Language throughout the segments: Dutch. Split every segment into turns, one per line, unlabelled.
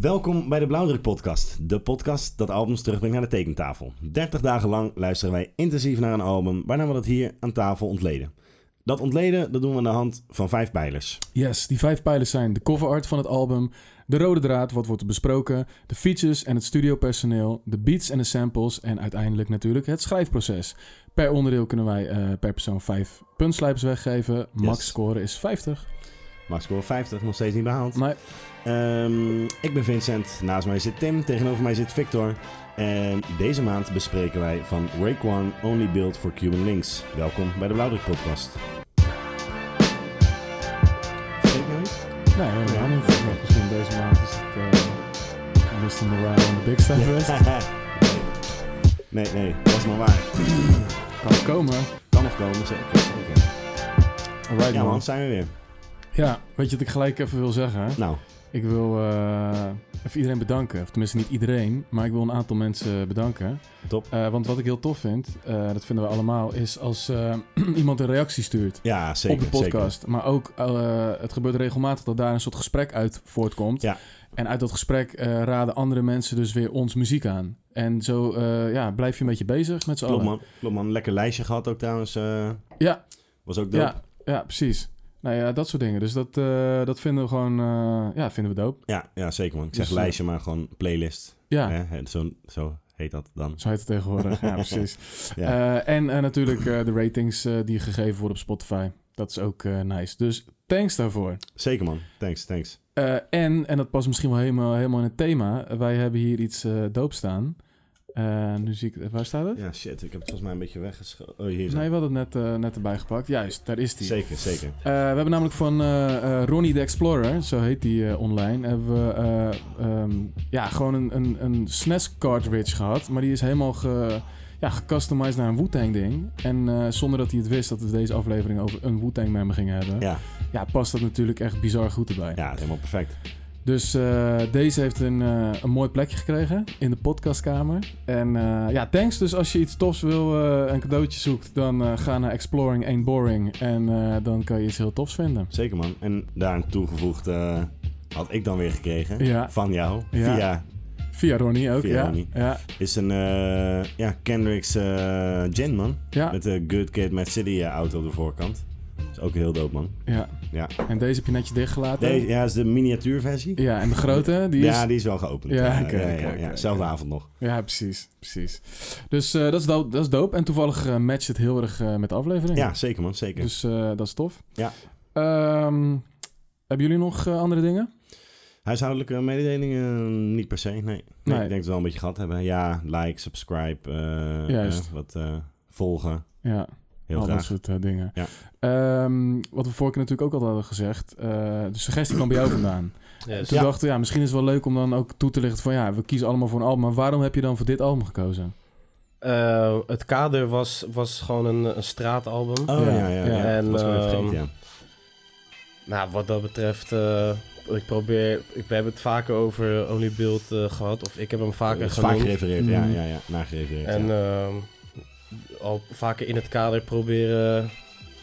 Welkom bij de Blauwdruk Podcast. De podcast dat albums terugbrengt naar de tekentafel. 30 dagen lang luisteren wij intensief naar een album, waarna we dat hier aan tafel ontleden. Dat ontleden dat doen we aan de hand van vijf pijlers.
Yes, die vijf pijlers zijn de cover art van het album, de rode draad, wat wordt besproken, de features en het studiopersoneel, de beats en de samples en uiteindelijk natuurlijk het schrijfproces. Per onderdeel kunnen wij eh, per persoon vijf puntslijpers weggeven. Max
Yes.
score is 50.
Max score 50, nog steeds niet behaald.
Maar
Ehm, ik ben Vincent, naast mij zit Tim, tegenover mij zit Victor. En deze maand bespreken wij van Rake One Only Built for Cuban Links. Welkom bij de Blauwdruk Podcast. Vergeet nou iets?
nee, helemaal niet. Ik dacht Misschien deze maand is het eh, Mr. Morale on the Big Star Fest.
nee, nee, dat is maar waar.
Kan komen.
Kan nog komen, zeker. zeker.
Alright
Ja man,
man.
zijn we weer.
Ja, weet je wat ik gelijk even wil zeggen?
Nou,
Ik wil eh, even iedereen bedanken. Of tenminste niet iedereen, maar ik wil een aantal mensen bedanken.
top.
Eh, want wat ik heel tof vind, eh, dat vinden we allemaal, is als eh, iemand een reactie stuurt
Ja, zeker.
op de podcast. Maar ook, eh, het gebeurt regelmatig dat daar een soort gesprek uit voortkomt.
Ja.
En uit dat gesprek eh, raden andere mensen dus weer ons muziek aan. En zo eh, ja, blijf je een beetje bezig met z'n
Zeker. Klopt
allen.
man, klopt man. Lekker lijstje gehad ook trouwens. eh.
Oh. Ja.
Was ook dope.
Ja, ja, precies. Nou ja, dat soort dingen. Dus dat, eh, dat vinden we gewoon, eh, ja, vinden we dope.
Ja, ja, zeker man. Ik zeg
Dus, eh,
lijstje, maar gewoon playlist.
Ja,
Hè? Hè, Zo, zo heet dat dan.
zo heet het tegenwoordig. ja, precies.
Ja.
Eh, en eh, natuurlijk eh, de ratings eh, die gegeven worden op Spotify. Dat is ook eh, nice. Dus thanks daarvoor.
Zeker man. Thanks, thanks.
Eh, en, en dat past misschien wel helemaal, helemaal in het thema. eh, Wij hebben hier iets eh doop staan. Eh, nu zie ik, waar staat het?
Ja, shit. Ik heb het volgens mij een beetje weggeschoten. Oh, hier zo.
nee, we hadden het net, eh, net erbij gepakt. Juist, daar is die.
Zeker, zeker.
Eh, we hebben namelijk van eh, eh, Ronnie the Explorer, zo heet die eh, online, hebben we eh, ehm, ja, gewoon een, een, een SNES cartridge gehad. Maar die is helemaal ge, ja, gecustomized naar een Wu-Tang ding. En eh, zonder dat hij het wist dat we deze aflevering over een Wu-Tang member gingen hebben,
Ja.
ja, past dat natuurlijk echt bizar goed erbij.
Ja, helemaal perfect.
Dus eh, deze heeft een, eh, een mooi plekje gekregen in de podcastkamer. En eh, ja, thanks. Dus als je iets tofs wil, eh, een cadeautje zoekt, dan eh, ga naar Exploring Ain't Boring. En eh, dan kan je iets heel tofs vinden.
Zeker man. En daaraan toegevoegd eh, had ik dan weer gekregen.
Ja.
Van jou.
Ja.
Via.
Via Ronnie ook,
Via
ja.
Ronnie.
Ja,
Is een eh, ja, Kendrick's eh gin man.
ja,
Met de Good Kid Mad City eh, auto op de voorkant. Is ook heel dope man.
ja.
Ja.
En deze heb je netjes dichtgelaten.
Deze ja, is de miniatuurversie.
Ja, en de grote, die is...
Ja, die is wel geopend.
Ja,
Eh,
oké, oké,
ja, ja,
oké,
ja.
oké.
Zelfde avond nog.
Ja, precies, precies. Dus eh, dat, is dope, dat is dope. En toevallig eh, matcht het heel erg eh, met de aflevering.
Ja, zeker man, zeker.
Dus eh, dat is tof.
Ja.
Ehm, hebben jullie nog eh, andere dingen?
Huishoudelijke mededelingen eh, niet per se, nee. nee. Ik denk dat we het wel een beetje gehad hebben. Ja, like, subscribe, eh,
Juist.
eh, wat eh, volgen.
Ja.
Heel
al
graag.
dat soort eh, dingen.
Ja.
Ehm, wat we vorige keer natuurlijk ook al hadden gezegd. eh, de suggestie kwam bij jou vandaan. Toen
Ja.
dachten we, ja, misschien is het wel leuk om dan ook toe te lichten van... ja, we kiezen allemaal voor een album. Maar waarom heb je dan voor dit album gekozen?
Eh, het kader was, was gewoon een, een straatalbum.
Oh ja,
Ja,
ja. ja,
ja. eh,
En,
was ik wel even
ehm,
vergeten, ja.
Nou, wat dat betreft, eh, ik probeer. Ik, we hebben het vaker over Only Build eh, gehad, of ik heb hem vaker
Is
genoemd.
vaak gerefereerd, ja,
Mhm.
ja, ja. Nagerefereerd,
en
ja.
ehm, al vaker in het kader proberen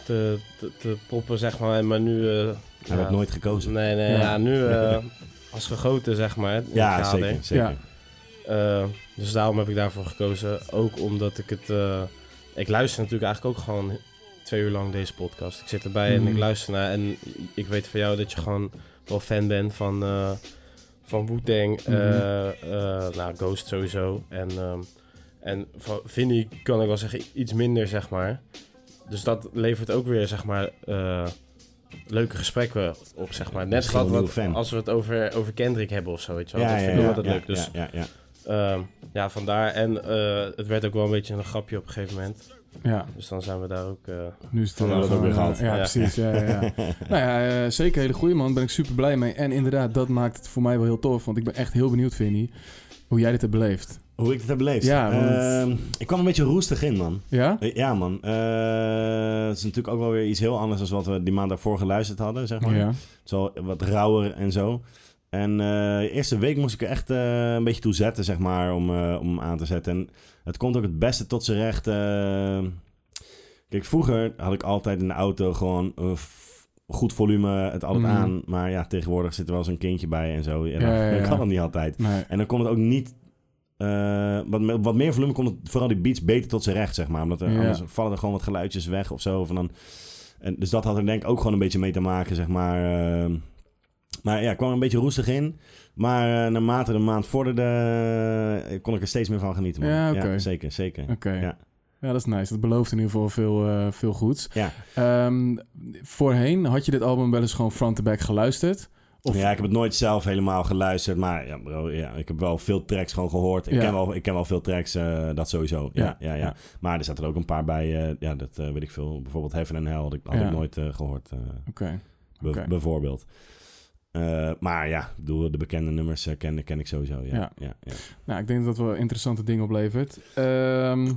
te, te, te proppen, zeg maar. Maar nu. eh,
Hij werd nooit gekozen.
Nee, nee,
Ja.
ja, nu eh, als gegoten, zeg maar. in
ja,
het kader.
zeker, zeker.
Ja.
Eh, dus daarom heb ik daarvoor gekozen. Ook omdat ik het. eh, ik luister natuurlijk eigenlijk ook gewoon twee uur lang deze podcast. Ik zit erbij
Mhm.
Mm.
en ik luister naar. En ik weet van jou dat je gewoon wel fan bent van, eh van Wu-Tang. eh,
Mm-hmm.
Mhm.
eh, nou, Ghost sowieso. En, ehm en van Vinnie kan ik wel zeggen iets minder, zeg maar. Dus dat levert ook weer, zeg maar. eh, Leuke gesprekken op, zeg maar.
Dat
Net
is gewoon
wat,
een
wat
nieuwe fan.
als we het over, over Kendrick hebben of zo, weet je wel.
Ja,
dat
ja,
vind ik
ja,
altijd
ja,
leuk. Dus
ja, ja, ja.
Ehm, ja, vandaar. En eh, het werd ook wel een beetje een grapje op een gegeven moment.
Ja,
Dus dan zijn we daar ook... eh,
nu is het
Hadden we dat
gewoon,
ook weer
eh,
gehad.
Ja,
Ja.
precies. Ja, ja, ja. nou ja, eh, zeker hele goede man. Daar ben ik super blij mee. En inderdaad, dat maakt het voor mij wel heel tof. Want ik ben echt heel benieuwd, Vinnie, hoe jij dit hebt beleefd.
Hoe ik het heb beleefd?
Ja, want-
Ehm, ik kwam een beetje roestig in, man.
Ja?
Eh, Ja, man. Eh, het is natuurlijk ook wel weer iets heel anders dan wat we die maand daarvoor geluisterd hadden, zeg maar.
Ja.
Het is wel wat rauwer en zo. En eh, de eerste week moest ik er echt eh, een beetje toe zetten, zeg maar, om, eh, om hem aan te zetten. En het komt ook het beste tot zijn recht. eh. Kijk, vroeger had ik altijd in de auto gewoon een f- goed volume, het altijd
Mhm.
aan. Maar ja, tegenwoordig zit er wel eens een kindje bij en zo. Ja,
Ja,
dan-
ja,
dan
ja.
kan het niet altijd.
Nee.
En dan kon het ook niet... eh, wat, me- wat meer volume kon het, vooral die beats beter tot zijn recht, zeg maar. Omdat er,
Ja.
anders vallen er gewoon wat geluidjes weg of zo. Of dan, en, dus dat had er denk ik ook gewoon een beetje mee te maken, zeg maar. eh. maar ja, ik kwam er een beetje roestig in. Maar eh, naarmate de maand vorderde, eh, kon ik er steeds meer van genieten. man.
Ja, oké.
zeker, zeker.
Oké.
Ja.
Ja. dat is nice. Dat belooft in ieder geval veel, eh, veel goeds.
Ja.
Ehm, voorheen had je dit album wel eens gewoon front-to-back geluisterd. Of-
Ja, ik heb het nooit zelf helemaal geluisterd, maar ja, bro, ja, ik heb wel veel tracks gewoon gehoord. Ik,
Ja.
ken, wel, ik ken wel veel tracks, eh, dat sowieso. Ja, ja.
Ja,
Ja,
ja.
Maar er zaten er ook een paar bij, eh, ja, dat eh, weet ik veel. Bijvoorbeeld Heaven and Hell, dat had
Ja.
ik nooit eh, gehoord, eh,
Oké.
be-
Oké.
bijvoorbeeld. Eh, maar ja, ik bedoel, de bekende nummers eh, ken, ken ik sowieso, ja. ja.
Ja.
ja,
Nou, ik denk dat dat wel interessante dingen oplevert. Ehm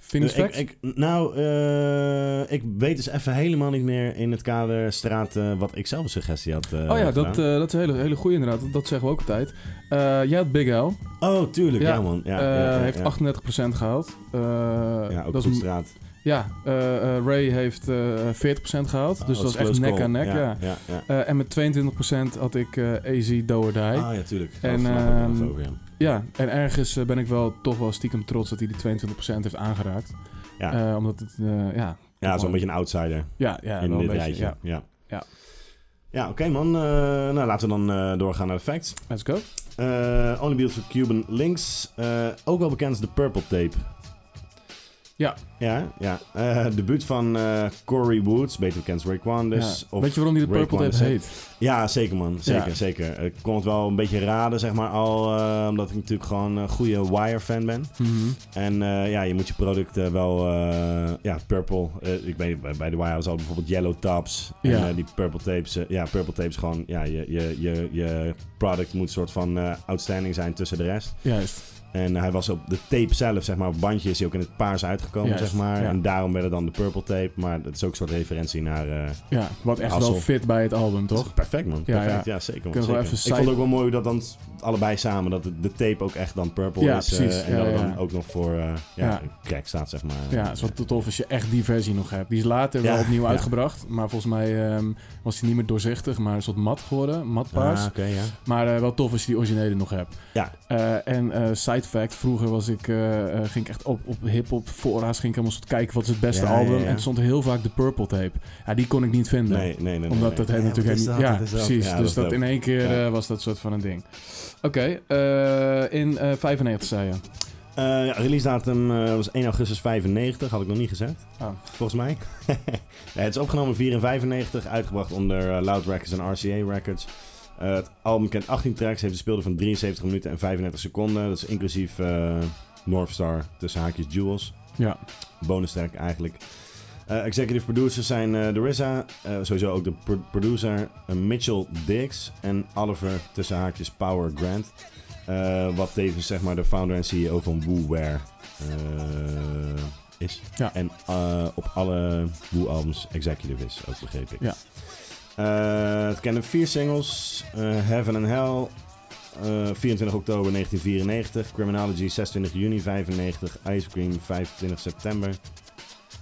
finish
Eh, ik,
facts?
ik, nou, eh, ik weet dus even helemaal niet meer in het kader straat eh, wat ik zelf een suggestie had eh,
oh ja,
gedaan.
dat, eh, dat is een hele, hele goede inderdaad. Dat, dat zeggen we ook altijd. Eh jij had Big L.
Oh, tuurlijk, ja,
eh, Ja,
man. Ja,
Eh,
ja, ja,
heeft
ja.
38% gehaald. Eh,
Ja, ook
dat is,
goed
dus
straat.
ja eh, eh, Ray heeft eh 40% gehaald.
Oh, Ah,
dus dat is echt nek aan nek. Ja.
ja, ja.
Eh, en met 22% had ik eh AZ Do or Die.
Ah ja, tuurlijk.
En,
Oh, vandaag hebben we
ehm,
het over, ja.
Ja, en ergens eh, ben ik wel toch wel stiekem trots dat hij die 22% heeft aangeraakt.
Ja.
Eh, omdat het, eh, ja,
ja, het is wel een beetje een outsider
ja, ja,
in
wel
dit
een beetje,
rijtje.
Ja.
Ja, ja.
Ja.
Ja, oké man. Eh, nou, laten we dan eh, doorgaan naar de facts.
Let's go.
Eh Only Beautiful Cuban Links. eh, ook wel bekend als de Purple Tape.
Ja.
Ja, ja. Eh debuut van eh, Corey Woods, beter bekend als Rayquan dus.
Ja.
Of-
Weet je waarom die de Purple
Raekwon
Tape
is het.
heet?
Ja, zeker man. Zeker,
Ja.
zeker. Ik kon het wel een beetje raden, zeg maar, al eh, omdat ik natuurlijk gewoon een goede Wire-fan ben.
Mhm.
En eh, ja, je moet je product eh, wel, eh, ja, purple. eh, ik weet bij- bij de Wire al bijvoorbeeld yellow tabs. En
Ja.
eh, die purple tapes. eh, ja, purple tapes gewoon, ja, je, je, je, je product moet soort van eh, outstanding zijn tussen de rest.
Juist.
En hij was op de tape zelf, zeg maar, op bandje is hij ook in het paars uitgekomen,
Juist,
zeg maar.
ja.
En daarom werd het dan de purple tape. Maar dat is ook een soort referentie naar... eh,
Ja, wat echt
Hassel.
wel fit bij het album, toch?
Perfect man,
Ja,
perfect. Ja, zeker man.
Kunnen we wel even
zeker. Ik
side-
vond het ook wel mooi hoe dat dan allebei samen, dat de, de tape ook echt dan purple
Ja,
is. eh,
precies.
en
Ja,
dat het
ja.
dan ook nog voor, eh, ja,
Ja.
crack staat, zeg maar.
Ja, het is wat tof als je echt die versie nog hebt. Die is later
Ja,
wel opnieuw
ja.
uitgebracht. Maar volgens mij ehm, was die niet meer doorzichtig, maar een soort mat geworden. Matpaars.
Ah, oké, ja.
Maar eh, wel tof als je die originele nog hebt.
Ja.
Eh, en eh, side fact, vroeger was ik, eh, eh, ging ik echt op, op hip-hop fora's, ging ik helemaal soort kijken wat is het beste
Ja,
album.
ja, ja.
En er stond heel vaak de Purple Tape. Ja, die kon ik niet vinden.
Nee, nee, nee. nee,
omdat
nee.
dat heet
Ja,
natuurlijk
wat
helemaal
is
Ja,
dat? Wat is dat?
precies.
Ja,
dus dat,
is
in één keer
Ja.
eh, was dat soort van een ding. Oké, eh, in eh, 95 zei je.
dope. Eh, ja, release datum eh, was 1 augustus 95, had ik nog niet gezegd.
Oh.
Volgens mij. Ja, het is opgenomen 4 in 95, uitgebracht onder eh, Loud Records en RCA Records. Eh, het album kent 18 tracks, heeft een speelde van 73 minuten en 35 seconden. Dat is inclusief eh North Star tussen haakjes Jewels.
Ja.
Bonus track eigenlijk. Eh, executive producers zijn eh de RZA, eh, sowieso ook de pro- producer eh, Mitchell Dix en Oliver tussen haakjes Power Grant. Eh, wat tevens zeg maar de founder en CEO van WooWare eh, is.
Ja.
En eh, op alle Woo albums executive is, ook begreep ik.
Ja.
Eh, het kennen vier singles. eh, Heaven and Hell, eh, 24 oktober 1994. Criminology, 26 juni 95. Ice Cream, 25 september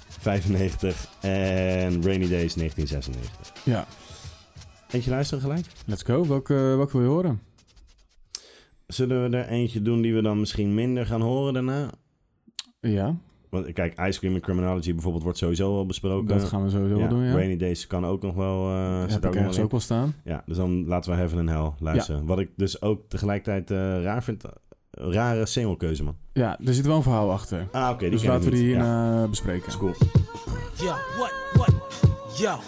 95. En Rainy Days, 1996.
Ja,
Eentje luisteren gelijk?
let's go. Welke, welke wil je horen?
Zullen we er eentje doen die we dan misschien minder gaan horen daarna?
Ja,
Want kijk, Ice Cream en Criminology bijvoorbeeld wordt sowieso al besproken.
dat gaan we sowieso
eh, Ja,
wel doen, ja.
Rainy Days kan ook nog wel... eh
Heb
zit ook
ik
nog wel
ergens
in.
ook wel staan.
Ja, dus dan laten we Heaven and Hell luisteren. Wat ik dus ook tegelijkertijd eh, raar vind. eh, Rare singlekeuze, man.
Ja, er zit wel een verhaal achter.
Ah, oké. die
dus
ken ik
laten we
niet.
die
Ja,
hierna bespreken.
is cool.
Yo, what, what, yo.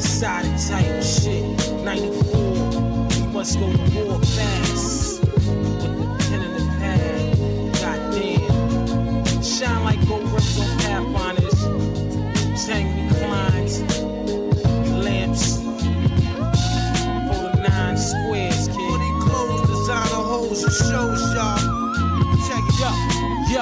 Side type shit, 94. We must go to war fast. With the pen and the pad, goddamn. Shine like gold rims on pathfinders. Tank reclines, lamps. For the nine squares, kid.
Pretty clothes, designer hoes, and shows, y'all. Check it
Yo,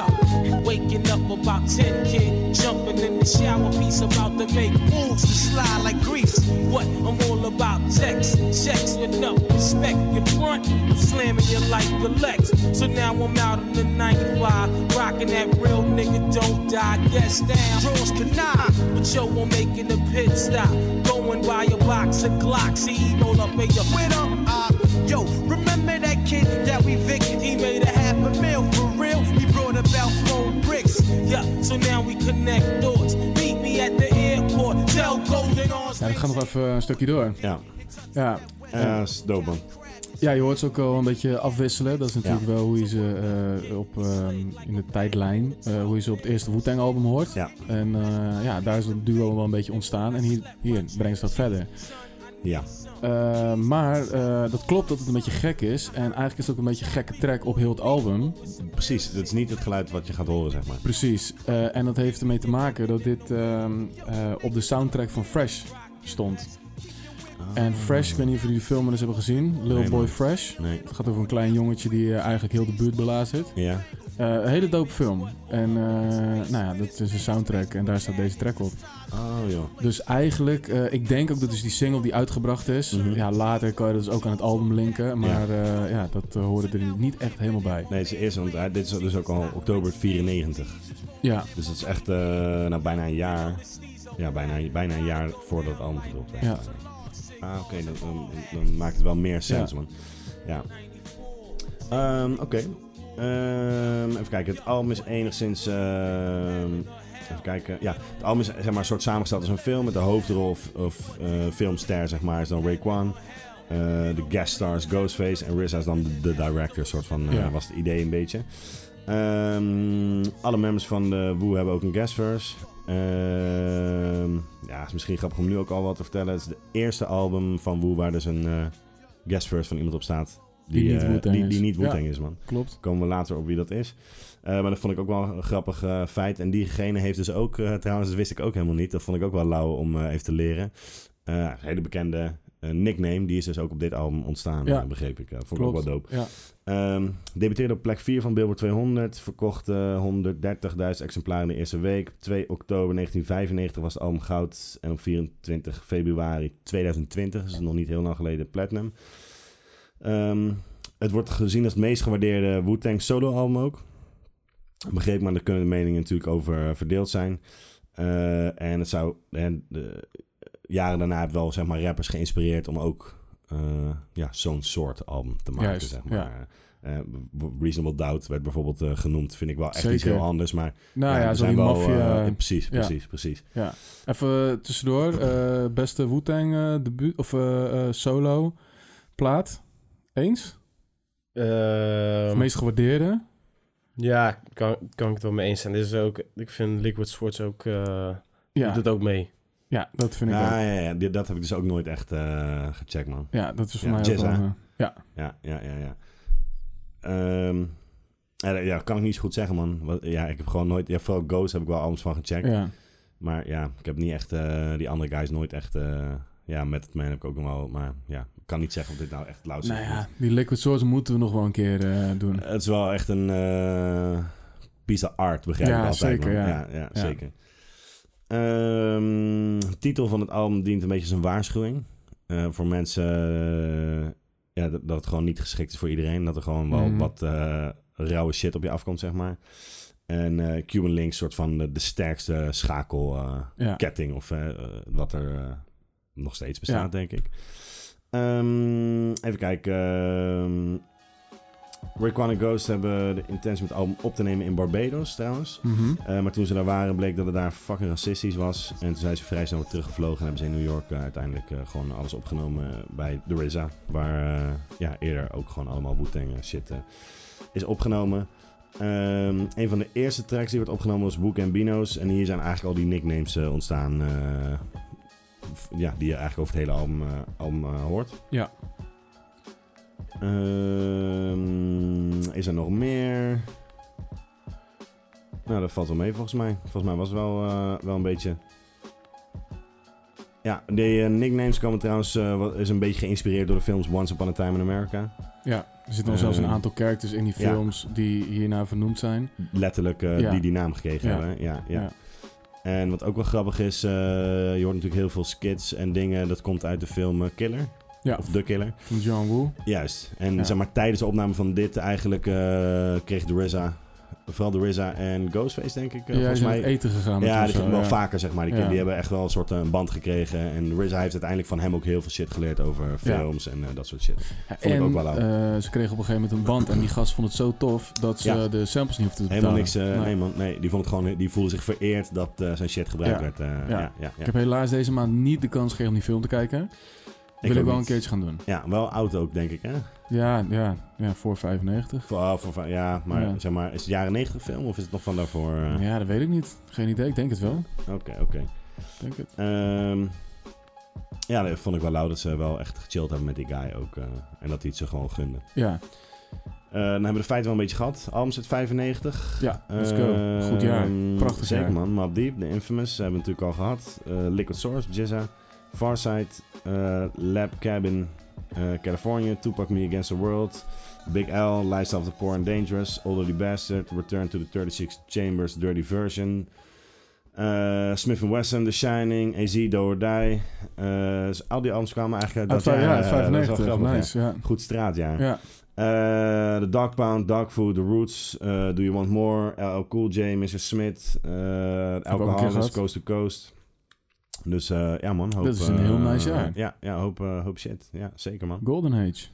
yo, waking up about 10 kid, jumping in the shower, piece about to make moves.
moves to slide like grease.
What I'm all about checks, checks with no respect. Your front, I'm slamming you like the Lex. So now I'm out in the 95, rocking that real nigga don't die. Yes, down.
Draws canine.
But yo, I'm making a pit stop. Going buy a box of Glocks. He email up in your
With him, ah, yo, remember that kid that we vic? He made a half a mil for real. He brought about four bricks.
Yeah, so now we connect thoughts. Meet me at the airport. Tell Golden Arms.
Ja, dat gaat nog even een stukje door.
Ja,
Ja.
Eh is dope man.
ja, je hoort ze ook al een beetje afwisselen. Dat is natuurlijk wel hoe je ze eh, op, ehm, in de tijdlijn, eh, hoe je ze op het eerste wu album hoort.
Ja.
En eh, ja, daar is het duo wel een beetje ontstaan. En hier, hier brengt ze dat verder.
Ja,
Eh, maar eh, dat klopt dat het een beetje gek is. En eigenlijk is het ook een beetje een gekke track op heel het album.
precies. Het is niet het geluid wat je gaat horen, zeg maar.
Precies. Eh, en dat heeft ermee te maken dat dit ehm, eh, op de soundtrack van Fresh stond. En
Ah.
Fresh, ik weet niet of jullie de film wel eens hebben gezien. Lil
Nee,
Boy
man.
Fresh.
Nee.
Het gaat over een klein jongetje die eh, eigenlijk heel de buurt belazert.
Ja,
Eh een hele dope film. En eh, nou ja, dat is een soundtrack en daar staat deze track op.
oh joh.
Dus eigenlijk, eh, ik denk ook dat dus die single die uitgebracht is.
Mhm.
Ja, later kan je dat dus ook aan het album linken. Maar ja, ja dat eh, hoorde er niet echt helemaal bij.
Nee, het is eerst, want hij- dit is dus ook al oktober 94.
Ja,
Dus dat is echt eh, nou, bijna een jaar. Ja, bijna, bijna een jaar voordat het album gedropt werd.
Ja.
Ah, oké. dan, dan, dan maakt het wel meer sens,
Ja.
man. Ja. Ehm, oké. Ehm, even kijken. Het album is enigszins... ehm, even kijken. Ja, het album is zeg maar, een soort samengesteld als een film... met de hoofdrol of, of, eh, filmster, zeg maar, is dan Raekwon. Eh, de guest stars Ghostface en RZA is dan de, de director, soort van, eh,
Ja.
was het idee een beetje. Ehm, alle members van de Woo hebben ook een guest verse. Ehm, ja, is misschien grappig om nu ook al wat te vertellen. Het is de eerste album van Woo waar dus een eh, guest verse van iemand op staat.
Die niet
eh,
Wu-Tang
die,
is.
die niet
Ja.
Wu-Tang is, man.
klopt.
Komen we later op wie dat is. Eh, maar dat vond ik ook wel een grappig eh, feit. En diegene heeft dus ook, eh, trouwens, dat wist ik ook helemaal niet. Dat vond ik ook wel lauw om eh, even te leren. Eh, een hele bekende eh, nickname. Die is dus ook op dit album ontstaan,
Ja.
eh, begreep ik. Eh, vond ik
klopt.
ook wel dope.
Ja.
Ehm debuteerde op plek 4 van Billboard 200. Verkocht eh, 130.000 exemplaren in de eerste week. 2 oktober 1995 was het album goud. En op 24 februari 2020, dus nog niet heel lang geleden, platinum. Ehm, het wordt gezien als het meest gewaardeerde Wu-Tang solo-album ook. Begreep, maar daar kunnen de meningen natuurlijk over verdeeld zijn. Eh, en het zou... En de, eh, jaren daarna hebben wel zeg maar, rappers geïnspireerd om ook eh, ja, zo'n soort album te maken.
Juist,
zeg maar. Eh, w- Reasonable Doubt werd bijvoorbeeld eh, genoemd. Vind ik wel echt iets
Zeker.
heel anders. Maar eh,
Nou ja,
er
zo die
wel,
maffia...
eh, precies,
ja.
precies, precies.
Even tussendoor, eh, beste Wu-Tang eh, debuut of eh, eh, solo plaat. Eens?
Ehm,
Of meest gewaardeerde?
Ja, kan, kan ik het wel mee eens zijn. Dit is ook, ik vind Liquid Swords ook, eh
Ja,
doet het ook mee.
ja dat vind ik
Nou,
ook.
ja, ja, dit- dat heb ik dus ook nooit echt eh, gecheckt, man.
Ja, dat is voor
Ja,
mij ook
Jizz,
wel...
hè?
eh, ja,
Ja, ja, ja, ja. Ehm, ja, dat- ja, dat kan ik niet zo goed zeggen, man. Wat- ja, ik heb gewoon nooit... Ja, vooral Ghost heb ik wel albums van gecheckt.
ja.
Maar ja, ik heb niet echt... eh, die andere guys nooit echt... eh, ja, met het man heb ik ook nog wel... Maar ja, ik kan niet zeggen of dit nou echt het laatste
Nou ja, die Liquid Swords moeten we nog wel een keer eh, doen.
Het is wel echt een eh piece of art, begrijp
Ja,
ik altijd.
zeker,
man.
ja.
Ja, ja,
Ja.
zeker. Ehm, titel van het album dient een beetje als een waarschuwing. eh, voor mensen eh, ja, dat, dat het gewoon niet geschikt is voor iedereen. Dat er gewoon wel
Mhm.
wat eh, rauwe shit op je afkomt, zeg maar. En eh, Cuban Link, soort van de, de sterkste schakelketting
Ja.
ketting of eh, eh, wat er eh, nog steeds bestaat, denk ik. Ehm, even kijken. ehm Raekwon en Ghost hebben de intentie om het album op te nemen in Barbados trouwens.
Mhm.
Eh, maar toen ze daar waren bleek dat het daar fucking racistisch was. En toen zijn ze vrij snel weer teruggevlogen en hebben ze in New York eh, uiteindelijk eh, gewoon alles opgenomen eh, bij The RZA. Waar eh, ja, eerder ook gewoon allemaal Wu-Tang eh, shit eh, is opgenomen. Ehm, een van de eerste tracks die werd opgenomen was Wook en Bino's. En hier zijn eigenlijk al die nicknames eh, ontstaan. eh, v- ja, die je eigenlijk over het hele album, eh, album eh, hoort.
Ja.
Ehm, is er nog meer? Nou, dat valt wel mee volgens mij. Volgens mij was het wel, eh, wel een beetje... Ja, de eh, nicknames komen trouwens... eh, wat is een beetje geïnspireerd door de films Once Upon a Time in America.
ja, er zitten nog
Eh,
zelfs een aantal characters in die
ja.
films die hierna vernoemd zijn.
Letterlijk eh,
Ja.
die die naam gekregen
Ja.
hebben. Ja, ja.
Ja.
En wat ook wel grappig is... eh, je hoort natuurlijk heel veel skits en dingen. Dat komt uit de film eh, Killer.
Ja,
Of The Killer.
van John Woo.
Juist. En
Ja.
zeg maar, tijdens de opname van dit eigenlijk eh, kreeg de RZA Vooral de RZA en Ghostface, denk ik. eh,
Ja, die
volgens
zijn
mij.
eten gegaan. met
ja,
hem
die
zo,
zijn wel
ja.
vaker, zeg maar. Die,
Ja.
kinderen die hebben echt wel een soort eh, een band gekregen. En RZA heeft uiteindelijk van hem ook heel veel shit geleerd over films en eh, dat soort shit.
Vond
ik ook wel leuk.
eh, ze kregen op een gegeven moment een band en die gast vond het zo tof dat ze
Ja.
de samples niet hoefden te betalen.
Helemaal niks. eh,
Nee.
nee. man. Nee, die, vond het gewoon, die voelde zich vereerd dat eh, zijn shit gebruikt
Ja.
werd. eh,
Ja.
ja. Ja, ja,
Ik heb helaas deze maand niet de kans gekregen om die film te kijken. Wil ik
ook
wel
niet.
een keertje gaan doen.
Ja, wel oud ook, denk ik, hè?
Ja, ja, ja voor 95.
Voor, oh, voor- voor- ja, maar
Ja.
zeg maar, is het jaren 90 film of is het nog van daarvoor? eh? Oké,
Ja, dat weet ik niet. Geen idee, ik denk het wel.
oké.
Ik denk het.
Ehm, ja, dat vond ik wel lauw dat ze wel echt gechilled hebben met die guy ook. eh, en dat hij het ze gewoon gunde.
Ja,
Eh, dan hebben we de feiten wel een beetje gehad. Albums uit 95.
ja let's go.
Ehm,
Goed jaar. Prachtig
Zeker
jaar.
man. Mob Deep, The Infamous hebben we natuurlijk al gehad. Eh, Liquid Source, Jizza, Farsight, eh, Lab Cabin, eh, California, Tupac Me Against the World, Big L, Lifestyle of the Poor and Dangerous, Older the Bastard, Return to the 36 Chambers, Dirty Version, eh, Smith Wesson, The Shining, AZ, Do or Die. Eh, dus al die albums kwamen
Uit
eigenlijk uit
vij-
dat
Ah, ja,
jaar.
uit
eh, dat is wel
95.
grappig, ja.
nice, ja.
Goed straatjaar.
Ja,
Eh, de Dog Pound, Dog Food, The Roots, eh, Do You Want More, LL Cool J, Mr. Smith, eh
ook een keer
Alcoholics,
gehad.
Coast to Coast. Dus eh, ja man, hoop...
Dat is een heel
eh,
nice jaar.
Ja, ja hoop, eh, hoop shit. Ja, zeker man.
Golden Age,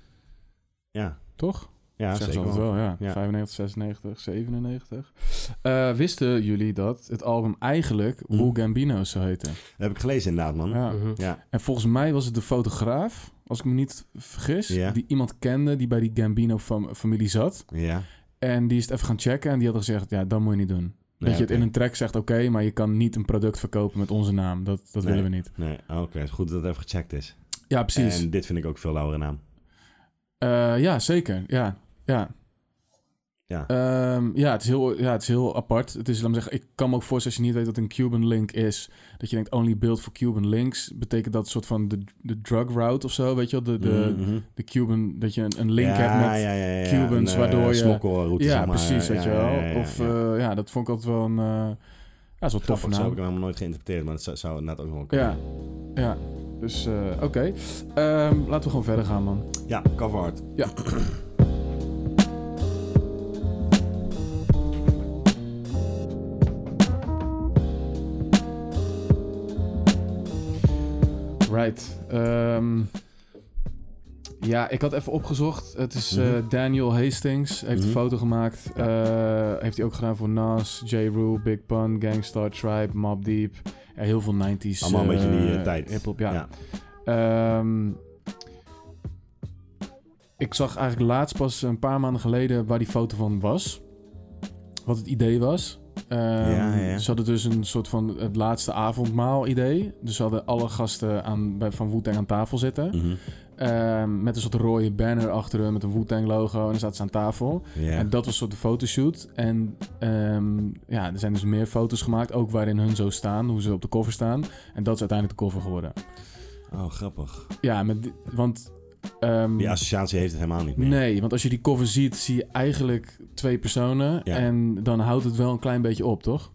Ja,
toch?
ja
Zeggen ze
zeker
altijd
man.
wel, ja.
Ja.
95, 96, 97. Eh, wisten jullie dat het album eigenlijk
Hm.
Wool Gambino zou heten?
Dat heb ik gelezen inderdaad man.
Ja.
Mhm.
En volgens mij was het de fotograaf, als ik me niet vergis,
Ja.
die iemand kende die bij die Gambino-familie zat.
Ja.
En die is het even gaan checken en die had gezegd, ja, dat moet je niet doen. dat
Nee,
je het
oké.
in een track zegt, oké, maar je kan niet een product verkopen met onze naam. Dat, dat
Nee.
willen we niet.
Nee, oké. het is Goed dat het even gecheckt is.
Ja, precies.
En dit vind ik ook veel lauwere naam.
Eh, ja, zeker. Ja, ja.
Ja.
Ehm, ja, het is heel, ja, het is heel apart. Het is, laat me zeggen, ik kan me ook voorstellen als je niet weet wat een Cuban link is. Dat je denkt, only built for Cuban links. Betekent dat een soort van de, de drug route of zo, weet je wel? De, de,
Mhm, mhm.
de Cuban, dat je een, een link
Ja,
hebt met...
ja, ja, ja, ja.
Cubans,
Een, eh,
waardoor je-
smokkelroute,
Ja,
zeg maar.
precies, weet
Ja,
je wel.
ja, ja, ja,
of
ja.
eh, ja. dat vond ik altijd wel een... eh, ja, dat is wel tof
Grappig, zo heb
naam.
ik hem helemaal nooit geïnterpreteerd, maar dat zou, zou inderdaad ook nog wel kunnen.
Ja, ja. Dus, eh, oké. Ehm, laten we gewoon verder gaan, man.
Ja, cover art.
Ja. Right. Ehm, ja, ik had even opgezocht. Het is eh,
Mhm.
Daniel Hastings. Heeft
Mhm.
een foto gemaakt. Eh, heeft hij ook gedaan voor Nas, J. Rule, Big Pun, Gangstar, Tribe, Mob Deep. Ja, heel veel 90s.
Allemaal een beetje die, eh,
eh,
tijd.
Hip-hop,
Ja.
ja. Ehm, ik zag eigenlijk laatst pas een paar maanden geleden waar die foto van was. Wat het idee was. Ehm,
Ja, ja.
Ze hadden dus een soort van het laatste avondmaal idee. Dus ze hadden alle gasten aan, bij, van Wu-Tang aan tafel zitten.
Mhm.
Ehm, met een soort rode banner achter hun met een Wu-Tang logo. En dan zaten ze aan tafel.
Ja.
En dat was een soort de fotoshoot. En ehm, ja, er zijn dus meer foto's gemaakt. Ook waarin hun zo staan, hoe ze op de cover staan. En dat is uiteindelijk de cover geworden.
Oh, grappig.
Ja, met, di- want... ehm,
Die associatie heeft het helemaal niet meer.
nee, want als je die cover ziet, zie je eigenlijk twee personen.
Ja.
En dan houdt het wel een klein beetje op, toch?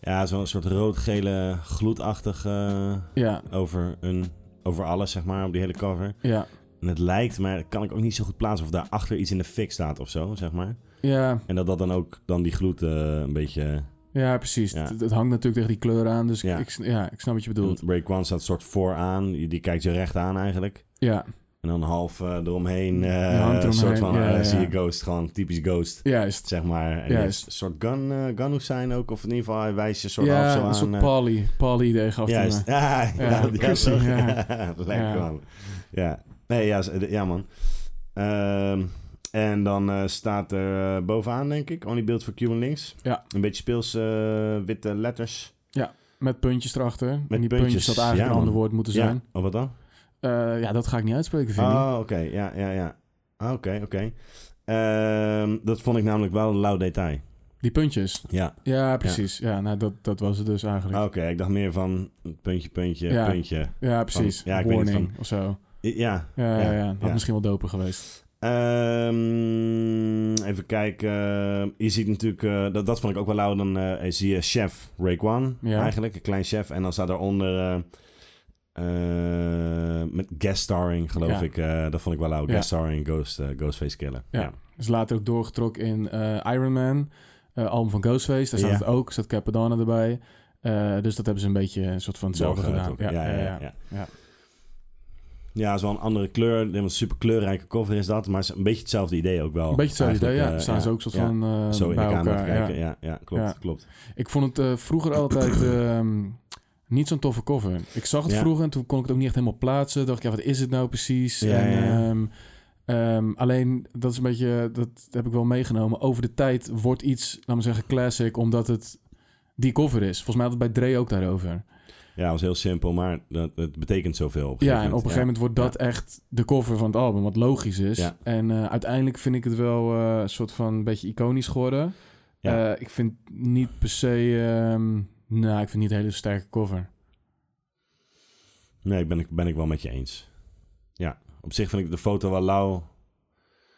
Ja, zo'n soort rood-gele gloedachtig eh,
Ja,
over, een, over alles, zeg maar, op die hele cover.
ja,
En het lijkt, maar dat kan ik ook niet zo goed plaatsen of daarachter iets in de fik staat of zo, zeg maar.
ja,
En dat dat dan ook dan die gloed eh, een beetje...
ja, precies.
Ja.
Het, het hangt natuurlijk tegen die kleur aan, dus
Ja.
Ik, ik, ja, ik snap wat je bedoelt.
Break One staat soort vooraan, die, die kijkt je recht aan eigenlijk.
Ja,
En dan half eh, eromheen, eh,
hangt eromheen,
een soort van,
ja,
eh,
ja.
zie je Ghost, gewoon typisch Ghost,
juist.
zeg maar. En die
Juist.
heeft een soort gun, eh gun zijn ook, of in ieder geval hij wijst je soort af
ja,
zo
een
aan...
soort
eh,
Polly, Polly-idee gaf hij
Juist.
me.
Ja, ja, ja,
Chrissy,
toch?
ja.
Lekker
Ja.
man. Ja. Nee, ja, z- ja man. Ehm, en dan eh, staat er eh, bovenaan, denk ik, Only Build for Cuban Links.
Ja.
Een beetje speels eh, witte letters.
Met puntjes erachter. en die
puntjes,
puntjes, dat eigenlijk
ja,
een ander
man.
woord moeten zijn.
Ja. Oh, wat dan?
Ja, ja dat ga ik niet uitspreken, vind ik.
Oh, oké. Ja, ja, ja. Ah, Oké, oké. Ehm, dat vond ik namelijk wel een lauw detail.
Die puntjes.
Ja.
Ja, precies. Ja, nou, dat, dat was het dus eigenlijk.
Ah, Oké, ik dacht meer van puntje, puntje,
Ja.
puntje.
ja, precies.
ja, ik weet niet
Warning of zo.
I- Ja,
Ja,
Ja,
ja, ja. Had
ja.
misschien wel doper geweest.
Ehm, even kijken. Je ziet natuurlijk, eh, dat, dat vond ik ook wel lauw. Dan eh, zie je chef Raekwon
Ja.
eigenlijk, een klein chef. En dan staat daaronder eh, eh, met guest starring, geloof
Ja.
ik. eh, dat vond ik wel lauw.
Ja.
Guest starring Ghost, eh, Ghostface Killer.
Ja. Is later ook doorgetrokken in eh, Iron Man. eh, album van Ghostface. Daar staat
Ja.
het ook, staat Capadonna erbij. Eh, dus dat hebben ze een beetje een soort van hetzelfde
Doorgeruimd
gedaan.
ook. Ja, ja, ja, ja.
ja.
Ja, is wel een andere kleur. Een super kleurrijke cover is dat. Maar het is een beetje hetzelfde idee ook wel.
Een beetje hetzelfde idee,
Eigenlijk,
ja.
eh,
staan ze ook soort
ja.
van eh,
Zo in de
bij
kamer te
elkaar.
kijken.
Ja.
Ja, ja, klopt,
Ja.
klopt.
Ik vond het eh, vroeger altijd ehm, niet zo'n toffe cover. Ik zag het
Ja.
vroeger en toen kon ik het ook niet echt helemaal plaatsen. Dacht ik, ja, wat is het nou precies?
Ja,
en,
ja, ja.
ehm, ehm, alleen, dat is een beetje, dat heb ik wel meegenomen. Over de tijd wordt iets, laten we zeggen, classic, omdat het die cover is. Volgens mij had het bij Dre ook daarover.
Ja, het was heel simpel, maar dat, het betekent zoveel. Op een
Ja,
gegeven
en op een
moment.
gegeven moment wordt dat echt de cover van het album, wat logisch is.
Ja.
En eh, uiteindelijk vind ik het wel eh, een soort van een beetje iconisch geworden.
Ja.
Eh, ik vind niet per se, ehm, nou, ik vind niet een hele sterke cover.
Nee, ben ik, ben ik wel met je eens. Ja, op zich vind ik de foto wel lauw.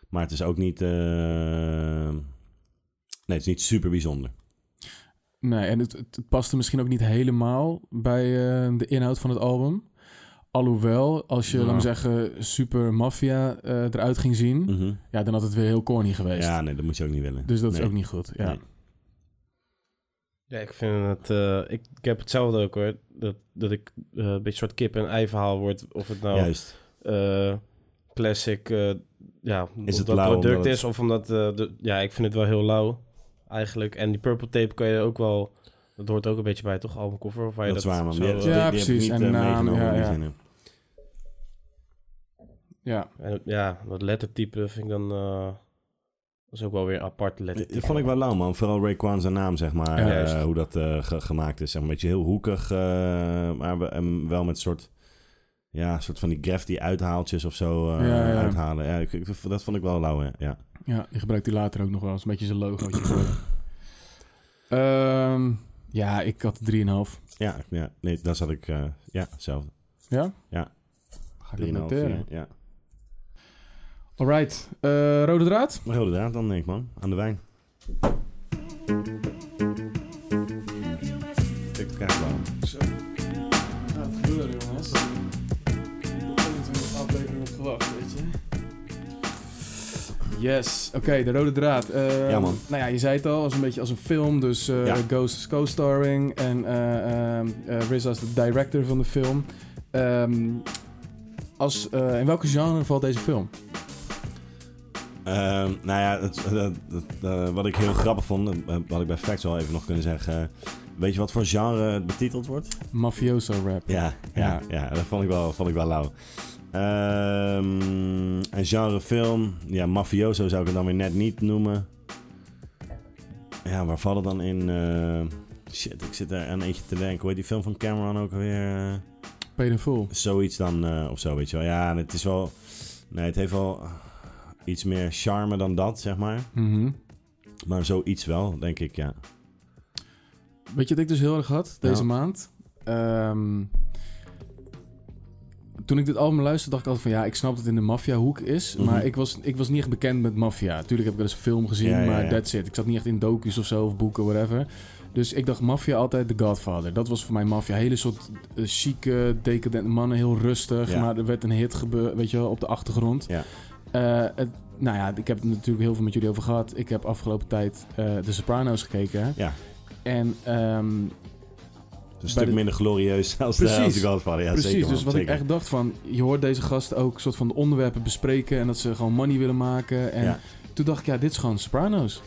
Maar het is ook niet... eh, Nee, het is niet super bijzonder.
Nee, en het, het, het paste misschien ook niet helemaal bij eh, de inhoud van het album. Alhoewel, als je,
Ja.
laten we zeggen, Super Mafia eh, eruit ging zien,
Mhm.
ja, dan had het weer heel corny geweest.
Ja, nee, dat moet je ook niet willen.
Dus dat is
Nee.
ook niet goed. Ja.
Nee.
Ja, ik vind het... eh, ik, ik heb hetzelfde ook hoor. Dat, dat ik eh, een beetje soort kip en ei verhaal word. Of het nou
Juist.
eh, classic eh, ja,
Is
is
het
het dat
lauw
product
omdat het-
is. Of omdat... eh, de, ja, ik vind het wel heel lauw eigenlijk. En die purple tape kan je ook wel... Dat hoort ook een beetje bij, toch? Albumcover? Of waar je
Dat is
dat,
waar, man.
zo,
Die-
eh,
die- die
Ja,
heb ik
precies.
niet,
En
eh,
naam,
meegenomen
ja,
in die
ja.
zin, hè.
ja.
En het- ja, dat lettertype vind ik dan... eh, dat is ook wel weer een apart lettertype.
Dat vond ik wel lauw, man. Vooral Rayquan zijn naam, zeg maar.
Ja,
eh,
juist.
hoe dat eh, ge- gemaakt is. Zeg maar, Een beetje heel hoekig, eh, maar we, en wel met soort... Ja, soort van die graffiti uithaaltjes of zo eh,
Ja, ja.
uithalen. Ja, ik- ik- dat vond ik wel lauw, hè. ja.
Ja, die gebruikt hij later ook nog wel eens. Een beetje zijn logootje. geworden. Ehm, ja, ik had 3,5.
Ja, ja. Nee, daar zat ik... eh, ja, hetzelfde.
Ja?
Ja.
Ga ik dat
3,5,
noteren.
4, ja.
Alright. Eh, rode draad?
Maar heel de draad dan, denk ik, man. Aan de wijn. Ik krijg wel.
Ja, dat gebeurde jongens. Ik heb 21 afleveringen op gewacht, weet je. Yes, oké, de rode draad. Eh,
Ja, man.
Nou ja, je zei het al, als een beetje als een film. Dus eh,
Ja.
Ghost is co-starring en eh ehm, eh, RZA is de director van de film. Ehm, als, eh, in welke genre valt deze film?
Ehm, nou ja, het- dat- dat- eh, wat ik heel grappig vond, eh, wat ik bij Facts wel even nog kunnen zeggen. eh, weet je wat voor genre het betiteld wordt?
Mafioso rap.
Ja, ja, ja. dat vond ik wel, vond ik wel lauw. Ehm, een genre film, ja, mafioso zou ik het dan weer net niet noemen. Ja, waar valt het dan in? Eh, shit, ik zit er aan eentje te denken. Hoe heet die film van Cameron ook alweer?
Pedofool.
Zoiets dan, eh, of zo, weet je wel. Ja, het is wel... Nee, het heeft wel iets meer charme dan dat, zeg maar.
Mhm.
Maar zoiets wel, denk ik, ja.
Weet je wat ik dus heel erg had deze
Nou.
maand? Ehm, toen ik dit album luisterde, dacht ik altijd van ja, ik snap dat het in de maffia-hoek is.
Mhm.
Maar ik was, ik was niet echt bekend met maffia. Tuurlijk heb ik wel eens een film gezien,
Ja, ja,
maar
ja.
that's it. Ik zat niet echt in docu's of zo, of boeken, whatever. Dus ik dacht maffia altijd The Godfather. Dat was voor mij maffia. Hele soort eh, chique, decadente mannen, heel rustig.
Ja.
Maar er werd een hit gebe- weet je wel, op de achtergrond.
Ja.
Eh, het- nou ja, ik heb het natuurlijk heel veel met jullie over gehad. Ik heb afgelopen tijd eh The Sopranos gekeken.
Ja.
En ehm,
Het is Een stuk
de-
minder glorieus als, de-
Precies.
als de Godfather. Ja,
Precies,
zeker, man,
dus wat
zeker.
ik echt dacht van... Je hoort deze gasten ook soort van de onderwerpen bespreken... en dat ze gewoon money willen maken. En
Ja.
toen dacht ik, ja, dit is gewoon Sopranos.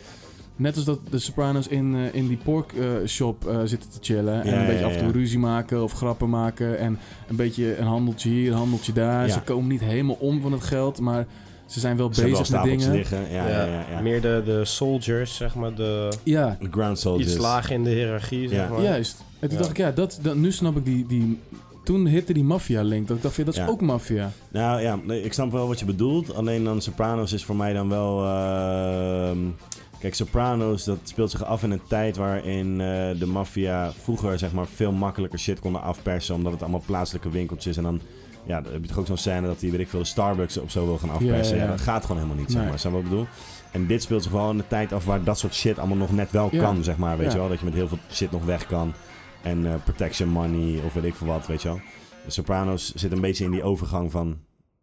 Net als dat de Sopranos in, eh, in die pork eh, shop eh, zitten te chillen... en
Ja,
een beetje
ja,
af en toe
ja.
ruzie maken of grappen maken... en een beetje een handeltje hier, een handeltje daar.
Ja.
Ze komen niet helemaal om van het geld, maar ze zijn wel
Ze hebben
bezig
wel
met
stapeltjes
dingen.
liggen. Ja, ja, ja. ja.
Meer de, de soldiers, zeg maar. De,
Ja,
De Ground Soldiers.
iets lager in de hiërarchie,
Ja.
zeg maar.
juist. En toen
Oh, Ja.
dacht ik, ja, dat, dat, nu snap ik die... die toen hitte die maffia-link. Dat ik dacht, ja, dat is
Ja.
ook maffia.
Nou ja, nee, ik snap wel wat je bedoelt. Alleen dan Sopranos is voor mij dan wel... ehm, Kijk, Sopranos, dat speelt zich af in een tijd waarin eh, de maffia vroeger zeg maar, veel makkelijker shit konden afpersen. Omdat het allemaal plaatselijke winkeltjes is. En dan, ja, dan heb je toch ook zo'n scène dat die, weet ik veel, de Starbucks op zo wil gaan afpersen.
Ja,
Ja,
ja, ja.
dat gaat gewoon helemaal niet, zeg
Nee.
maar. Snap je wat ik bedoel? En dit speelt zich wel in de tijd af waar dat soort shit allemaal nog net wel
Ja.
kan, zeg maar. Weet
Ja.
je wel? Dat je met heel veel shit nog weg kan. En eh, protection money of weet ik veel wat, weet je wel. De Sopranos zit een beetje in die overgang van...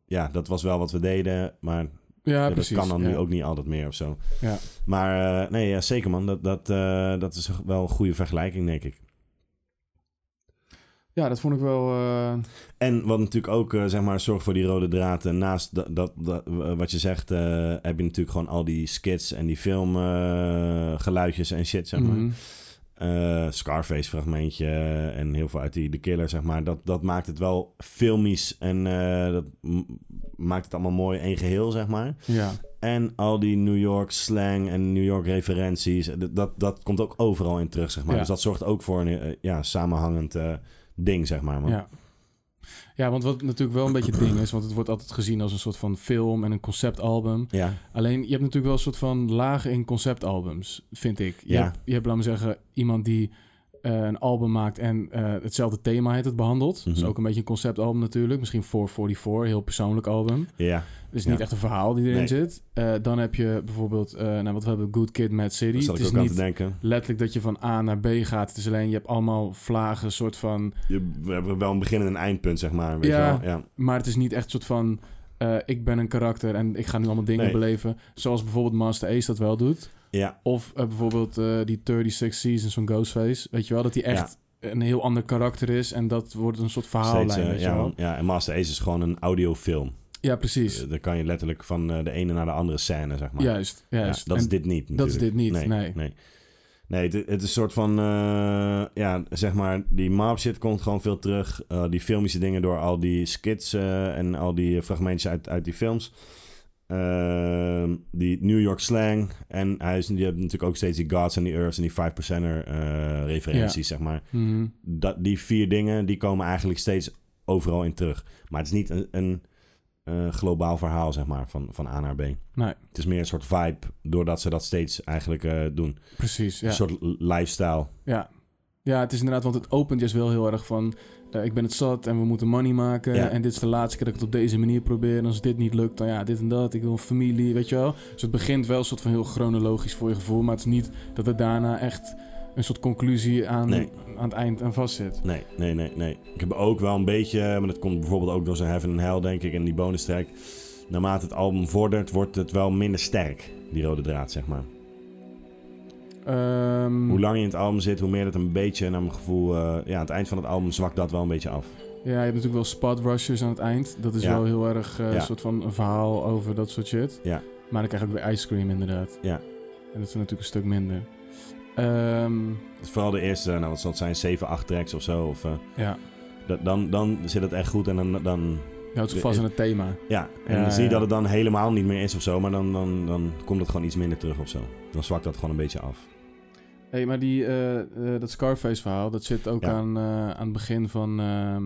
Ja, dat was wel wat we deden, maar
Ja,
Ja, dat
precies.
kan dan
ja.
nu ook niet altijd meer of zo.
Ja.
Maar eh, nee, ja, zeker man. Dat, dat, eh, dat is wel een goede vergelijking, denk ik.
Ja, dat vond ik wel... eh,
En wat natuurlijk ook, eh, zeg maar, zorg voor die rode draad. En naast dat, dat, dat- eh, wat je zegt, eh, heb je natuurlijk gewoon al die skits en die filmgeluidjes geluidjes en shit, zeg maar.
mhm.
Eh, Scarface fragmentje en heel veel uit die The Killer, zeg maar. Dat, dat maakt het wel filmisch en eh, dat m- maakt het allemaal mooi één geheel, zeg maar.
Ja.
En al die New York slang en New York referenties, eh, dat, dat, dat komt ook overal in terug, zeg maar.
Ja.
Dus dat zorgt ook voor een eh, ja, samenhangend eh, ding, zeg maar. man.
Ja. ja, want wat natuurlijk wel een beetje het ding is, want het wordt altijd gezien als een soort van film en een conceptalbum.
ja.
Alleen je hebt natuurlijk wel een soort van lagen in conceptalbums, vind ik. Je,
Ja.
hebt, je hebt, laat maar zeggen, iemand die eh, een album maakt en eh, hetzelfde thema heet het behandelt. Dus
Mhm.
ook een beetje een conceptalbum natuurlijk. Misschien 444, heel persoonlijk album.
ja.
Dus niet
Ja.
echt een verhaal die erin
Nee.
zit. Eh, dan heb je bijvoorbeeld, eh, nou wat we hebben, Good Kid, Mad City.
Daar zat
Het
ik
is
ook aan te
niet
denken.
letterlijk dat je van A naar B gaat. Het is alleen, je hebt allemaal vlagen, soort van...
Je- we hebben wel een begin en een eindpunt, zeg maar. Weet
Ja.
Je wel? ja.
Maar het is niet echt een soort van... eh, ik ben een karakter en ik ga nu allemaal dingen
Nee.
beleven. Zoals bijvoorbeeld Master Ace dat wel doet.
Ja.
Of eh, bijvoorbeeld eh, die 36 Seasons van Ghostface. Weet je wel, dat die echt een heel ander karakter is. En dat wordt een soort verhaallijn,
Steeds, eh,
weet
ja,
je wel.
man. ja, en Master Ace is gewoon een audiofilm.
Ja, precies.
Eh, Daar kan je letterlijk van eh, de ene naar de andere scène, zeg maar.
juist,
Ja,
juist.
dat is
En
dit niet
dat is
natuurlijk.
dit niet,
Nee,
nee.
nee. Nee, het, het is een soort van... eh, ja, zeg maar, die mob shit komt gewoon veel terug. Eh, die filmische dingen door al die skits eh, en al die fragmentjes uit, uit die films. Ehm, die New York slang. En hij is, je hebt natuurlijk ook steeds die gods en die earths en die 5%er eh referenties, zeg maar.
Mhm.
dat, die vier dingen die komen eigenlijk steeds overal in terug. Maar het is niet een, een eh, globaal verhaal, zeg maar, van, van A naar B.
Nee.
Het is meer een soort vibe, doordat ze dat steeds eigenlijk eh, doen.
Precies, ja.
Een soort l- lifestyle.
ja. Ja, het is inderdaad, want het opent juist wel heel erg van... eh, ik ben het zat en we moeten money maken.
Ja.
En dit is de laatste keer dat ik het op deze manier probeer. En als dit niet lukt, dan ja, dit en dat. Ik wil een familie, weet je wel. Dus het begint wel een soort van heel chronologisch voor je gevoel. Maar het is niet dat er daarna echt een soort conclusie aan,
Nee.
aan het eind aan vastzit.
Nee, nee, nee, nee. Ik heb ook wel een beetje, maar dat komt bijvoorbeeld ook door zijn Heaven and Hell, denk ik, en die bonus track. Naarmate het album vordert, wordt het wel minder sterk, die rode draad, zeg maar.
Hmm. Ehm,
Hoe langer je in het album zit, hoe meer dat een beetje, naar mijn gevoel, eh, ja, aan het eind van het album zwakt dat wel een beetje af.
Ja, je hebt natuurlijk wel spot rushes aan het eind. Dat is
Ja.
wel heel erg eh, een
Ja.
soort van een verhaal over dat soort shit.
Ja.
Maar dan krijg je ook weer ice cream inderdaad.
Ja.
En dat is natuurlijk een stuk minder. Ehm,
Vooral de eerste, nou, wat zal het zijn, 7, 8 tracks of zo. Of, eh,
ja,
Dat- dan, dan zit het echt goed en dan... dan
je houdt zich vast aan het thema.
ja, en
Ja,
dan zie je
ja.
dat het dan helemaal niet meer is of zo, maar dan, dan, dan komt het gewoon iets minder terug of zo. Dan zwakt dat gewoon een beetje af.
Hé, maar die, eh, eh, dat Scarface verhaal, dat zit ook
Ja.
aan, eh, aan het begin van ehm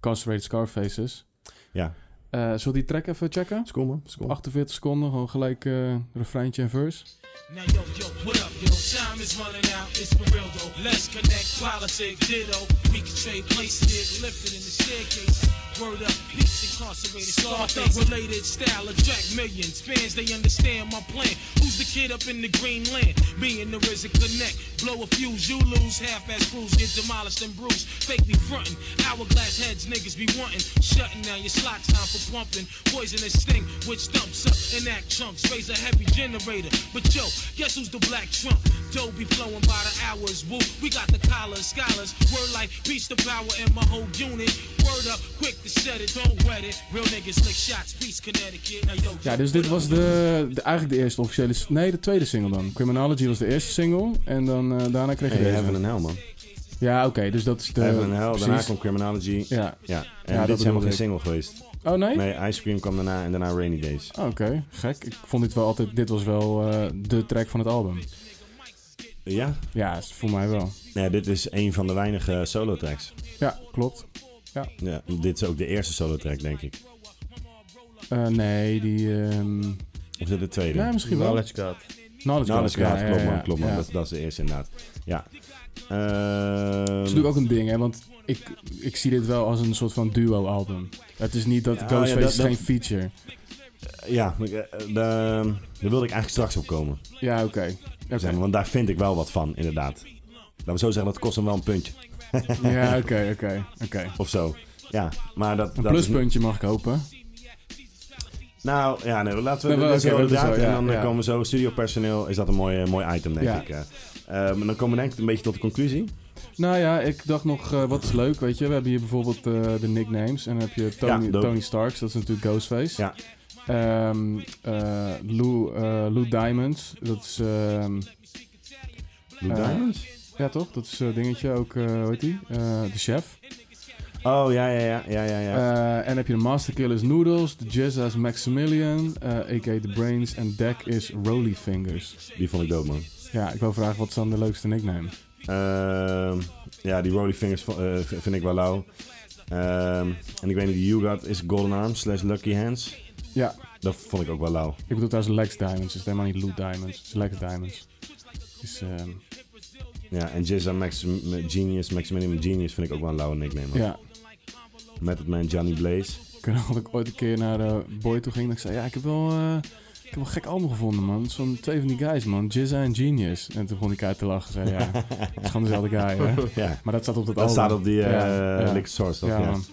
Castrated Scarfaces.
Ja.
Eh, zullen we die track even checken?
School man,
48 seconden, gewoon gelijk eh refreintje en verse.
Now yo, yo, what up, yo? Time is running out, it's for real though. Let's connect, quality, ditto. We can trade places, get lifted in the staircase. Word up, peace, incarcerated, scarface. Related style, attract millions. Fans, they understand my plan. Who's the kid up in the green land? Me and the RZA connect. Blow a fuse, you lose. Half-ass crews get demolished and bruised. Fake me frontin'. Hourglass heads niggas be wantin'. Shutting down your slot time for pumping. Poisonous sting, which dumps up in act chunks. Raise a heavy generator. But yo, guess who's the black trump? Dough be flowing by the hours. Woo, we got the collars, scholars. Word like beast the power in my whole unit. Word up, quick to set it, don't wet it. Real niggas lick shots, peace, Connecticut. Now yo,
Ja, dus dit was de, de- eigenlijk de eerste officiële... s- Nee, de tweede single dan. Criminology was de eerste single. En dan eh, daarna kreeg je
Hey,
deze.
Heaven and Hell, man.
Ja, oké, dus dat is de...
Heaven and Hell, daarna
precies.
komt Criminology. Ja.
Ja.
En
Ja, dat
dit is helemaal
bedoelde
geen
ik.
single geweest.
Oh, nee?
Nee, Ice Cream kwam daarna en daarna Rainy Days.
Oh, Oké, gek. Ik vond dit wel altijd... Dit was wel eh, de track van het album.
Ja?
Ja, is voor mij wel.
Nee, dit is een van de weinige solo tracks.
Ja, klopt.
Ja, dit is ook de eerste solo track, denk ik.
Eh, nee, die... ehm
Of is dit de tweede?
Ja, misschien wel.
Knowledge God.
Knowledge
Nou, dat is
Graph,
klopt,
ja,
klopt
ja,
man,
ja,
klopt man.
ja.
Dat, dat is de eerste inderdaad. Ja.
Dat
Ehm,
is natuurlijk ook een ding, hè, want ik, ik zie dit wel als een soort van duo-album. Het is niet dat
Ja,
Ghostface
ja, dat-
is
dat-
geen feature.
Ja, maar ik, eh, eh, daar daar wilde ik eigenlijk straks op komen.
Ja, oké. Oké.
Zeg maar, want daar vind ik wel wat van, inderdaad. Laten we zo zeggen, dat kost hem wel een puntje.
Ja, oké, oké, oké.
Of zo. Ja, maar dat...
Een
dat is-
pluspuntje mag ik hopen.
Nou, ja, nee, laten
Nee,
we dit
maar
zo
oké, dat is
eruit
zo,
en
ja,
dan eh,
ja.
komen we zo. Studiopersoneel is dat een mooi, eh, mooi item, denk
Ja.
ik. eh. Eh, maar dan komen we denk ik een beetje tot de conclusie.
Nou ja, ik dacht nog, eh, wat is leuk, weet je. We hebben hier bijvoorbeeld eh, de nicknames. En dan heb je Tony,
Ja, dope.
Tony Starks, dat is natuurlijk Ghostface.
Ja.
Ehm, eh, Lou, eh, Lou Diamonds, dat is... ehm,
Lou
Eh,
Diamonds?
ja toch, dat is eh, dingetje ook, eh hoe heet die? Eh, de chef.
Oh, ja, ja, ja, ja, ja. ja.
Eh, en dan heb je de Master Killers Noodles, de Jizz as Maximilian, eh a.k.a. The Brains. En Deck is Roly Fingers.
die vond ik dood, man.
Ja, ik wil vragen, wat is dan de leukste nickname?
Ehm, ja, die Rolly Fingers vo- eh, v- vind ik wel lauw. Ehm, en ik weet niet, die You Got is Golden Arm slash Lucky Hands.
Ja,
Dat vond ik ook wel lauw.
ik bedoel trouwens Lex Diamonds. Het is helemaal niet Lou Diamonds, het is Lex Diamonds. Dus, ehm,
Ja, en Jizza Max Genius, Maximilian Genius vind ik ook wel een lauwe nickname. man.
ja,
Method Man Johnny Blaze.
Ik weet nog dat ik ooit een keer naar eh, Boy toe ging. Dat ik zei, ja, ik heb wel, eh, ik heb wel een gek album gevonden, man. Zo'n twee van die guys, man. Jizza en Genius. En toen begon ik uit te lachen. Zei, ja, het is gewoon dezelfde guy, hè.
Ja,
Maar dat staat op dat,
dat
album.
staat op die eh
Ja, ja.
Liquid Source, toch?
Ja,
Ja.
man.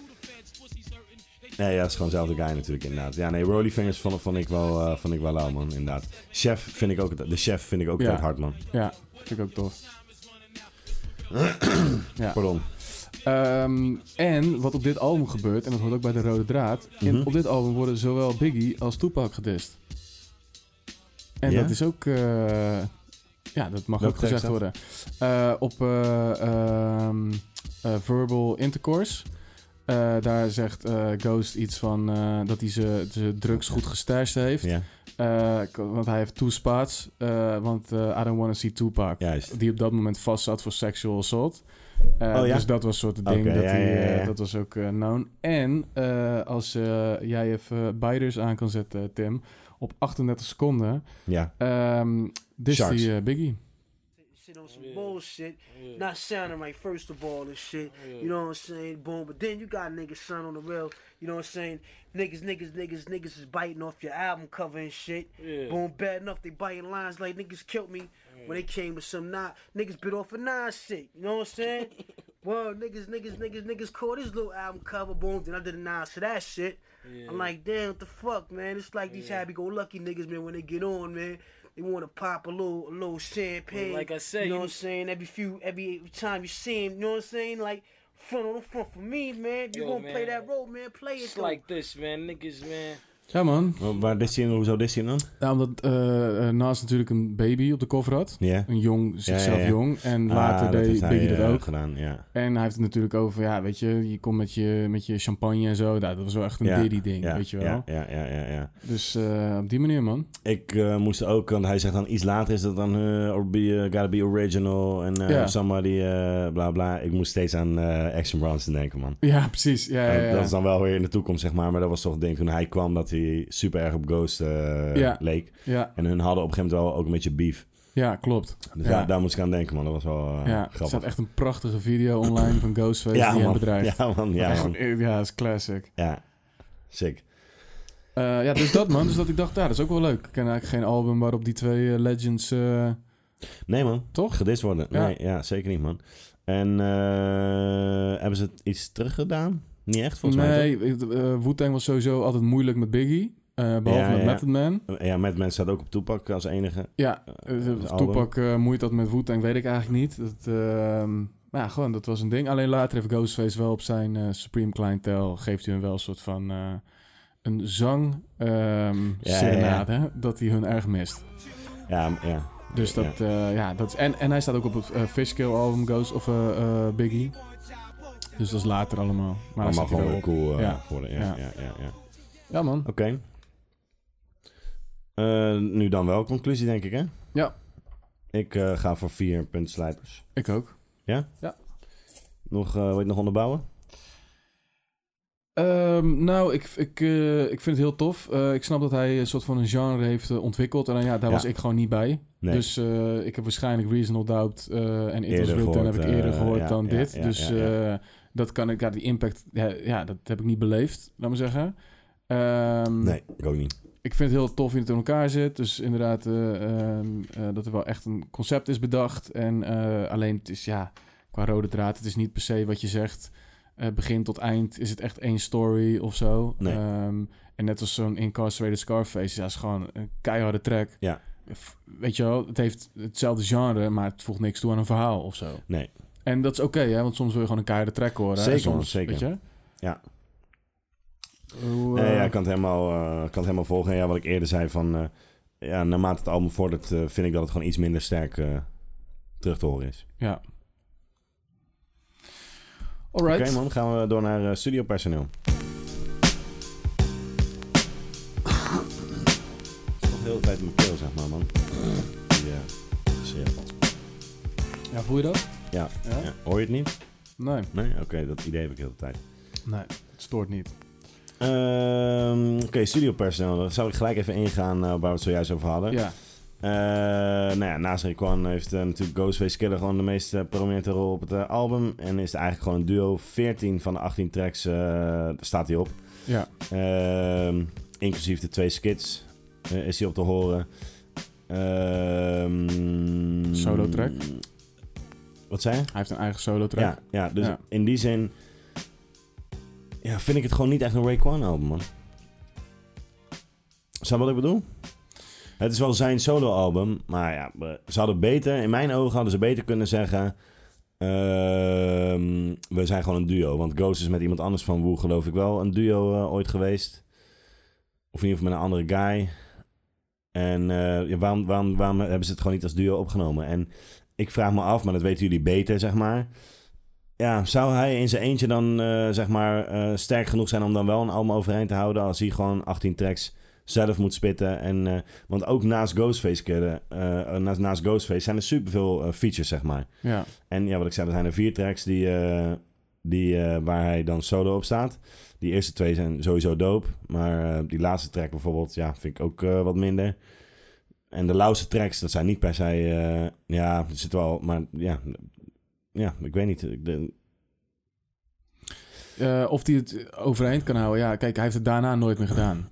Nee, ja, dat is gewoon dezelfde guy natuurlijk, inderdaad. Ja, nee, Rolly Fingers vond, vond ik wel, eh vond ik wel lauw, man, inderdaad. Chef vind ik ook, de chef vind ik ook
Ja.
dood hard, man.
Ja, vind ik ook tof. Ja.
Pardon.
Ehm, en wat op dit album gebeurt, en dat hoort ook bij de rode draad. in-
Mhm.
op dit album worden zowel Biggie als Tupac gedist. En
Ja?
dat is ook... eh, ja, dat mag
Welke
ook
track
gezegd worden. Eh, op eh, ehm, eh, Verbal Intercourse. eh, daar zegt eh, Ghost iets van eh, dat hij ze de drugs goed gestashed heeft.
Ja,
Eh, k- want hij heeft two spots. eh, want eh, I don't want to see Tupac.
juist.
Die op dat moment vast zat voor sexual assault. Eh,
Oh, ja?
Dus dat was soort het ding.
Oké,
dat,
ja,
hij,
ja, ja,
eh,
ja.
dat was ook eh, known. En eh, als eh, jij even Biders aan kan zetten, Tim, op 38 seconden.
Ja,
ehm dit is
Sharks.
die eh, Biggie.
shit on some bullshit. Not sounding right, first of all, and shit. You know what I'm saying? Boom. But then you got niggas son on the real. You know what I'm saying? Niggas, niggas, niggas, niggas is biting off your album cover and shit. Boom. Bad enough, they biting lines like niggas killed me when they came with some not niggas bit off a nine shit. You know what I'm saying? Well, niggas, niggas, niggas, niggas called this little album cover, boom, then I did a nine to that shit. I'm like, damn, what the fuck, man? It's like these happy-go-lucky niggas, man, when they get on, man. They want to pop a little, a little champagne.
like I said,
you know
you-
what I'm saying? Every few, every time you see him, you know what I'm saying? Like, front on the front for me, man. If you
Yo,
gonna play
man.
that role, man, play it
It's
though.
like this, man. Niggas, man.
Ja, man.
Wa- waar dit zien, hoezo dit zien dan?
Nou, omdat eh, eh, Nas natuurlijk een baby op de cover had.
Ja.
Een jong, zichzelf
ja.
jong. En later
Ah, dat
deed
heeft hij,
Biggie dat
eh,
ook.
gedaan, ja.
En hij heeft het natuurlijk over, ja, weet je, je komt met je, met je champagne en zo. Nou, dat was wel echt een
ja,
Diddy-ding,
ja,
weet je wel.
Ja, ja, ja, ja, ja.
Dus eh, op die manier, man.
Ik eh, moest ook, want hij zegt dan iets later is dat dan eh, or be, eh, gotta be original en eh,
Ja.
somebody eh, bla bla. Ik moest steeds aan eh, Action Bronson denken, man.
Ja, precies. Ja, ja,
En
ja.
Oh, Dat is dan wel weer in de toekomst, zeg maar. Maar dat was toch het ding toen hij kwam dat hij super erg op Ghost eh,
Ja.
leek.
ja,
En hun hadden op een gegeven moment wel ook een beetje beef.
ja, klopt.
Dus
ja,
daar, daar moest ik aan denken, man. Dat was wel eh,
ja. Er staat
grappig.
echt een prachtige video online van Ghostface
ja,
die hem
man.
bedrijft.
ja, man. Ja,
Echt,
man.
eh, ja, dat is classic.
Ja. Sick.
Eh, ja, dus dat, man. Dus dat ik dacht, ja, dat is ook wel leuk. Ik ken eigenlijk geen album waarop die twee eh, legends... eh,
Nee, man.
Toch?
Gedist worden.
Ja.
Nee, ja, zeker niet, man. En eh, hebben ze het iets teruggedaan? Niet echt, volgens mij.
nee, eh, Wu-Tang was sowieso altijd moeilijk met Biggie. eh, behalve
Ja,
met
ja.
Method Man.
toch? Ja, met mensen staat ook op Toepak als enige.
Ja,
eh,
eh,
het
of
album.
Tupac eh, moeit dat met Wu-Tang, weet ik eigenlijk niet. Dat, ehm, maar ja, gewoon, dat was een ding. Alleen later heeft Ghostface wel op zijn eh, Supreme Clientele... geeft hij hun wel een soort van... eh, een zang ehm
ja,
serenade, hè, dat hij hun erg mist.
Ja, ja.
Dus dat, ja. ja, dat is, en, en hij staat ook op het eh, Fishkill album Ghost of eh, eh, Biggie. Dus dat is later allemaal. Maar hij
Allemaal
staat er
gewoon
wel op.
weer cool eh,
Ja.
geworden. Ja,
Ja.
ja, ja, ja.
Ja man,
Oké. Eh, nu dan wel conclusie, denk ik, hè?
Ja.
Ik eh, ga voor vier puntslijpers.
ik ook.
Nog, eh wil je het nog onderbouwen?
Ehm, nou, ik, ik, eh, ik vind het heel tof. Eh, ik snap dat hij een soort van een genre heeft eh, ontwikkeld. En dan, ja, daar
Ja.
was ik gewoon niet bij.
Nee.
Dus eh, ik heb waarschijnlijk Reasonable Doubt eh, en It
Eerder
Was Written heb ik
gehoord,
eerder
eh,
gehoord
ja,
dan
ja,
dit.
ja,
dus
ja, ja.
eh, dat kan ik, ja, die impact, ja, ja, dat heb ik niet beleefd, laat maar zeggen. Ehm,
Nee, ik ook niet.
ik vind het heel tof in het in elkaar zit. Dus inderdaad, eh, ehm, eh, dat er wel echt een concept is bedacht. En eh, alleen het is ja, qua rode draad, het is niet per se wat je zegt. eh, begin tot eind is het echt één story of zo.
Nee.
Ehm, En net als zo'n Incarcerated Scarface, ja, is gewoon een keiharde track.
Ja.
F- Weet je wel, het heeft hetzelfde genre, maar het voegt niks toe aan een verhaal of zo.
Nee.
En dat is oké, hè, want soms wil je gewoon een keiharde track horen. en
Zeker,
soms,
zeker.
Weet je?
Ja.
Hoe,
Nee,
eh,
ja, ik kan het helemaal, eh, ik kan het helemaal volgen. En ja, wat ik eerder zei, van, eh, ja, naarmate het album vordert, eh, vind ik dat het gewoon iets minder sterk eh, terug te horen is.
ja. Alright.
Oké man, gaan we door naar eh studio personeel. is toch heel de tijd in mijn keel, zeg maar man. Die, eh, zeer.
Ja, voel je dat?
Ja.
Ja?
Ja, hoor je het niet?
Nee,
Nee? Oké, dat idee heb ik heel de tijd.
nee, het stoort niet.
Ehm, Oké, studio personeel. Daar zou ik gelijk even ingaan eh, waar we het zojuist over hadden.
Ja,
Eh, nou ja, naast Raekwon heeft eh, natuurlijk Ghostface Killer gewoon de meest eh, prominente rol op het eh, album. En is het eigenlijk gewoon een duo. 14 van de 18 tracks eh, staat hij op.
ja.
Ehm, inclusief de twee skits eh, is hij op te horen. Ehm,
Solo track?
Wat zei je?
Hij heeft een eigen solo track.
Ja, ja, dus
Ja.
in die zin ja, vind ik het gewoon niet echt een Raekwon album, man. Snap je wat ik bedoel? Het is wel zijn solo album, maar ja, we- ze hadden beter, in mijn ogen hadden ze beter kunnen zeggen... ehm, we zijn gewoon een duo, want Ghost is met iemand anders van Woe, geloof ik wel, een duo eh, ooit geweest. Of in ieder geval met een andere guy. En eh, ja, waarom, waarom, waarom hebben ze het gewoon niet als duo opgenomen? En ik vraag me af, maar dat weten jullie beter, zeg maar ja, zou hij in zijn eentje dan eh, zeg maar eh, sterk genoeg zijn om dan wel een album overeind te houden als hij gewoon 18 tracks zelf moet spitten? En, eh, want ook naast Ghostface, Killer, eh, naast, naast Ghostface zijn er superveel eh, features, zeg maar.
ja.
En ja, wat ik zei, er zijn er vier tracks die, eh, die, eh, waar hij dan solo op staat. Die eerste twee zijn sowieso dope. Maar eh, die laatste track bijvoorbeeld, ja, vind ik ook eh, wat minder. En de lauwste tracks, dat zijn niet per se... eh, ja, er zit wel... Maar ja, ja ik weet niet. Ik, de-
Eh, of hij het overeind kan houden. Ja, kijk, hij heeft het daarna nooit meer gedaan.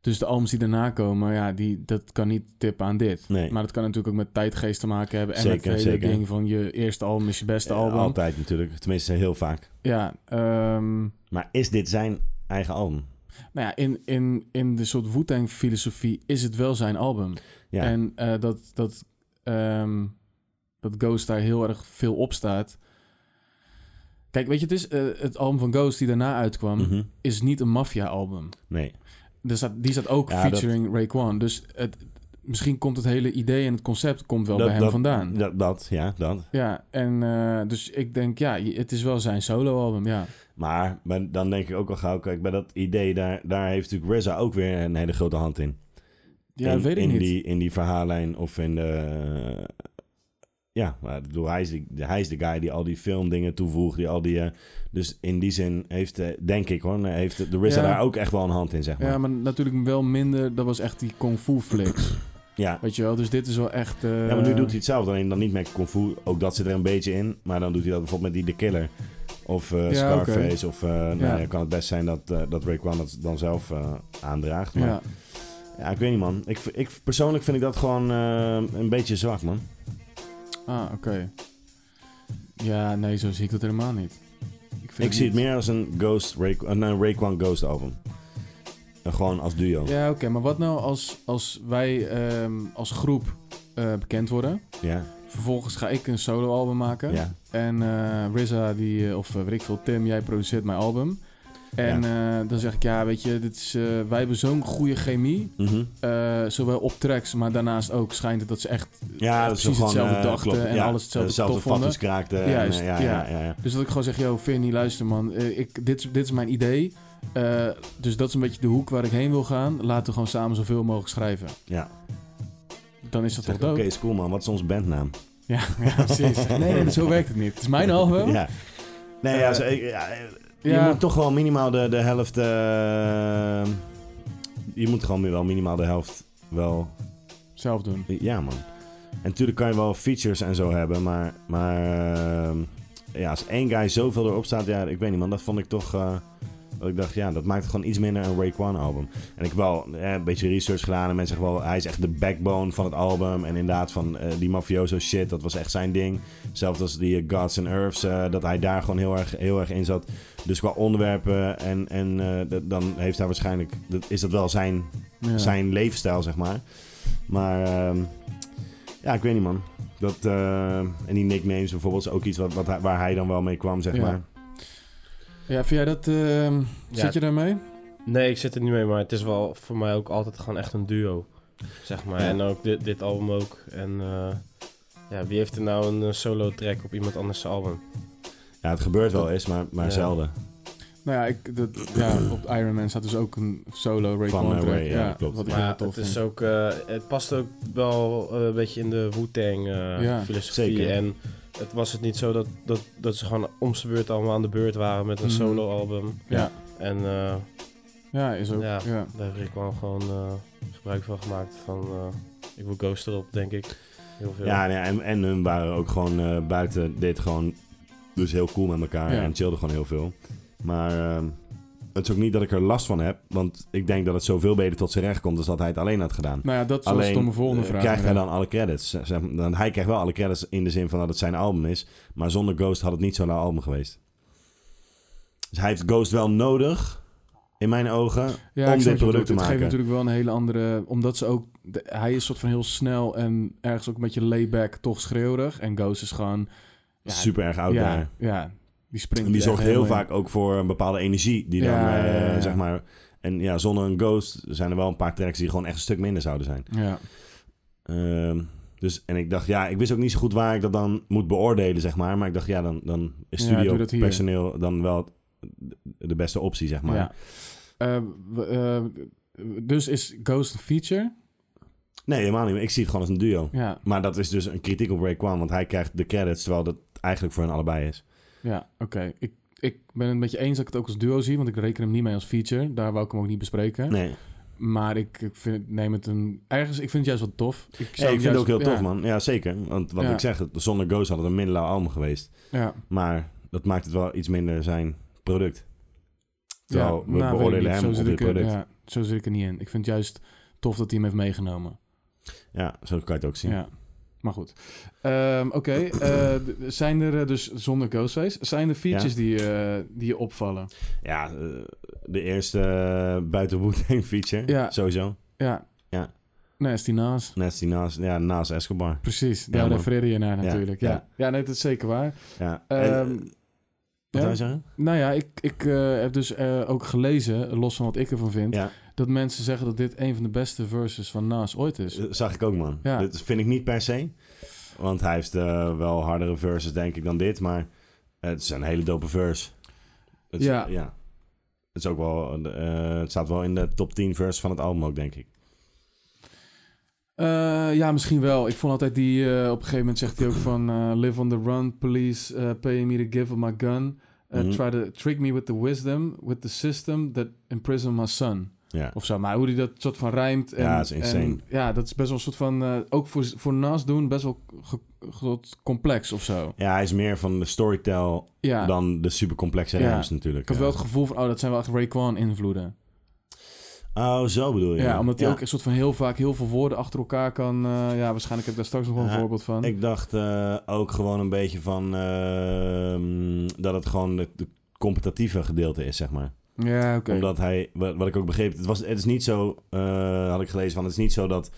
Dus de albums die daarna komen, ja, die, dat kan niet tippen aan dit.
Nee.
Maar dat kan natuurlijk ook met tijdgeest te maken hebben. En
Zeker,
het hele
zeker.
ding van je eerste album is je beste
Ja,
album.
Eh, Altijd natuurlijk, tenminste heel vaak.
Ja, ehm,
Maar is dit zijn eigen album?
nou ja, in, in, in de soort Wu-Tang filosofie is het wel zijn album.
Ja.
En eh, dat, dat, ehm, dat Ghost daar heel erg veel op staat. Kijk, weet je, het is eh, het album van Ghost die daarna uitkwam,
Mhm.
is niet een maffia-album.
Nee.
Er staat, die staat ook
Ja,
featuring Raekwon. Dus het, misschien komt het hele idee en het concept komt wel
Dat-
bij hem
dat-
vandaan.
Dat, dat, ja, dat.
Ja, en eh, dus ik denk, ja, je- het is wel zijn soloalbum, ja.
Maar ben- dan denk ik ook al gauw, kijk, bij dat idee, daar, daar heeft natuurlijk Reza ook weer een hele grote hand in.
Ja,
in,
dat weet ik
in
niet.
Die, in die verhaallijn of in de... eh, Ja, maar ik bedoel, hij, is de, hij is de guy die al die filmdingen toevoegt, die al die... eh, dus in die zin heeft, eh, denk ik hoor, heeft de Reza
Ja.
daar ook echt wel een hand in, zeg maar.
Ja, maar natuurlijk wel minder. Dat was echt die kung fu flicks,
ja.
weet je wel. Dus dit is wel echt... eh,
Ja, maar nu doet hij hetzelfde, alleen dan niet met Kung Fu. Ook dat zit er een beetje in. Maar dan doet hij dat bijvoorbeeld met die The Killer. Of eh,
Ja,
Scarface. Of eh nou
Ja.
ja, kan het best zijn dat, eh dat Raekwon dat dan zelf eh, aandraagt. Maar ja.
Ja,
ik weet niet man. Ik, v- ik, persoonlijk vind ik dat gewoon eh, een beetje zwak man.
ah, oké. Ja, nee, zo zie ik dat helemaal niet. vind
Ik zie het meer als een Ghost Raekwon, eh, een Raekwon Ghost album. Eh, gewoon als duo. Ja.
Ja, oké, maar wat nou als, als wij ehm, als groep eh, bekend worden...
Ja.
Vervolgens ga ik een soloalbum maken.
ja.
En eh Rizza, die, eh, of eh, weet ik veel, Tim, jij produceert mijn album. En eh, dan zeg ik, ja, weet je, dit is, eh, wij hebben zo'n goede chemie.
Mhm.
eh, zowel op tracks, maar daarnaast ook schijnt het dat ze echt...
Ja, dat is
precies
gewoon...
hetzelfde
eh,
dachten
klopt.
en
Ja,
alles hetzelfde
Dezelfde
tof vonden.
vatjes kraakten. en, eh,
Juist,
ja, ja,
ja.
ja, ja.
Dus dat ik gewoon zeg, yo, Vinnie, luister man, eh, ik, dit, is- dit is mijn idee. Eh, dus dat is een beetje de hoek waar ik heen wil gaan. Laten we gewoon samen zoveel mogelijk schrijven.
Ja.
Dan is dat
Zeg,
toch
Oké,
dood?
is cool man. Wat is ons bandnaam?
Ja, ja, precies. Nee, nee, dus zo werkt het niet. Het is mijn album.
Ja. Nee, ja,
Eh,
ze- ik- ja, eh,
ja.
je moet toch wel minimaal de, de helft... eh, je moet gewoon wel minimaal de helft wel...
Zelf doen.
Ja, man. En natuurlijk kan je wel features en zo hebben, maar... ehm, maar eh, ja, als één guy zoveel erop staat, ja, ik weet niet man, dat vond ik toch... eh, Dat ik dacht, ja, dat maakt het gewoon iets minder een Rake One album. En ik heb wel eh, een beetje research gedaan en mensen zeggen wel, hij is echt de backbone van het album. En inderdaad, van eh, die mafioso shit, dat was echt zijn ding. Zelfs als die eh, Gods and Earths, eh, dat hij daar gewoon heel erg, heel erg in zat. Dus qua onderwerpen en, en eh, dat- dan heeft hij waarschijnlijk, dat, is dat wel zijn,
Ja.
zijn leefstijl, zeg maar. Maar ehm, ja, ik weet niet man. Dat, eh, en die nicknames bijvoorbeeld is ook iets wat, wat hij- waar hij dan wel mee kwam, zeg
Ja.
maar.
Ja, vind jij dat... ehm,
Ja.
Zit je daarmee?
Nee, ik zit er niet mee, maar het is wel voor mij ook altijd gewoon echt een duo. Zeg maar.
Ja.
En ook dit, dit album ook. En eh, ja, wie heeft er nou een eh, solo track op iemand anders album?
Ja, het gebeurt wel eens, maar, maar
Ja.
zelden.
Nou ja, ik, dat, ja, op Iron Man staat dus ook een solo Ray
Van, eh,
Contract.
Ray, ja, klopt.
Wat ik heel
Maar
tof
het, is
vind.
ook, eh, het past ook wel eh, een beetje in de Wu-Tang eh,
Ja,
filosofie.
zeker.
En het was het niet zo dat, dat, dat ze gewoon om zijn beurt allemaal aan de beurt waren met een
Mhm.
solo album.
Ja.
En eh,
Ja, is ook. Ja.
Ja. daar heb ik wel gewoon eh, gebruik van gemaakt. Van, eh, ik wil Ghost erop, denk ik. Heel veel.
Ja, nee, en, en hun waren ook gewoon eh, buiten dit gewoon dus heel cool met elkaar
Ja.
en chillden gewoon heel veel. Maar ehm, het is ook niet dat ik er last van heb, want ik denk dat het zoveel beter tot zijn recht komt als dat hij het alleen had gedaan.
Nou ja, dat was
Alleen
dan mijn volgende
eh,
vraag.
krijgt hij
Ja.
dan alle credits. Zeg- zeg maar, dan, hij krijgt wel alle credits in de zin van dat het zijn album is, maar zonder Ghost had het niet zo'n album geweest. Dus hij heeft Ghost wel nodig, in mijn ogen,
Ja,
om
ik snap wat je
dit
bedoelt.
product te
Het geeft
maken.
natuurlijk wel een hele andere... Omdat ze ook... de- hij is soort van heel snel en ergens ook een beetje layback, toch schreeuwerig. En Ghost is gewoon... Ja,
Super erg out daar.
ja, ja, die springt
En die
er echt
zorgt heel
helemaal in.
vaak ook voor een bepaalde energie. Die
Ja,
dan,
ja,
eh,
ja, ja.
zeg maar... En ja, zonder een ghost zijn er wel een paar tracks die gewoon echt een stuk minder zouden zijn.
Ja,
Ehm, dus, en ik dacht, ja, ik wist ook niet zo goed waar ik dat dan moet beoordelen, zeg maar. Maar ik dacht, ja, dan, dan is
Ja,
studio
doe dat hier.
personeel dan wel het- de beste optie, zeg maar.
ja. Eh, we- eh, dus is Ghost een feature?
Nee, helemaal niet. Ik zie het gewoon als een duo.
Ja,
Maar dat is dus een kritiek op Ray Kwan, want hij krijgt de credits, terwijl dat eigenlijk voor hen allebei is.
ja oké. Ik, ik ben het met je eens dat ik het ook als duo zie, want ik reken hem niet mee als feature. Daar wou ik hem ook niet bespreken.
Nee,
Maar ik, ik vind, het- neem het een... Ergens, ik vind het juist wel tof. Ik, zou
Hey, ik vind het
juist-
ook heel
ja,
tof, man. Ja, zeker. Want wat
Ja.
ik zeg, het- zonder Ghost had het een minder lauw album geweest.
Ja,
Maar dat maakt het wel iets minder zijn product. Terwijl
Ja,
we
nou, weet ik
beoordelen
niet.
hem
zo
op
zit
dit
ik er-
product. Ja.
Ja, zo zit ik er niet in. Ik vind het juist tof dat hij hem heeft meegenomen.
zo kan je het ook zien.
Ja. Maar goed. Ehm, Oké, eh, d- zijn er eh, dus zonder Ghostface, zijn er features
Ja.
die, eh, die je opvallen?
Ja, eh, de eerste eh, buiten Wu-Tang feature.
Ja.
Sowieso.
Ja.
Ja.
Nasty Nas.
Nasty Nas, ja, Nas Escobar.
Precies,
Ja,
daar
man.
refereerde je naar natuurlijk. Ja, ja.
ja.
nee, dat is zeker waar.
Ja.
Ehm,
En,
ja.
eh, wat zou je zeggen?
Nou ja, ik, ik eh, heb dus eh, ook gelezen, los van wat ik ervan vind,
Ja.
dat mensen zeggen dat dit een van de beste verses van Nas ooit is.
Eh, Zag ik ook, man.
Dus- Ja.
Dat vind ik niet per se. Want hij heeft eh, wel hardere verses, denk ik, dan dit. Maar het is een hele dope verse. Het is-
Ja.
ja. Het, is ook wel, eh, het staat wel in de top 10 verses van het album ook, denk ik.
Eh, ja, misschien wel. Ik vond altijd die... eh, op een gegeven moment zegt hij ook van... eh, Live on the run, police, eh, pay me the give of my gun. eh,
Mhm.
Try to trick me with the wisdom, with the system that imprison my son.
Ja.
Of zo. Maar hoe hij dat soort van rijmt. En,
Ja, dat is insane.
en- ja, dat is best wel een soort van... eh, ook voor, voor Nas doen best wel ge- ge- complex of zo.
Ja, hij is meer van de storytell
Ja.
dan de supercomplexe
Ja.
rhymes natuurlijk.
ik had wel het
Ja.
gevoel van, oh, dat zijn wel echt Raekwon invloeden.
Oh, zo bedoel je.
Ja, omdat hij
Ja.
ook een soort van heel vaak heel veel woorden achter elkaar kan... eh, ja, waarschijnlijk heb ik daar straks nog wel een
Ja,
voorbeeld van.
Ik dacht eh, ook gewoon een beetje van... ehm, dat het gewoon het het competitieve gedeelte is, zeg maar.
ja, oké.
Omdat hij, wat, wat ik ook begreep, het, was, het is niet zo, eh, had ik gelezen van, het is niet zo dat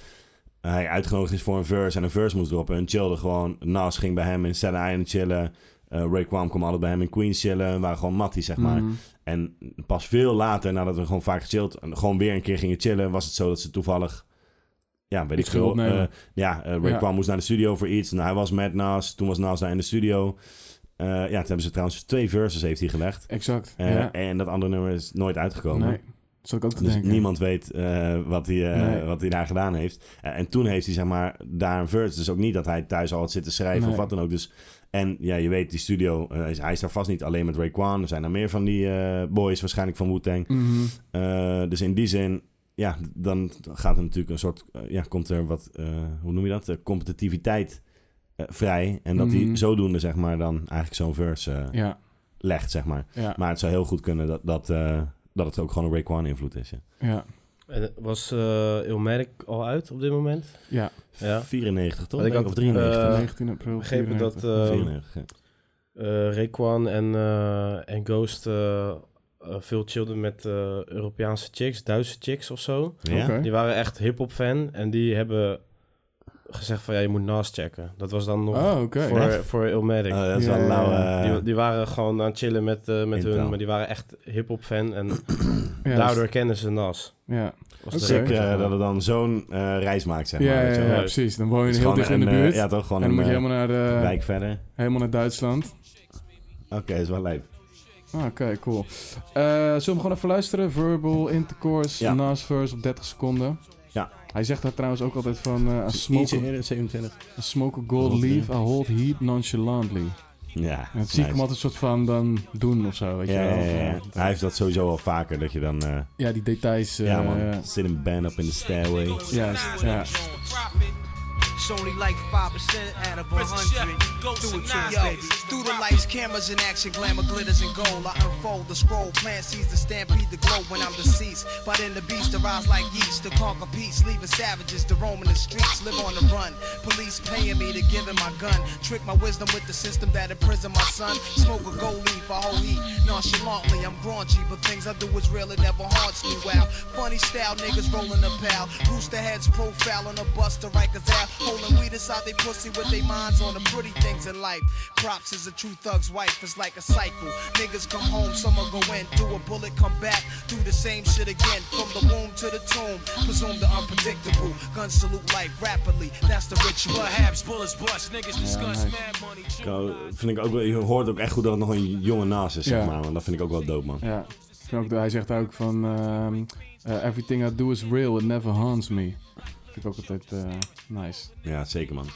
hij uitgenodigd is voor een verse en een verse moest droppen. En chillde gewoon, Nas ging bij hem in Staten Island chillen, eh Ray Kwam kwam altijd bij hem in Queens chillen, en waren gewoon matties, zeg maar.
Mhm.
En pas veel later, nadat we gewoon vaak gechilled, en gewoon weer een keer gingen chillen, was het zo dat ze toevallig, ja, weet
Iets
ik veel,
gingen opnemen.
eh, ja, eh, Ray
Ja.
Kwam moest naar de studio voor iets. Nou, hij was met Nas, toen was Nas daar in de studio. Eh, ja, toen hebben ze trouwens twee verses heeft hij gelegd.
Exact,
Eh,
ja.
En dat andere nummer is nooit uitgekomen.
Nee, dat zat ik ook te
Dus
denken.
niemand weet eh, wat, hij, eh,
Nee.
wat hij daar gedaan heeft. Eh, en toen heeft hij zeg maar daar een verse. Dus ook niet dat hij thuis al had zitten schrijven
Nee.
of wat dan ook. Dus, en ja, je weet, die studio, eh, is- hij is daar vast niet alleen met Raekwon. Er zijn er meer van die eh, boys waarschijnlijk van Wu-Tang.
Mhm.
Eh, dus in die zin, ja, dan gaat er natuurlijk een soort, eh, ja, komt er wat, eh, hoe noem je dat? Eh, competitiviteit eh, vrij. En dat
Mhm.
hij zodoende zeg maar dan eigenlijk zo'n verse eh,
Ja,
legt, zeg maar.
Ja,
Maar het zou heel goed kunnen dat, dat, eh, dat het ook gewoon een Raekwon invloed is. Ja.
ja,
En was eh Ilmatic al uit op dit moment?
ja.
Ja.
94 toch?
Wat ik
Denk
ook,
of 93.
eh,
19 april.
begrepen dat
94.
eh
94, ja.
eh Raekwon en, eh, en Ghost eh, eh, veel chillden met eh, Europese chicks, Duitse chicks of zo.
eh, Ja?
Oké.
Die waren echt hip-hop fan en die hebben gezegd van ja, je moet Nas checken. Dat was dan nog
Oh, oké.
voor,
Echt?
voor Illmatic.
Oh, dat is wel
Ja,
een lauwe...
ja,
die, die waren gewoon aan het chillen met, eh, met
Intel.
hun, maar die waren echt hip-hop fan en
Ja, dus,
daardoor kennen ze Nas.
Ja,
Was
Oké.
de
Sick
reden, zeg
eh,
maar.
dat het dan zo'n eh, reis maakt, zeg maar.
ja, ja,
weet je wel.
ja,
Het
Ja.
precies. Dan woon je
is
heel
gewoon
dicht in de
een, eh,
buurt.
ja, toch?
en
Gewoon
dan
een
moet je
eh,
helemaal naar, eh,
wijk verder.
helemaal naar Duitsland.
Oké, is wel leuk.
Ah, Oké, cool. Eh, zullen we hem gewoon even luisteren? Verbal, Intercourse,
Ja.
Nas verse op 30 seconden.
Ja.
Hij zegt daar trouwens ook altijd van... eh I,
Ietsje
smoke
eerder, 27.
a, I smoke a gold leaf, I hold heat nonchalantly.
Ja,
En dat zie ik hem
nice.
altijd een soort van dan doen of zo, weet
ja,
je
ja,
wel. eh,
ja, ja. Hij heeft dat sowieso al vaker, dat je dan... eh,
Ja, die details. eh,
ja man, sit in band up in the stairway.
Juist, ja.
It's only like 5% out of 100. Do it to yo. Through the lights, cameras in action, glamour glitters and gold. I unfold the scroll, plant seeds to stampede the glow when I'm deceased. But in the beast, to rise like yeast, to conquer peace, leaving savages to roam in the streets, live on the run. Police paying me to give him my gun. Trick my wisdom with the system that imprison my son. Smoke a gold leaf, I hold heat. Nonchalantly, I'm graunchy, but things I do is real, it never haunts me. Wow, funny style, niggas rolling a pal. Rooster heads profile on a bus to Rikers out. Holding weed inside they pussy with their minds on the pretty things in life. Props is a true thug's wife, it's like a cycle. Niggas come home, some will go in, do a bullet, come back, do the same shit again. From the womb to the tomb, presume the unpredictable. Gun salute life rapidly, that's the ritual.
Perhaps bullets bust, niggas discuss
nice.
mad money.
Zo, Vind ik ook, wel- je hoort ook echt goed dat het nog een jonge Nas is,
Ja.
zeg maar. Want dat vind ik ook wel dope, man.
Ja. Ik vind ook dat- hij zegt ook van... ehm, eh, Everything I do is real, it never haunts me. Vind ik ook altijd eh, nice.
Ja, zeker, man.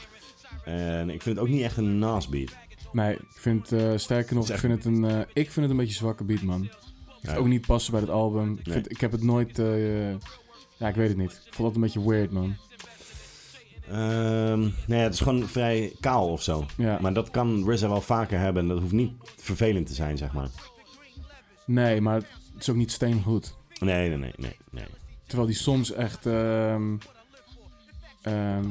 En ik vind het ook niet echt een Nas beat.
Nee, ik vind eh, sterker nog, ik
Zeg-
vind, het een, eh, ik vind het een beetje zwakke beat, man. Het
Ja.
ook niet passen bij het album. Ik,
Nee.
vind, ik heb het nooit... eh, ja, ik weet het niet. Ik vond dat een beetje weird, man.
Ehm, nee, het is gewoon vrij kaal of zo.
Ja.
Maar dat kan RZA wel vaker hebben. En dat hoeft niet vervelend te zijn, zeg maar.
Nee, maar het is ook niet steengoed.
Nee, nee, nee, nee. nee.
Terwijl die soms echt... ehm, ehm,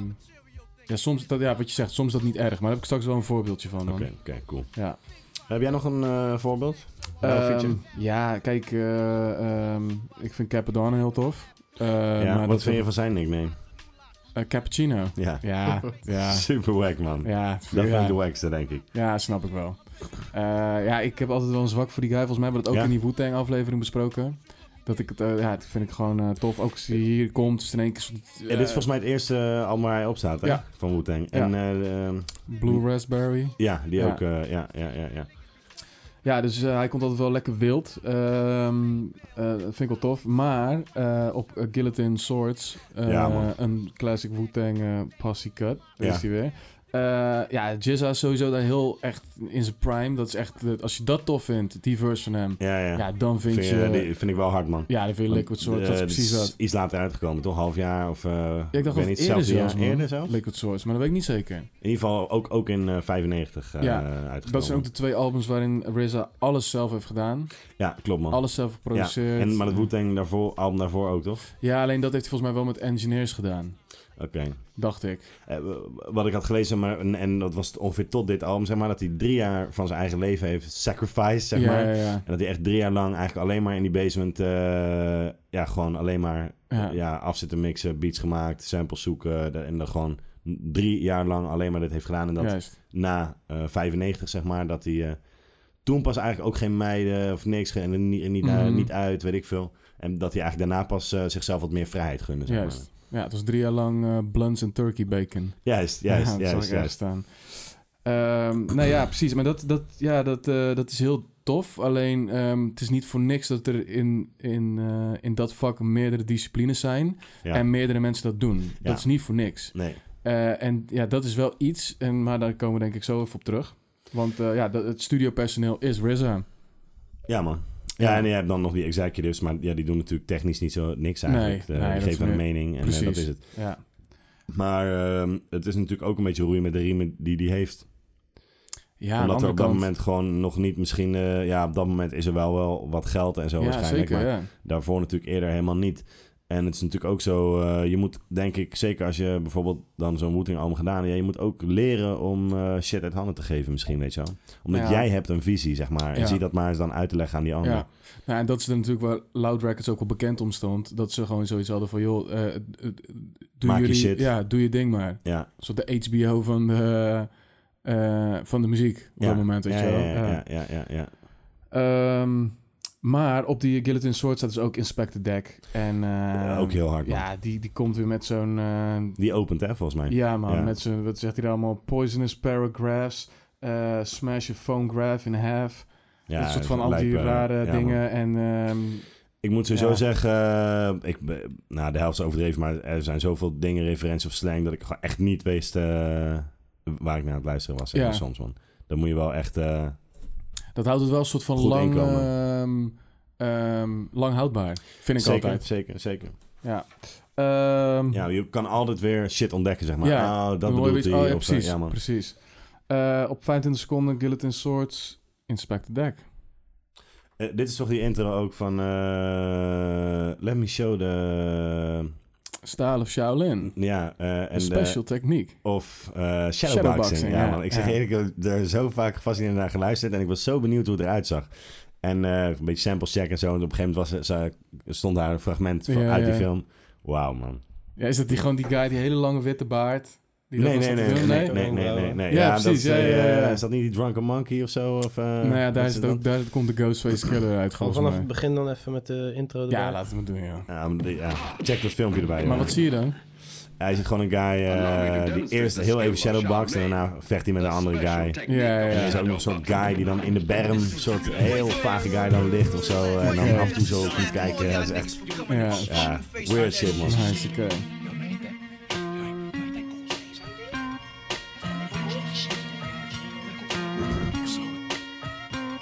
ja, soms dat, ja, wat je zegt, soms dat niet erg. Maar daar heb ik straks wel een voorbeeldje van, man.
Oké, oké, cool.
Ja.
Heb jij nog een eh, voorbeeld?
Ehm,
Nou, vind
ja, kijk, eh, ehm, ik vind Capadonna heel tof. Eh,
je?
maar
ja,
dat-
wat vind je van zijn nickname?
eh, Cappuccino.
Ja.
Ja, ja,
Super wack, man.
ja.
Dat vind
ja.
ik de wackste, denk ik.
Ja, snap ik wel. Eh, ja, ik heb altijd wel een zwak voor die guy. Volgens mij hebben we dat ook
Ja.
in die Wu-Tang aflevering besproken. Dat ik het, eh, ja, dat vind ik gewoon eh, tof. Ook als hij hier komt, is het in één keer... zo'n, eh,
Ja, dit is volgens mij het eerste eh, album waar hij op staat, hè?
Ja.
Van Wu-Tang.
Ja.
En eh, ehm,
Blue Raspberry.
ja, die
Ja.
ook. eh, ja, ja, ja, ja.
Ja, dus eh, hij komt altijd wel lekker wild. Ehm, eh, dat vind ik wel tof. Maar eh, op eh, Guillotine Swords, eh,
Ja, man.
een classic Wu-Tang eh, posse cut, daar
Ja.
is hij weer. Eh, ja, Jizza is sowieso daar heel echt in zijn prime. Dat is echt, eh, als je dat tof vindt, die verse van hem,
Ja, ja.
ja, dan vind,
vind,
je...
je- die vind ik wel hard, man.
ja, dan vind je Liquid Swords, dat is precies
dat.
dat.
is iets later uitgekomen, toch? Half jaar of... eh
Ja, ik dacht dat
weet
het
niet,
eerder
hetzelfde
zelfs,
jaar.
man.
Eerder zelfs?
Liquid Swords, maar dat weet ik niet zeker.
In ieder geval ook, ook in eh, 95 eh,
Ja,
uitgekomen.
Dat zijn ook de twee albums waarin RZA alles zelf heeft gedaan.
Ja, klopt, man.
Alles zelf geproduceerd.
en, maar het Wu-Tang daarvoor, album daarvoor ook, toch?
Ja, alleen dat heeft hij volgens mij wel met engineers gedaan,
Oké.
dacht ik.
Eh, wat ik had gelezen, maar, en, en dat was ongeveer tot dit album, zeg maar... dat hij drie jaar van zijn eigen leven heeft sacrificed, zeg
ja,
maar.
ja, ja.
En dat hij echt drie jaar lang eigenlijk alleen maar in die basement... eh, ja, gewoon alleen maar eh,
Ja.
ja. af zit te mixen, beats gemaakt, samples zoeken... en dan gewoon drie jaar lang alleen maar dit heeft gedaan. En dat
Juist.
na eh, 95, zeg maar, dat hij eh, toen pas eigenlijk ook geen meiden of niks ge- en niet, en niet,
Mhm.
niet uit, weet ik veel. En dat hij eigenlijk daarna pas eh, zichzelf wat meer vrijheid gunde. Zeg
Juist.
Maar.
Ja, het was drie jaar lang eh blunts en turkey bacon.
Juist,
Ja,
juist,
dat zag
juist.
ik ergens
juist.
staan. Ehm, nou ja, precies. Maar dat, dat, ja, dat, eh, dat is heel tof. Alleen ehm, het is niet voor niks dat er in, in, eh, in dat vak meerdere disciplines zijn.
Ja.
En meerdere mensen dat doen.
Ja.
Dat is niet voor niks.
Nee,
Eh, en ja, dat is wel iets, en, maar daar komen we denk ik zo even op terug. Want eh, ja, dat- het studiopersoneel is RZA.
ja man. Ja,
Ja.
en je hebt dan nog die executives, maar ja, die doen natuurlijk technisch niet zo niks eigenlijk.
Nee,
Eh,
nee,
die
dat
geven
is
een
meer-
mening en eh,
Precies.
dat is het.
Ja.
Maar ehm, het is natuurlijk ook een beetje roeien met de riemen die die heeft.
Ja, aan de
Omdat er
andere
op dat
kant.
moment gewoon nog niet misschien... eh, ja, op dat moment is er wel, wel wat geld en zo
ja,
waarschijnlijk.
zeker.
maar
Ja.
daarvoor natuurlijk eerder helemaal niet. En het is natuurlijk ook zo, eh, je moet denk ik, zeker als je bijvoorbeeld dan zo'n Wooting allemaal gedaan hebt, ja, je moet ook leren om eh, shit uit handen te geven misschien, weet je wel. Omdat
Ja.
jij hebt een visie, zeg maar. En
Ja.
zie dat maar eens dan uit te leggen aan die ander.
Ja. Nou, en dat is er natuurlijk waar Loud Records ook wel bekend om stond. Dat ze gewoon zoiets hadden van, joh, eh, eh, eh, doe,
Maak je
jullie,
shit.
Ja, doe je ding maar.
Ja.
Een soort de HBO van de, eh, van de muziek op
Ja.
dat moment, weet
ja,
je wel.
ja,
Ja.
ja, ja, ja, ja.
Ehm, maar op die Guillotine Sword staat dus ook Inspector Deck. En,
Ja,
ehm,
ook heel hard, man.
Ja, die, die komt weer met zo'n... eh,
Die opent, hè, volgens mij.
ja, man,
Ja.
met zo'n... Wat zegt hij daar allemaal? Poisonous paragraphs. eh, smash a phonograph in half.
Ja,
een soort van
lijp,
al die
eh,
rare
ja, man.
dingen. En ehm,
Ik moet sowieso
Ja.
zeggen, eh, ik, be- nou, de helft is overdreven, maar er zijn zoveel dingen, referenties of slang, dat ik gewoon echt niet wist eh, waar ik naar aan het luisteren was. zeg
Ja.
maar, Soms, man. Dan moet je wel echt... eh,
dat houdt het wel een soort van
Goed
lang...
inkomen.
ehm, ehm, lang houdbaar, vind ik
zeker,
altijd.
zeker, zeker.
Ja. Ehm,
Ja, je kan altijd weer shit ontdekken, zeg maar.
Ja,
oh, dat
Dan hoor je
bedoelt hij.
weer- oh, ja,
of zo.
precies.
Ja, man.
precies. Eh, op 25 seconden, Guillotine Swords, Inspector Deck.
Eh, dit is toch die intro ook van... eh, let me show the...
Style of Shaolin.
Ja, eh, en
Een
de-
special techniek.
of eh, shadowboxing.
Shadowboxing,
ja,
ja,
man. Ik zeg
ja.
eerlijk, ik heb er zo vaak gefascineerd naar geluisterd. En ik was zo benieuwd hoe het eruit zag. En eh, een beetje samples checken en zo. En op een gegeven moment was, ze- stond daar een fragment van,
Ja,
uit die
ja.
film. Wauw, man.
Ja, is dat die, gewoon die guy, die hele lange witte baard? Die
Nee
dat
nee
was
nee,
dat
nee,
film?
nee, nee, nee, nee, nee.
Ja,
dat
precies,
is,
ja, ja,
eh,
ja.
Is dat niet die Drunken Monkey of zo? Of, eh,
Nou ja,
wat
daar, is het
dat?
ook, daar komt de Ghostface Killer uit,
Gewoon
volgens
vanaf
mij.
het begin dan even met de intro erbij.
Ja, laten we het doen, ja.
Ja, maar die- ja, check dat filmpje erbij.
Maar
man.
wat zie je dan?
Hij is gewoon een guy eh, die eerst heel even shadowboxt en daarna vecht hij met een andere guy.
Ja, ja,
En er
ja.
is ook nog een soort guy die dan in de berm, een soort heel vage guy dan ligt of zo. En dan af en toe zo kunt kijken. Ja, Dat is echt
ja.
ja, weird shit, man.
Nice, oké.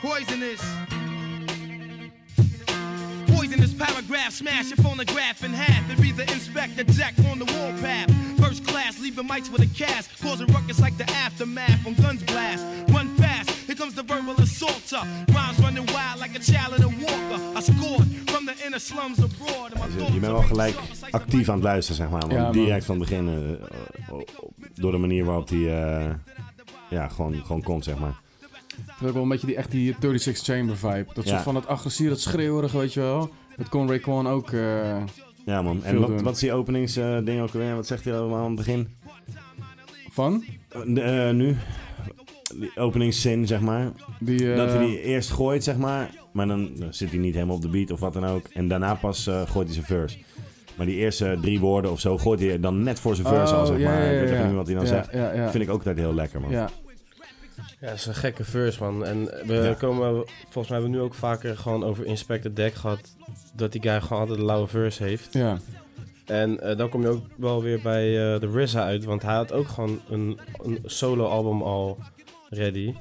Poisonous. Poisonous paragraph, smash your phonograph in half. And be the inspector deck on the warpath. First class, leaving mics with a cast. Causing ruckus like the aftermath on guns blast. Run fast, here comes the verbal assaulter. Rhymes running wild like a child in a walker. I scored from the inner slums abroad. And my
Dus Je bent wel gelijk actief aan het luisteren, zeg maar. Want
Ja, man.
direct van het begin, eh, door de manier waarop hij eh, ja, gewoon, gewoon komt, zeg maar.
Het is ook wel een beetje die, echt die 36 Chamber vibe. Dat
Ja.
soort van dat agressieve, dat schreeuwerige, weet je wel. Dat kon Ray Kwan ook... eh,
Ja, man. En
Veel
wat,
doen.
wat is die openingsding ook alweer? Wat zegt hij allemaal aan het begin?
van?
Eh, eh, nu? Die openingszin, zeg maar.
Die, eh,
Dat hij die eerst gooit, zeg maar. Maar dan dan zit hij niet helemaal op de beat of wat dan ook. En daarna pas eh, gooit hij zijn verse. Maar die eerste drie woorden of zo gooit hij dan net voor zijn verse al, zeg
Oh, ja,
maar.
ja,
Ik weet
ja,
even
ja.
niet wat hij dan
Ja,
zegt.
Ja, ja.
Dat vind ik ook altijd heel lekker, man.
Ja,
Ja, dat is een gekke verse, man. En we
Ja.
komen, volgens mij hebben we nu ook vaker gewoon over Inspector Deck gehad. Dat die guy gewoon altijd een lauwe verse heeft.
ja.
En eh, dan kom je ook wel weer bij eh, de RZA uit. Want hij had ook gewoon een, een solo album al ready.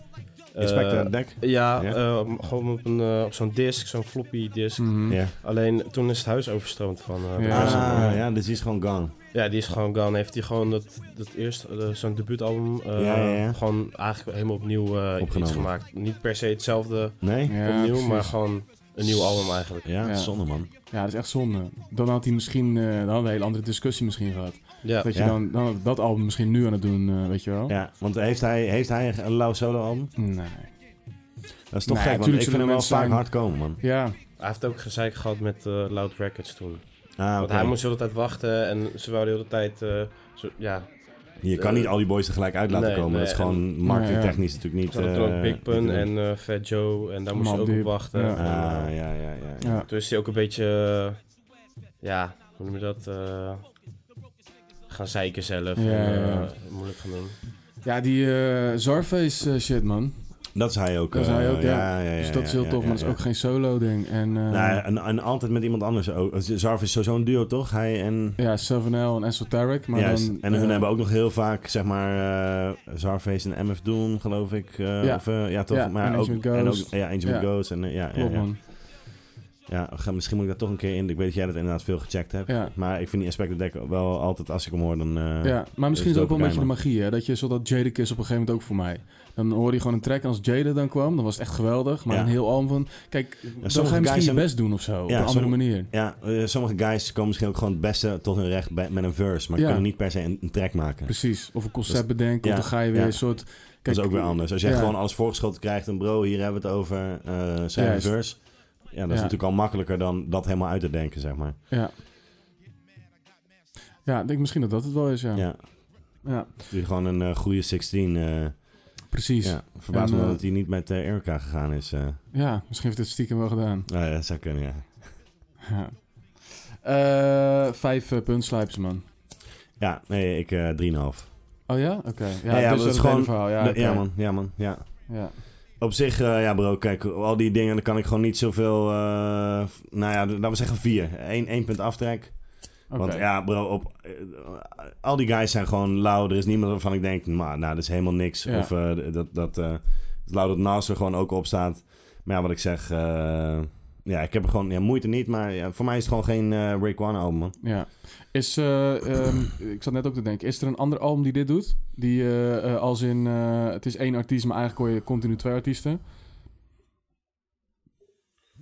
Eh,
Inspector Deck?
ja,
Ja.
eh, op- gewoon op, een, eh, op zo'n disc, zo'n floppy disc.
Mhm.
Ja.
Alleen toen is het huis overstroomd van eh, de
Ja.
RZA.
Ah, ja, dus die is gewoon gone.
Ja, die is gewoon gone. Heeft hij gewoon dat, dat eerste, eh, zo'n debuutalbum, eh,
Ja, ja, ja.
gewoon eigenlijk helemaal opnieuw eh,
Opgenomen.
iets gemaakt. Niet per se hetzelfde
Nee?
Ja,
opnieuw,
precies.
maar gewoon een nieuw album eigenlijk.
Ja,
Ja.
zonde, man.
Ja, dat is echt zonde. Dan had hij misschien eh, dan hadden we een hele andere discussie misschien gehad.
Ja,
Dat je
Ja.
dan, dan had ik dat album misschien nu aan het doen, eh, weet je wel?
Ja, want heeft hij, heeft hij een lauw solo album?
Nee.
Dat is toch
Nee,
gek, want ik
tuurlijk
vind
zullen
hem wel
mensen
vaak
zijn-
hard komen, man.
Ja,
hij heeft ook gezeik gehad met eh, Loud Records toen.
Ah,
Want
oké.
hij moest de hele tijd wachten en ze wouden de hele tijd... eh, zo, ja,
Je kan niet al die boys tegelijk uit laten
eh, Nee,
komen. dat is
nee,
gewoon marketingtechnisch natuurlijk niet...
ze hadden toen ook
eh,
Big Pun
niet te
en
doen.
eh, Fat Joe en daar moest
Man
je ook
Deep,
op wachten.
ja.
En, eh,
Ah, ja, ja, ja. ja.
ja.
Toen is hij ook een beetje, eh, ja, hoe noem je dat? eh, gaan zeiken zelf.
Ja,
en, eh,
ja.
moeilijk gaan doen.
ja die eh, Zarface eh, shit, man.
Dat is hij ook.
Dat is
eh,
hij ook, ja.
ja, ja,
dus dat is heel
ja,
tof,
ja,
maar dat is
ja.
ook geen solo-ding. En, eh,
Nou, en, en altijd met iemand anders ook. Zarf is sowieso een duo, toch? Hij en...
Ja, Sevenel en Esoteric. Maar
Juist.
dan,
en hun
eh,
hebben ook nog heel vaak, zeg maar, eh Zarface en MF Doom, geloof ik. eh,
Ja.
Of, eh, ja, toch?
Ja,
maar
en
ook,
Ancient
en ook
Ghost.
ja, Ancient
Ja.
Ghost. En, eh, ja, ja,
Klopt,
ja.
man.
Ja, ga- misschien moet ik daar toch een keer in. Ik weet dat jij dat inderdaad veel gecheckt hebt.
Ja.
Maar ik vind die aspecten dek wel altijd, als ik hem hoor, dan... eh,
Ja, maar misschien
is
is het ook wel een beetje
dope
de magie, hè? Dat je, zodat Jadek is op een gegeven moment ook voor mij. Dan hoorde je gewoon een track en als Jadek dan kwam, dan was het echt geweldig. Maar
Ja.
een heel album van, kijk, dan
sommige
ga je
guys
misschien je
hebben-
best doen of zo, op een
Ja,
andere
sommige-
manier.
Ja, eh, sommige guys komen misschien ook gewoon het beste tot hun recht bij- met een verse. Maar
Ja.
kunnen niet per se een, een track maken.
Precies, of een concept bedenken,
ja,
of dan ga je weer
ja.
een soort...
dat
kijk,
is ook weer anders. Als jij
ja.
gewoon alles voorgeschoten krijgt en bro, hier hebben we het over, eh schrijf een
Juist.
verse. Ja, dat is
Ja.
natuurlijk al makkelijker dan dat helemaal uit te denken, zeg maar.
Ja. Ja, ik denk misschien dat dat het wel is, ja.
Ja,
Ja,
die gewoon een eh, goede 16. eh
precies. Ja.
ja. Verbaas
En,
me
eh,
dat hij niet met eh, Erica gegaan is. eh.
misschien heeft het stiekem wel gedaan.
Nou ja, dat zou kunnen, ja.
Ja. Eh, vijf eh, puntslijpers, man.
Ja, nee, ik eh 3,5.
Oh ja? Oké. Ja,
Ja, ja,
dus
dat
dat
is
is gewoon...
gewoon-
Verhaal. Ja,
Ja,
oké.
ja, man. Ja, man. Ja.
Ja.
Op zich, eh, ja bro, kijk, al die dingen, daar kan ik gewoon niet zoveel... eh, f- nou ja, d- laten we zeggen 4. 1 punt aftrek.
Oké.
Want ja, bro, op, eh, al die guys zijn gewoon lauw. Er is niemand waarvan ik denk, maar, nou, dat is helemaal niks.
Ja.
Of eh, d- dat, dat, eh het lauw dat Nas er gewoon ook op staat. Maar ja, wat ik zeg, eh, ja, ik heb er gewoon ja, moeite niet. Maar ja, voor mij is het gewoon geen eh Break One album, man.
Ja. Is, eh, ehm, ik zat net ook te denken, is er een ander album die dit doet? Die eh, eh, als in, eh, het is één artiest, maar eigenlijk hoor je continu twee artiesten.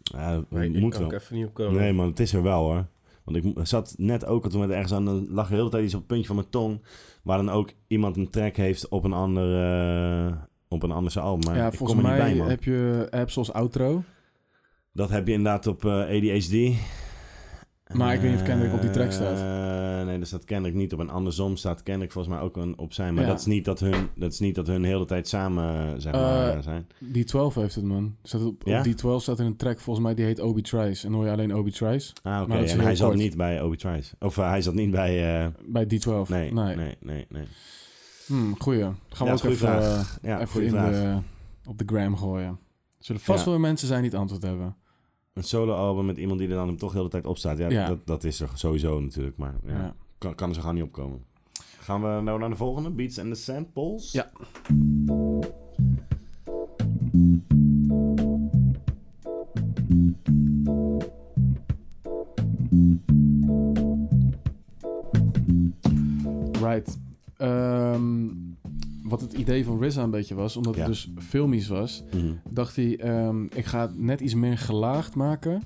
Ja, dat
Nee, ik
moet
kan
wel.
ook even niet opkomen.
Nee, man, het is er wel hoor. Want ik mo- zat net ook al toen met ergens aan, dan lag er de hele tijd iets op het puntje van mijn tong. Waar dan ook iemand een track heeft op een ander, eh, op een ander album. Maar
ja,
ik kom
volgens
er niet
mij eh,
bij, man.
heb je apps als Outro.
Dat heb je inderdaad op eh, ADHD.
Maar ik weet niet of Kendrick op die track staat.
Eh, nee, daar staat Kendrick niet op. En andersom staat Kendrick volgens mij ook een, op zijn. Maar
Ja.
dat, is niet dat, hun, dat is niet dat hun de hele tijd samen eh, zeg maar,
Eh,
eh, zijn.
D12 heeft het, man. Staat op,
Ja?
op D12 staat er een track, volgens mij, die heet Obi Trice. En hoor je alleen Obi Trice
Ah, oké.
maar dat is
En
heel
hij zat
kort.
niet bij Obi Trice. Of eh, hij zat niet bij... eh,
bij D12.
nee, nee, nee, nee.
Hmm, goeie. Gaan we
Ja,
ook
goeie
even,
vraag.
eh,
Ja,
even
goede
in
vraag.
de, op de gram gooien. Zullen vast
Ja.
wel mensen zijn die het antwoord hebben.
Een solo-album met iemand die er dan hem toch de hele tijd op staat. Ja,
Ja.
Dat, dat is er sowieso natuurlijk. Maar ja,
Ja.
Kan, kan er zo gaan niet opkomen. Gaan we nou naar de volgende? Beats and the Samples?
Ja. Right. Ehm, wat het idee van RZA een beetje was, omdat
Ja.
het dus filmisch was,
Mhm.
dacht hij, ehm, ik ga het net iets meer gelaagd maken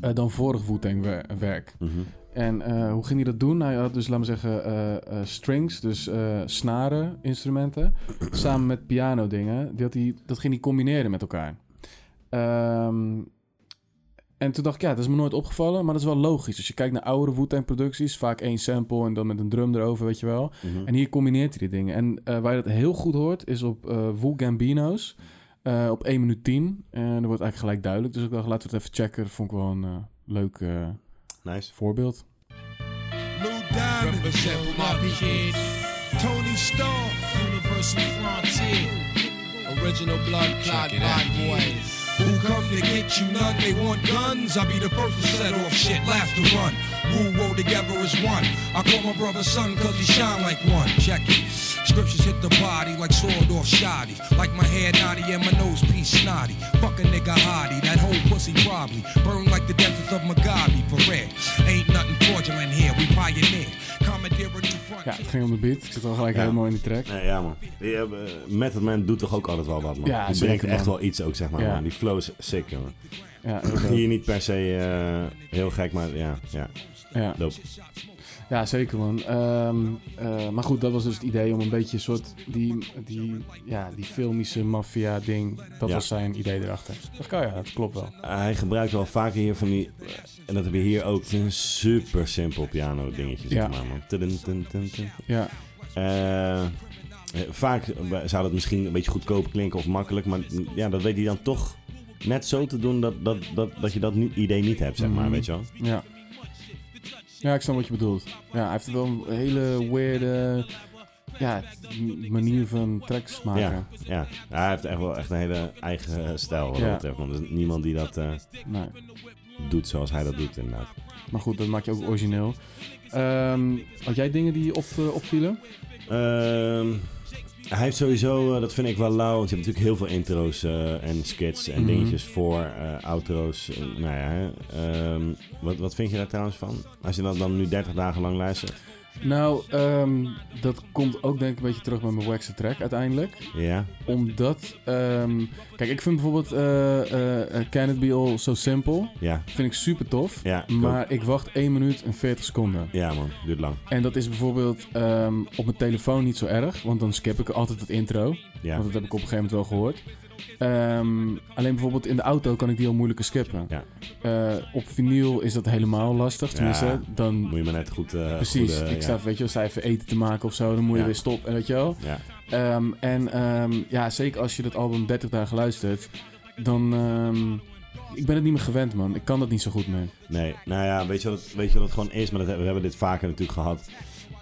eh, dan vorig Wu-Tang wer- werk.
Mhm.
En eh, hoe ging hij dat doen? Hij had dus, laten we zeggen, eh, eh, strings, dus eh, snaren, instrumenten, samen met piano dingen. Die had hij, dat ging hij combineren met elkaar. Ehm, en toen dacht ik, ja, dat is me nooit opgevallen, maar dat is wel logisch. Als je kijkt naar oudere Wu-Tang producties, vaak één sample en dan met een drum erover, weet je wel.
Mhm.
En hier combineert hij die dingen. En eh, waar je dat heel goed hoort, is op eh Wu Gambino's. eh, op 1 minuut 10. En dat wordt eigenlijk gelijk duidelijk. Dus ik dacht, laten we het even checken. Dat vond ik wel een eh, leuk eh,
Nice.
voorbeeld.
Lou Diamond, represent my kids. Tony Stark, Universal Frontier, original blood clot bad boys. Who come to get you none? They want guns. I'll be the first to set off shit. Laugh to run. Who roll together as one. I call my brother son cause he shine like one. Check it. Scriptures hit the body like sword off shoddy. Like my hair naughty and my nose piece snotty. Fuck a nigga hottie. That whole pussy probably burn like the deserts of Mugabe for red. Ain't nothing fraudulent here. We pioneer. Commandeer a new
Ja,
frontier.
het ging om de beat. Ik zit al gelijk
Ja.
helemaal in die track.
Nee, ja, man. Die hebben, eh, Method Man doet toch ook altijd wel wat, man.
Ja,
die
zeker,
brengt echt
man.
wel iets ook, zeg maar.
Ja.
man. Die flow is sick, man.
Ja, heel dope.
Hier niet per se eh, heel gek, maar ja, ja,
ja.
dope.
ja zeker man. Ehm, eh, maar goed, dat was dus het idee om een beetje een soort die, die, ja, die filmische maffia ding. Dat
Ja.
was zijn idee erachter. Dat kan ja, dat klopt wel.
Eh, Hij gebruikt wel vaker hier van die... eh, En dat heb je hier ook. Een super simpel piano dingetje, zeg
Ja.
maar, man. Tudun, tudun, tudun, tudun.
Ja,
Eh, eh, vaak zou dat misschien een beetje goedkoop klinken of makkelijk, maar mm, ja, dat weet hij dan toch net zo te doen dat, dat, dat, dat je dat ni- idee niet hebt, zeg maar,
Mhm.
weet je wel.
ja. Ja, ik snap wat je bedoelt. Ja, hij heeft wel een hele weirde ja, m- manier van tracks maken.
Ja, ja. Ja, hij heeft echt wel echt een hele eigen eh, stijl wat
Ja.
dat betreft, want er is niemand die dat eh,
Nee.
doet zoals hij dat doet, inderdaad.
Maar goed, dat maakt je ook origineel. Ehm, had jij dingen die je op, eh, opvielen?
Ehm, Hij heeft sowieso, eh, dat vind ik wel lauw, want je hebt natuurlijk heel veel intro's eh, en skits en
Mhm.
dingetjes voor, eh, outro's. eh, nou ja, hè. Ehm, wat, wat vind je daar trouwens van? Als je dat dan nu 30 dagen lang luistert.
Nou, ehm, dat komt ook denk ik een beetje terug bij mijn Waxen track uiteindelijk.
Ja,
Omdat, ehm, kijk, ik vind bijvoorbeeld eh, eh, eh, Can It Be All So Simple,
ja,
vind ik super tof.
ja. ik ook.
Maar ik wacht 1 minuut en 40 seconden.
Ja man, duurt lang.
En dat is bijvoorbeeld ehm, op mijn telefoon niet zo erg, want dan skip ik altijd het intro.
Ja,
Want dat heb ik op een gegeven moment wel gehoord. Ehm, alleen bijvoorbeeld in de auto kan ik die heel moeilijker skippen.
Ja.
Eh, op vinyl is dat helemaal lastig. Tenminste,
Ja.
dan.
moet je maar net goed... eh,
Precies,
goed, eh,
ik sta,
ja.
weet je, wel, sta even eten te maken of zo, dan moet je
Ja.
weer stoppen, weet je wel.
Ja.
Ehm, en ehm, ja, zeker als je dat album 30 dagen luistert, dan... ehm, ik ben het niet meer gewend, man. Ik kan dat niet zo goed meer.
Nee, nou ja, weet je wat het, weet je wat het gewoon is? Maar dat, we hebben dit vaker natuurlijk gehad.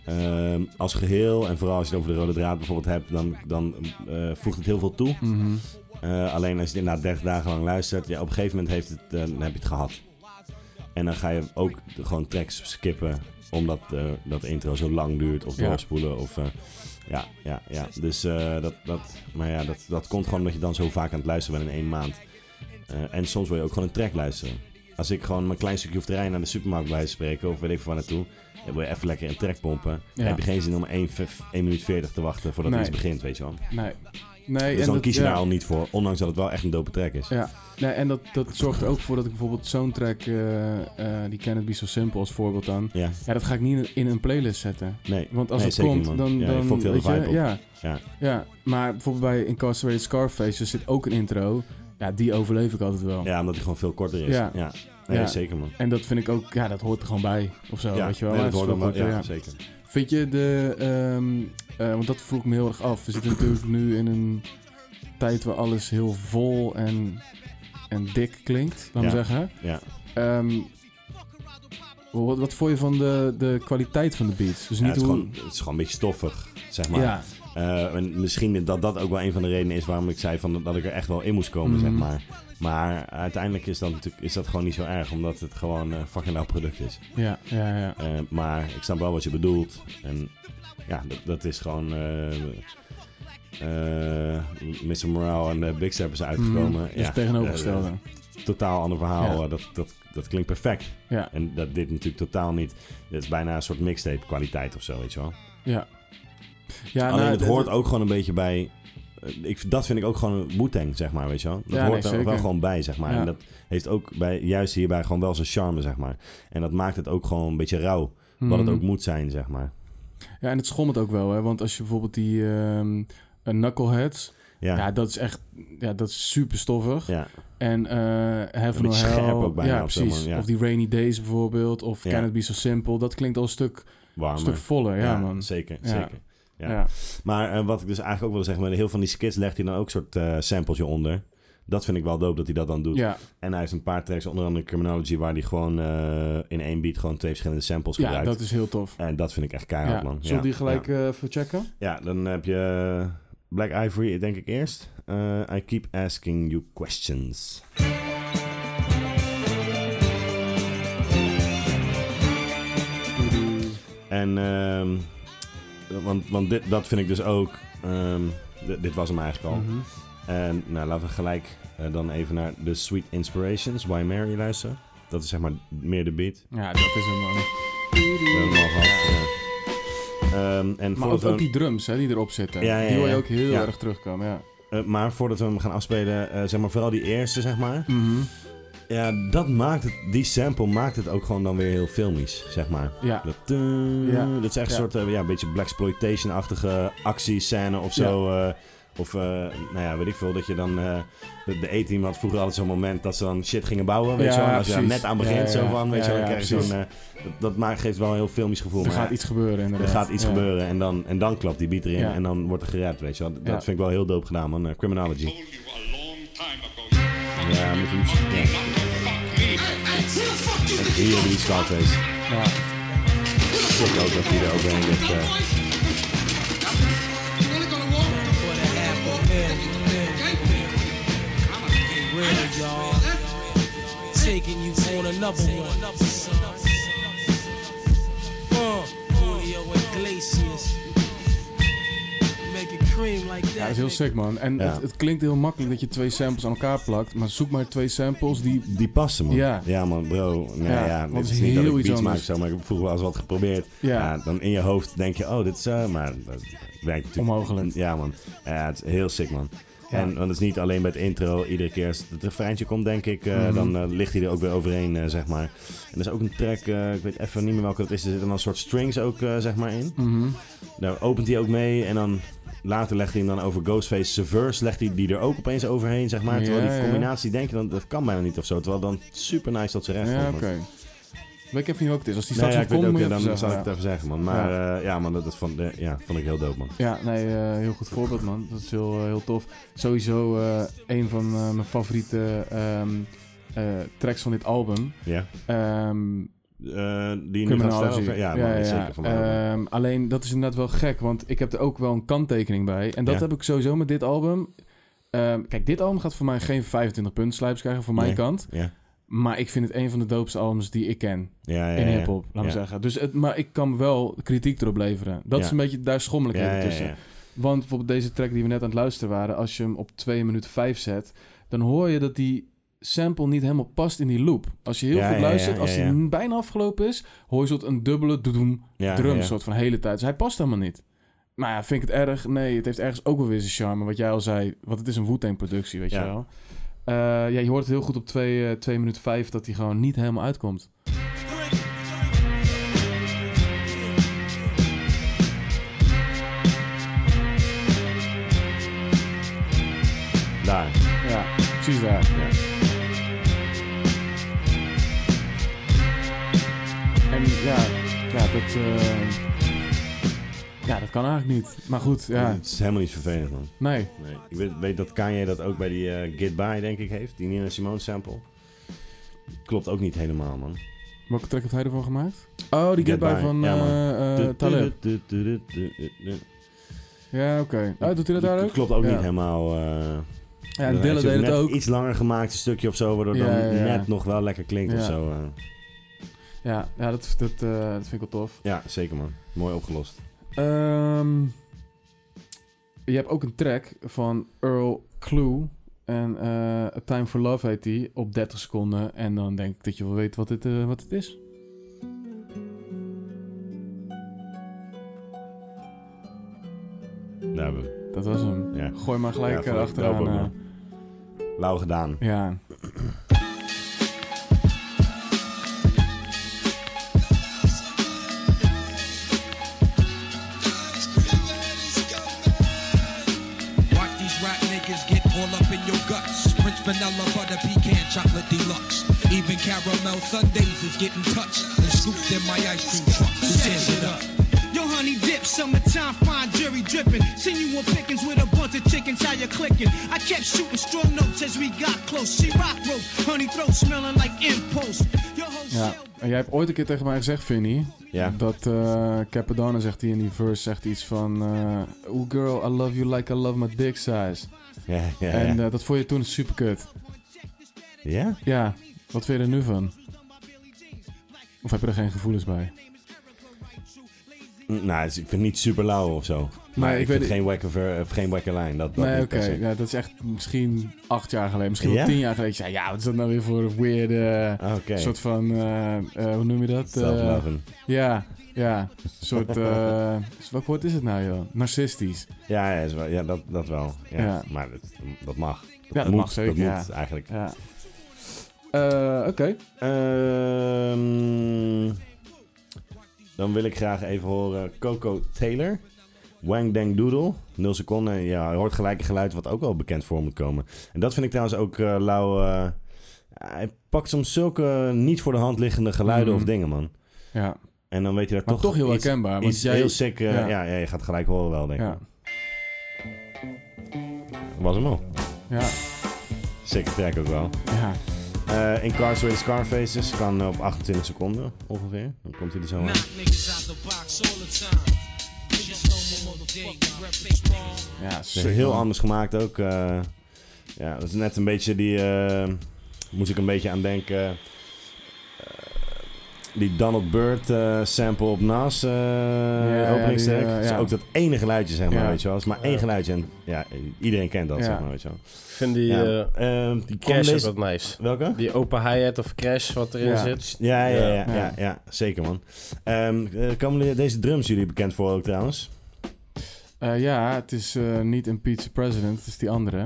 Ehm, als geheel, en vooral als je het over de rode draad bijvoorbeeld hebt, dan, dan eh, voegt het heel veel toe.
Mhm.
Eh, alleen als je dit na 30 dagen lang luistert, ja, op een gegeven moment heeft het, eh, dan heb je het gehad. En dan ga je ook de- gewoon tracks skippen, omdat eh, dat intro zo lang duurt, of
Ja.
doorspoelen. Of, eh, ja, ja, ja. Dus eh, dat, dat, maar ja, dat, dat komt gewoon omdat je dan zo vaak aan het luisteren bent in één maand. Eh, en soms wil je ook gewoon een track luisteren. Als ik gewoon mijn klein stukje terrein naar de supermarkt blijf spreken, of weet ik van waar naartoe, dan wil je even lekker een track pompen.
Ja.
Dan heb je geen zin om 1, 1 minuut 40 te wachten voordat
Nee.
iets begint, weet je wel.
Nee. nee
Dus
en
dan
dat-
kies je
ja.
daar al niet voor, ondanks dat het wel echt een dope track is.
Ja, nee, en dat, dat zorgt er ook voor dat ik bijvoorbeeld zo'n track, eh, eh, die Can It Be So Simple als voorbeeld dan,
Ja,
ja, dat ga ik niet in een playlist zetten.
nee.
Want als
Nee,
het
zeker
komt,
niet, man.
dan...
Ja, je
dan
fokt heel de
weet je,
vibe op.
ja,
Ja.
ja. maar bijvoorbeeld bij Incarcerated Scarface er zit ook een intro. Ja, die overleef ik altijd wel.
Ja, omdat hij gewoon veel korter is. Ja.
Ja.
Nee,
Ja.
zeker man.
En dat vind ik ook, ja, dat hoort er gewoon bij of zo,
ja,
weet je wel.
nee,
Ja,
dat hoort
is
hem
wel
wel. Ja,
goed, ja. Dus
zeker.
Vind je de, ehm, eh, want dat vroeg me heel erg af. We zitten natuurlijk nu in een tijd waar alles heel vol en, en dik klinkt, laat
Ja.
maar zeggen.
Ja.
Ehm, wat, wat vond je van de, de kwaliteit van de beats? Dus
Ja,
niet
het, is
hoe...
gewoon, het is gewoon een beetje stoffig, zeg maar.
ja,
Eh, en misschien dat dat ook wel een van de redenen is waarom ik zei van, dat ik er echt wel in moest komen,
Mhm.
zeg maar. Maar uiteindelijk is dat, natuurlijk, is dat gewoon niet zo erg, omdat het gewoon een fucking lauw product is.
ja, ja, ja.
Eh, maar ik snap wel wat je bedoelt. En ja, dat, dat is gewoon... eh, eh, Mr. Morale en eh, Big Step is uitgekomen.
Mm, dus
ja,
het tegenovergestelde.
eh, totaal ander verhaal.
Ja.
Eh, Dat, dat, dat klinkt perfect.
Ja.
En dat dit natuurlijk totaal niet. Dit is bijna een soort mixtape kwaliteit of zo, weet je wel.
ja. ja
Alleen
nou,
het
d-
hoort
d-
ook gewoon een beetje bij... eh, Ik, dat vind ik ook gewoon een Wu-Tang, zeg maar, weet je wel. Dat
Ja, nee,
hoort er wel
zeker.
gewoon bij, zeg maar.
Ja.
En dat heeft ook bij, juist hierbij gewoon wel zijn charme, zeg maar. En dat maakt het ook gewoon een beetje rauw. Wat het
Mhm.
ook moet zijn, zeg maar.
Ja, en het schommelt ook wel, hè. Want als je bijvoorbeeld die ehm, eh, Knuckleheads... Ja.
Ja, ja.
dat is echt... Ja, dat is super stoffig. En eh Heaven
Een
or
beetje
Hell.
scherp ook bijna
ja,
op zo'n
precies.
manier, ja.
Of die Rainy Days bijvoorbeeld. Of
Ja.
Can It Be So Simple. Dat klinkt al een stuk,
warmer.
stuk voller. Ja, man.
Zeker,
Ja.
zeker. ja.
Ja.
Maar eh, wat ik dus eigenlijk ook wilde zeggen... maar heel van die skits legt hij dan ook een soort eh samples onder. Dat vind ik wel dope dat hij dat dan doet.
Ja.
En hij heeft een paar tracks, onder andere Criminology, waar hij gewoon eh, in één beat gewoon twee verschillende samples
ja,
gebruikt.
dat is heel tof.
En dat vind ik echt keihard,
Ja.
man.
Zullen we
Ja,
die gelijk
Ja.
eh, even checken?
Ja, dan heb je eh, Black Ivory, denk ik eerst. Eh, I keep asking you questions.
Mhm.
En, ehm, want, want dit, dat vind ik dus ook. ehm, d- dit was hem eigenlijk al.
Mhm.
En nou, laten we gelijk eh, dan even naar The Sweet Inspirations, Why Mary luisteren. Dat is zeg maar meer de beat.
Ja, dat is hem, man.
We hebben hem al gehad. ja. Ehm, en
Maar
voordat
ook,
we
ook die drums hè, die erop zitten.
Ja, ja,
Die hoor je
ja.
ook heel
Ja.
erg terugkomen. Ja.
hem- eh, maar voordat we hem gaan afspelen, eh, zeg maar vooral die eerste, zeg maar.
Mhm.
Ja, dat maakt het, die sample maakt het ook gewoon dan weer heel filmisch, zeg maar.
ja.
Dat, eh,
Ja.
dat is echt
Ja.
een soort, eh, ja, een beetje blaxploitation-achtige actiescène of zo. eh, of, eh, nou ja, weet ik veel, dat je dan... eh, de, de E-team had vroeger altijd zo'n moment dat ze dan shit gingen bouwen, weet
Ja,
je wel. En Als je daar
precies.
net aan begint,
Ja, ja,
zo
ja.
van, weet je
Ja,
wel,
ja,
dan krijg je
precies.
zo'n... eh, dat dat maakt, geeft wel een heel filmisch gevoel.
Er
maar
gaat
ja,
iets gebeuren
er
inderdaad.
gaat iets
Ja.
gebeuren en dan, en dan klapt die beat erin
Ja.
en dan wordt er gerapt, weet je wel. Dat
Ja.
vind ik wel heel dope gedaan, man. Eh, criminology.
told you a long time ago. You fucking
Ja, moet je niet- ja.
fuck me.
Hier die Scarface.
Ja.
Sick ook dat hij er overheen ligt. eh.
real, y'all. Taking you on another one. Uh, Julio Iglesias. Make it
cream like
Ja, dat
that.
is heel sick, man. En
Ja.
het, het klinkt heel makkelijk dat je twee samples aan elkaar plakt, maar zoek maar twee samples die...
Die passen, man.
Ja.
man, bro. Nee,
Ja,
ja,
want
dit
het
is
is
niet dat ik
heel
beats
iets
maak,
anders.
zo, maar ik heb vroeger wel eens wat geprobeerd.
Ja.
Ja, dan in je hoofd denk je, oh, dit is... eh, maar dat werkt natuurlijk...
Onmogelijk.
Ja, man. Ja, het is heel sick, man.
Ja.
En want het is niet alleen bij het intro. Iedere keer als het refreintje komt, denk ik, eh,
Mhm.
dan eh, ligt hij er ook weer overheen, eh, zeg maar. En er is ook een track, eh, ik weet even niet meer welke dat is. Er zitten dan een soort strings ook, eh, zeg maar, in.
Mhm.
Daar opent hij ook mee en dan later legt hij hem dan over Ghostface Severs, legt hij die er ook opeens overheen, zeg maar. Terwijl
Ja,
die
ja.
combinatie denk je dan, dat kan bijna niet of zo. Terwijl dan super nice dat ze recht
Ja,
komt,
oké.
man.
Weet ik even niet ook het is. Als die
Nee,
straks
ja,
nog
ik weet
komt,
ook,
moet
ja,
je
dan
even
zal ik
zeggen.
het even zeggen, man. Maar ja, ja man, dat, dat vond, eh, ja, vond ik heel dope, man.
Ja, nee, eh, heel goed voorbeeld, man. Dat is heel, eh, heel tof. Sowieso eh, een van eh, mijn favoriete ehm, eh, tracks van dit album.
Ja?
Ehm
Eh, die je nu gaat
Criminology.
stellen? of- Ja, man, zeker van mij.
Ehm, alleen, dat is inderdaad wel gek, want ik heb er ook wel een kanttekening bij. En dat
Ja.
heb ik sowieso met dit album. Ehm, kijk, dit album gaat voor mij geen 25 punten slijpers krijgen, voor mijn
Nee.
kant.
Ja.
Maar ik vind het een van de doopste albums die ik ken
ja, ja, ja,
in
ja.
hip-hop, laat me
Ja.
zeggen. Dus het, maar ik kan wel kritiek erop leveren. Dat
Ja.
is een beetje, daar schommel ik
Ja,
even
ja,
tussen.
ja, ja.
Want bijvoorbeeld deze track die we net aan het luisteren waren, als je hem op 2 minuten 5 zet, dan hoor je dat die sample niet helemaal past in die loop. Als je heel
Ja, ja,
goed
ja,
luistert,
ja,
als hij
ja.
n- bijna afgelopen is, hoor je soort een dubbele doedoem
Ja,
drum
ja.
soort van de hele tijd. Dus hij past helemaal niet. Maar ja, vind ik het erg? Nee, het heeft ergens ook wel weer zijn charme, wat jij al zei. Want het is een Wu-Tang productie, weet
Ja.
je wel. Eh, ja, je hoort het heel goed op 2 eh, 2 minuten 5 dat hij gewoon niet helemaal uitkomt.
Daar.
Ja, precies daar.
Ja.
En ja, ja dat... eh, ja, dat kan eigenlijk niet. Maar goed, ja.
Het is helemaal niet vervelend, man.
Nee.
Nee. Ik weet, weet dat Kanye dat ook bij die eh Get By, denk ik, heeft. Die Nina Simone sample. Klopt ook niet helemaal, man.
Welke track heeft hij ervan gemaakt? Oh, die Get,
Get
By
By,
van
ja, man.
eh, eh, Talib.
Du- du- du- du- du- du-
Ja, oké. Oh, doet hij dat daar ook?
Klopt ook
Ja.
niet helemaal. eh
Ja,
dan
Dille
heeft hij
deed het
net
ook.
iets langer gemaakt, een stukje of zo, waardoor
Ja,
dan
ja, ja.
net nog wel lekker klinkt
Ja.
of zo. eh.
Ja, ja dat, dat, eh, dat vind ik wel tof.
Ja, zeker man. Mooi opgelost.
Ehm, je hebt ook een track van Earl Clue. En eh, A Time for Love heet die. Op 30 seconden. En dan denk ik dat je wel weet wat het, eh, wat het is.
Daar hebben we hem.
Dat was hem.
Ja.
Gooi maar
Ja,
gelijk
vond
erachter
ik dope
achteraan.
ook,
eh,
man. Lauw gedaan.
ja.
Watch these rap niggas get all up in your guts. French vanilla butter pecan chocolate deluxe. Even caramel sundaes is getting touched and scooped in my ice cream truck. Who tears it up?
Yo, honey dip, summertime fine jury dripping. Seen you on pickings with a bunch of chickens, how you clicking? I kept shooting strong notes as we got close. She rock rope, honey throat smelling like impost. Yo, whole
ja.
shell-
En jij hebt ooit een keer tegen mij gezegd, Vinny.
Ja.
Dat eh Capadonna zegt hij in die verse zegt iets van... eh oh girl, I love you like I love my dick size.
Ja, ja, ja.
En eh, dat vond je toen super kut.
ja?
Ja, wat vind je er nu van? Of heb je er geen gevoelens bij?
Mm, Nou, het is- ik vind het niet super lauw of zo. Maar
ik
ik,
weet
vind geen wacker, ver- of geen wacker lijn. Dat, dat
nee,
niet
oké.
per se.
Ja, dat is echt misschien acht jaar geleden. Misschien
Ja?
wel tien jaar geleden. Ik zei, ja, wat is dat nou weer voor een weird... eh,
Ah, Oké.
soort van... eh, eh, hoe noem je dat? Eh,
Self-loving.
ja, ja. Een soort... eh, wat woord is het nou, joh? Narcistisch.
Ja, ja, is wel- ja dat, dat wel. Ja.
Ja.
Maar dat, dat mag. Dat,
dat
moet,
mag zeker,
Dat
ja.
moet eigenlijk.
Ja. Eh, Oké.
Ehm, dan wil ik graag even horen Coco Taylor. Wang Dang Doodle. 0 seconden. Ja, je hoort gelijk een geluid wat ook wel bekend voor moet komen. En dat vind ik trouwens ook eh lauw. eh, hij pakt soms zulke niet voor de hand liggende geluiden
Mm.
of dingen, man.
Ja. Maar
En dan weet je daar
toch,
toch,
heel
iets,
herkenbaar. Want
iets
jij,
heel sick. eh,
ja.
ja. Ja, je gaat gelijk horen wel, denk ik.
ja.
Was hem al.
Ja.
Sick track ook wel.
Ja.
Eh Incarcerated Scarfaces kan op 28 seconden ongeveer. Dan komt hij er zo aan.
Knock niggas out the box all the time. Niggas know my motherfucking rep is strong.
Ja,
Het
sick,
is heel
man.
anders gemaakt ook. eh. ja, dat is net een beetje die... eh moest ik een beetje aan denken. eh, Die Donald Byrd eh, sample op Nas eh
ja,
openingstrack.
die, eh,
Dat is
ja.
ook dat ene geluidje, zeg maar,
Ja.
weet je wel. Het is maar één geluidje en ja, iedereen kent dat,
Ja.
zeg maar, weet je wel.
Ik vind die
Ja.
eh,
Ehm, die kwam
Crash ook
deze-
wat nice.
Welke?
Die open hi-hat of Crash wat erin
Ja.
zit.
Ja, ja, ja, ja,
Ja.
ja, zeker man. Ehm, eh, komen de- deze drums jullie bekend voor ook trouwens?
Eh, ja, het is eh, niet een Pizza President, het is die andere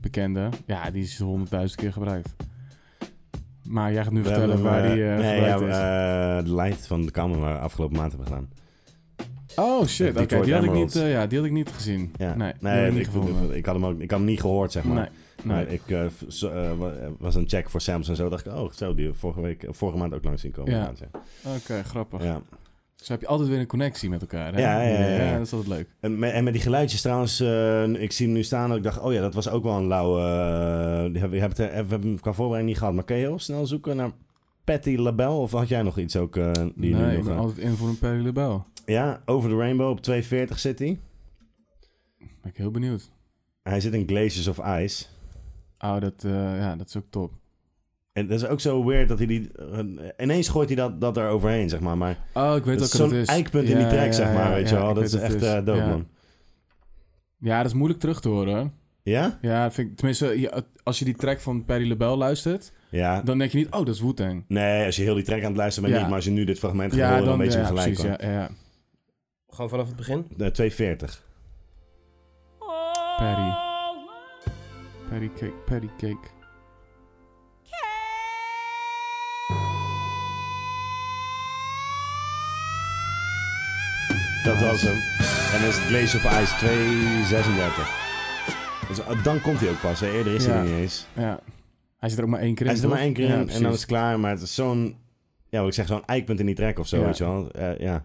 bekende. Ja, die is honderdduizend keer gebruikt. Maar jij gaat nu vertellen
hebben
waar
hem,
die eh
eh, nee, ja,
gebruikt is.
eh, de light van de kamer waar we afgelopen maand hebben gedaan.
oh shit, oké,
eh, Detroit
die, had ik
Emerald.
niet, eh, ja, die had ik niet gezien.
Ja.
Nee, die had ik niet
ik,
gevonden.
ik, had hem ook, ik had hem niet gehoord, zeg maar.
nee,
Maar
nee.
ik eh, v- zo- eh, wa- was een check voor Sam's en zo. dacht ik, oh, zo, die hebben vorige, week, vorige maand ook langs zien komen.
Ja.
gaan, zeg.
Oké, grappig.
ja.
Zo heb je altijd weer een connectie met elkaar, hè?
Ja, ja, ja, ja.
dat is altijd leuk.
En, met, en met die geluidjes trouwens, eh, ik zie hem nu staan. en Ik dacht, oh ja, dat was ook wel een lauwe... eh, die hebben- we, hebben het, eh, we hebben hem qua voorbereiding niet gehad. Maar kun je heel snel zoeken naar Patty LaBelle? Of had jij nog iets ook eh, die je nu
nee,
nog,
ik ben
eh,
altijd in voor een Perry Lebel.
Ja, Over the Rainbow op 240 zit hij.
Ben ik heel benieuwd.
Hij zit in Glaciers of Ice.
Oh, dat, eh, ja, dat is ook top.
En dat is ook zo weird dat hij die... eh, ineens gooit hij dat, dat er overheen, zeg maar. Maar
Oh, ik weet
dat is
ook wat
zo'n
het is.
eikpunt
Ja,
in die track,
ja,
zeg
ja,
maar, weet je
ja,
wel.
ik
Dat
weet
is
wat
echt
het
eh, dope,
Ja.
man.
Ja, dat is moeilijk terug te horen, hoor.
Ja?
Ja, dat vind ik, tenminste, ja, als je die track van Perry LaBelle luistert,
Ja.
dan denk je niet, oh, dat is Wu-Tang.
Nee, als je heel die track aan het luisteren
Ja.
bent niet. Maar als je nu dit fragment gaat horen, dan weet je hem gelijk.
precies, ja, ja, ja.
Gewoon vanaf het begin.
hoor. Eh, 240.
Perry. Perry cake, Perry cake.
Dat was hem. En dan is het Glaze of Ice 236. Dus, eh, dan komt hij ook pas. Hè. Eerder is hij
Ja.
er niet eens.
Ja. Hij zit er ook maar één keer in.
Hij zit er maar
toch?
één keer
Ja,
in en
precies.
dan is het klaar. Maar het is zo'n... Ja, wat ik zeg, zo'n eikpunt in die track of zo,
Ja.
weet je wel. Eh, ja.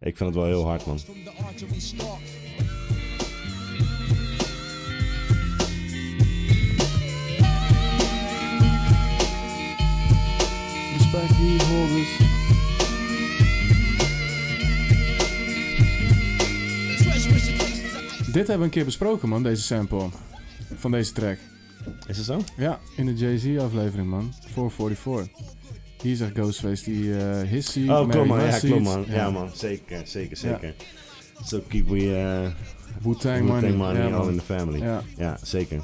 Ik vind het wel heel hard, man.
From the archery spark.
Respect die holders. Dit hebben we een keer besproken, man, deze sample. Van deze track.
Is dat zo?
Ja, in de Jay-Z-aflevering, man. 444. Hier zegt Ghostface die eh hissy.
Oh,
Mary
klopt man. Ja,
Must
klopt
Eat.
man. Ja man, zeker, zeker, zeker. So keep we uh,
Wu-Tang
money,
Money.
money
Ja,
all
man.
in the family. Ja,
Ja.
zeker.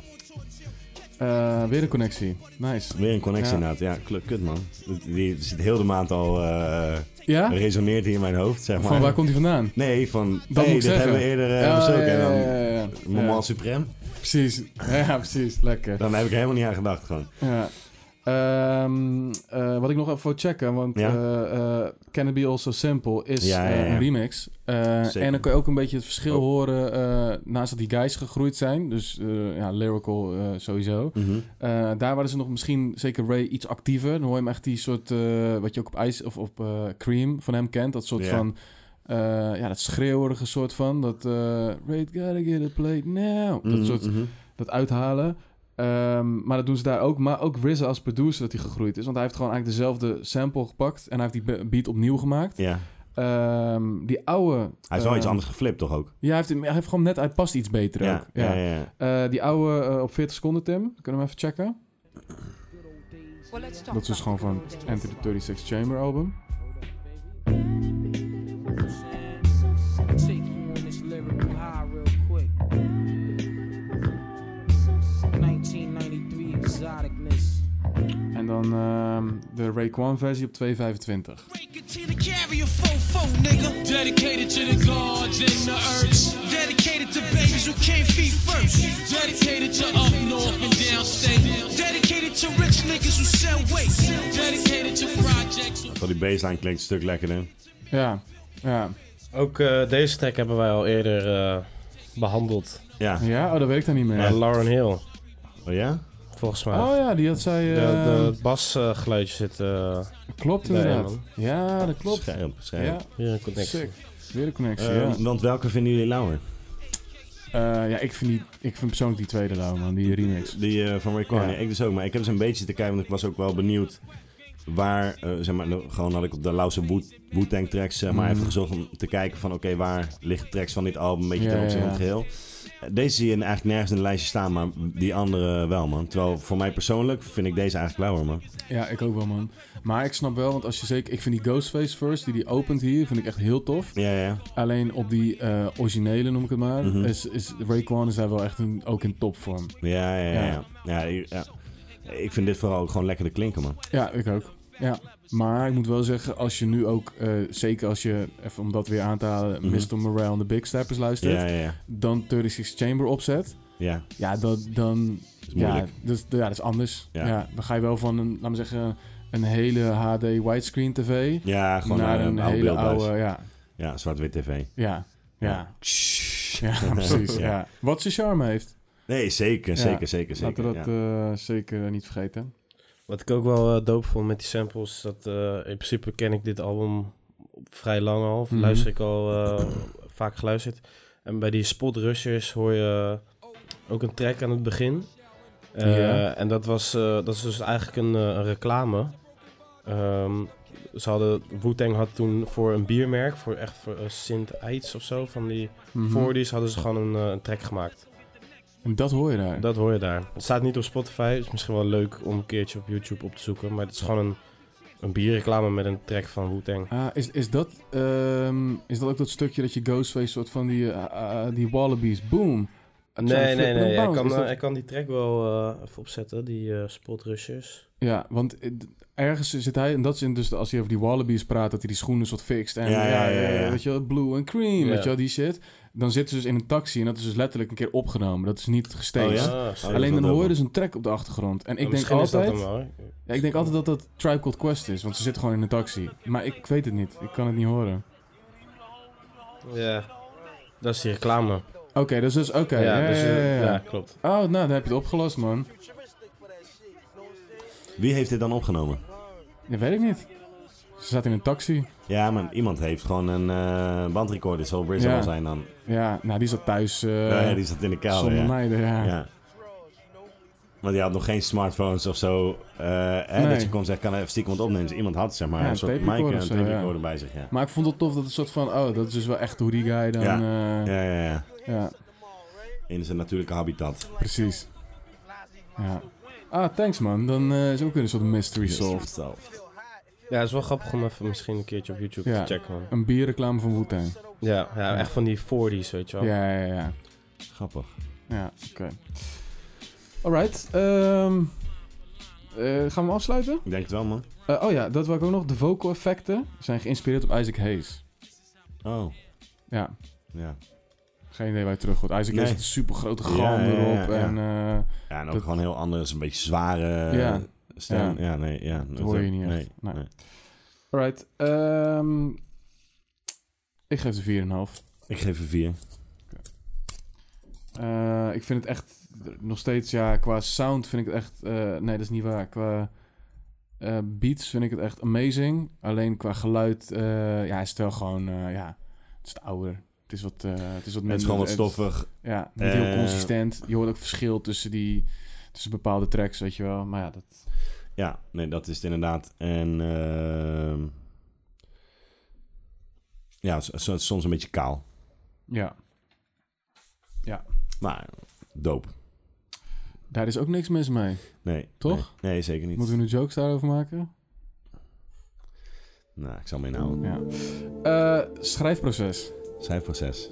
Eh, weer een connectie. Nice.
Weer een connectie
Ja.
inderdaad. Ja, kl- kut man. Die- Die zit heel de maand al, eh
Ja?
resoneert hier in mijn hoofd, zeg maar.
Ah. Van waar komt hij vandaan?
Nee, van,
Dat
hey,
moet
dit
ik zeggen.
hebben we eerder eh,
Ja,
besproken.
ja,
En dan,
ja, ja, ja.
Moment
Ja,
Supreme.
Precies. Ja, precies. Lekker.
Dan heb ik er helemaal niet aan gedacht gewoon.
Ja. Ehm, eh, wat ik nog even wil checken, want
Ja.
eh, eh, Can It Be Also Simple is
Ja, ja,
eh,
ja.
een remix. Eh,
Zeker.
en dan kan je ook een beetje het verschil
Oh.
horen eh, naast dat die guys gegroeid zijn. Dus eh, ja, lyrical eh, sowieso.
Mhm.
Eh, daar waren ze nog misschien, zeker Ray, iets actiever. Dan hoor je hem echt die soort, eh, wat je ook op Ice of op eh, Cream van hem kent. Dat soort
Ja.
van, eh, ja, dat schreeuwerige soort van. Dat eh Ray gotta get a plate now. Dat soort
Mhm, mhm.
dat uithalen. Ehm, maar dat doen ze daar ook. Maar ook RZA als producer dat hij gegroeid is. Want hij heeft gewoon eigenlijk dezelfde sample gepakt. En hij heeft die be- beat opnieuw gemaakt.
Ja.
Ehm, die oude...
Hij is wel
eh,
iets anders geflipt toch ook?
Ja, hij heeft, hij heeft gewoon net... Hij past iets beter ook.
Ja, ja,
Ja.
ja. ja.
Eh, die oude eh, op 40 seconden, Tim. Kunnen we hem even checken? Dat is dus gewoon van Enter the 36 Chamber album.
Take you on this lyrical high real quick. 1993 exoticness.
En dan ehm, de Rayquan versie op 2.25.
Break it till the carrier fofo, nigga. Dedicated to the gods and the earths. Dedicated to babies who came feet first. Dedicated to up north and downstate. Dedicated to rich niggas who sell weight. Dedicated to projects.
Terwijl die baseline klinkt een stuk lekkerder.
Ja, ja.
Ook eh, deze track hebben wij al eerder eh, behandeld.
Ja.
Ja? Oh, dat weet ik dan niet meer.
Bij Lauren Hill,
Oh ja?
volgens mij.
Oh ja, die had zij...
De,
eh,
de basgeluidje zit eh,
Klopt
Nee,
inderdaad.
man.
ja, dat klopt.
Scherp, scherp.
Ja,
hier een connectie.
sick. Weer een connectie,
Eh,
ja.
Want welke vinden jullie lauwer?
Eh, ja, ik vind, die, ik vind persoonlijk die tweede lauw, man. Die remix.
Die eh, van Ray Kwan.
Ja.
Ja, ik dus ook. Maar ik heb dus een beetje te kijken, want ik was ook wel benieuwd waar, eh, zeg maar, nou, gewoon had ik op de Lause Wu- Wu-Tang tracks, zeg maar,
Mhm.
even gezocht om te kijken van, oké, waar liggen tracks van dit album een beetje
Ja,
ten opzichte
ja,
van het geheel. Eh, Deze zie je eigenlijk nergens in het lijstje staan, maar die andere wel, man. Terwijl voor mij persoonlijk vind ik deze eigenlijk lauwer, man.
Ja, ik ook wel, man. Maar ik snap wel, want als je zeker... Ik vind die Ghostface First, die die opent hier, vind ik echt heel tof.
Ja, ja, ja.
Alleen op die eh, originele, noem ik het maar,
Mhm.
is, is Raekwon is daar wel echt een, ook in topvorm.
Ja, ja, ja. ja.
Ja.
ja, ik- ja. Ik vind dit vooral ook gewoon lekker te klinken, man.
Ja, ik ook. Ja. Maar ik moet wel zeggen, als je nu ook, eh, zeker als je, even om dat weer aan te halen,
Mhm.
Mr. Morale en de Big Steppers luistert,
Ja, ja, ja.
dan 36 Chamber opzet,
Ja,
ja, dat, dan...
is
Ja,
moeilijk.
dus, ja, dat is anders.
Ja.
Ja. dan ga je wel van een, laten we zeggen, een hele HD widescreen tv
Ja, gewoon
naar een
oude
hele
beeldbuis.
oude, ja,
Ja, zwart-wit tv.
ja, ja.
Ja,
Ja, precies. ja. Wat zijn charme heeft.
Nee, zeker,
Ja,
zeker, zeker, zeker.
Laten we dat
ja.
eh, zeker niet vergeten.
Wat ik ook wel eh, dope vond met die samples, is dat eh, in principe ken ik dit album vrij lang al. Of
Mhm.
Luister ik al eh, vaak geluisterd. En bij die Spot Rushers hoor je ook een track aan het begin. Eh,
Ja.
En dat was, eh, dat is dus eigenlijk een, eh, een reclame. Ehm, ze hadden, Wu-Tang had toen voor een biermerk, voor echt voor eh, Sint Eitz of zo, van die
Mhm.
40s hadden ze gewoon een, eh, een track gemaakt.
En dat hoor je daar.
Dat hoor je daar. Het staat niet op Spotify. Het is misschien wel leuk om een keertje op YouTube op te zoeken. Maar het is gewoon een, een bierreclame met een track van Wu-Tang.
Ah, is, is, dat, ehm, is dat ook dat stukje dat je Ghostface soort van die, eh, eh, die wallabies, boom. Het zijn
Nee, nee,
flippende
nee. Ik
bounce.
kan,
Is
eh,
dat-
ik kan die track wel eh, even opzetten, die eh Spot Rushers.
Ja, want eh, d- ergens zit hij, en dat is in- dus als hij over die wallabies praat, dat hij die schoenen soort fixt. En
Ja,
ja,
ja, ja,
eh,
ja.
weet je wel, blue en cream,
Ja.
weet je wel, die shit. Dan zitten ze dus in een taxi en dat is dus letterlijk een keer opgenomen. Dat is niet gestaged.
Oh, ja?
Ah, shit.
Oh,
Alleen dan
wel
hoor je
dope,
dus een track op de achtergrond. En ik
Maar
denk
misschien is dat
altijd...
hem wel, hoor.
Ja, ik denk altijd dat dat Tribe Called Quest is, want ze zitten gewoon in een taxi. Maar ik weet het niet, ik kan het niet horen.
Ja. Dat is die reclame.
Oké, dat is dus oké.
Ja,
ja,
dus,
ja,
eh,
ja, ja.
ja, klopt.
Oh, nou, dan heb je het opgelost, man.
man. Wie heeft dit dan opgenomen?
Dat weet ik niet. Ze zat in een taxi.
Ja, maar iemand heeft gewoon een eh bandrecorder. Zal Brizzo
Ja.
wel zijn dan.
Ja, nou, die zat thuis eh,
Ja, ja, die zat in de kou,
zonder
ja.
meiden, ja.
ja. Want die had nog geen smartphones of zo. eh, hè,
Nee.
Dat je kon zeggen, kan er even stiekem wat opnemen. Dus iemand had zeg maar
Ja,
een
een
soort mic en
tape-recorder
een
of zo,
tape recorder bij zich. Ja.
Maar ik vond het tof dat het soort van, oh, dat is dus wel echt hoe die guy dan...
Ja.
eh, Ja,
Ja, ja, ja.
ja
In zijn natuurlijke habitat.
precies. Ja. Ah, thanks, man. Dan eh, is ook weer een soort mystery solved.
Soft.
Ja, het is wel grappig om even misschien een keertje op YouTube
Ja.
te checken, man.
Een bierreclame van Wu-Tang.
Ja, ja, echt van die 40s, weet je wel.
Ja, ja, ja.
Grappig.
Ja, oké. Alright. ehm, eh, gaan we afsluiten?
Ik denk het wel, man.
Eh, oh ja, dat wil ik ook nog. De vocal effecten zijn geïnspireerd op Isaac Hayes.
Oh,
Ja,
ja.
geen idee waar je terug hoort. Isaac
Nee.
Hayes had een super grote
Ja,
galm
ja, ja,
erop.
ja.
En eh,
Ja, en ook
Dat-
gewoon heel anders. Een beetje zware
Ja.
stem. Ja, nee. Ja. Dat
hoor je niet echt.
Nee,
Nee.
nee.
alright. ehm, ik geef de 4,5.
Ik geef er vier.
Eh ik vind het echt nog steeds, ja, qua sound vind ik het echt... eh, nee, dat is niet waar. Qua eh, beats vind ik het echt amazing. Alleen qua geluid, eh, ja, is het wel gewoon, eh, ja, het is het ouder. Het is wat, eh het is wat
Het is
minder-
gewoon wat
het is-
stoffig.
Ja, niet
Eh,
heel consistent. Je hoort ook verschil tussen die tussen bepaalde tracks, weet je wel. Maar ja, dat...
Ja, nee, dat is het inderdaad. En ehm, ja, s- s- soms een beetje kaal,
Ja,
maar dope.
daar is ook niks mis mee.
Nee,
Toch?
Nee, nee, zeker niet.
Moeten we nu jokes daarover maken?
Nou, ik zal me inhouden.
Ja. Eh, schrijfproces.
Cijfer 6.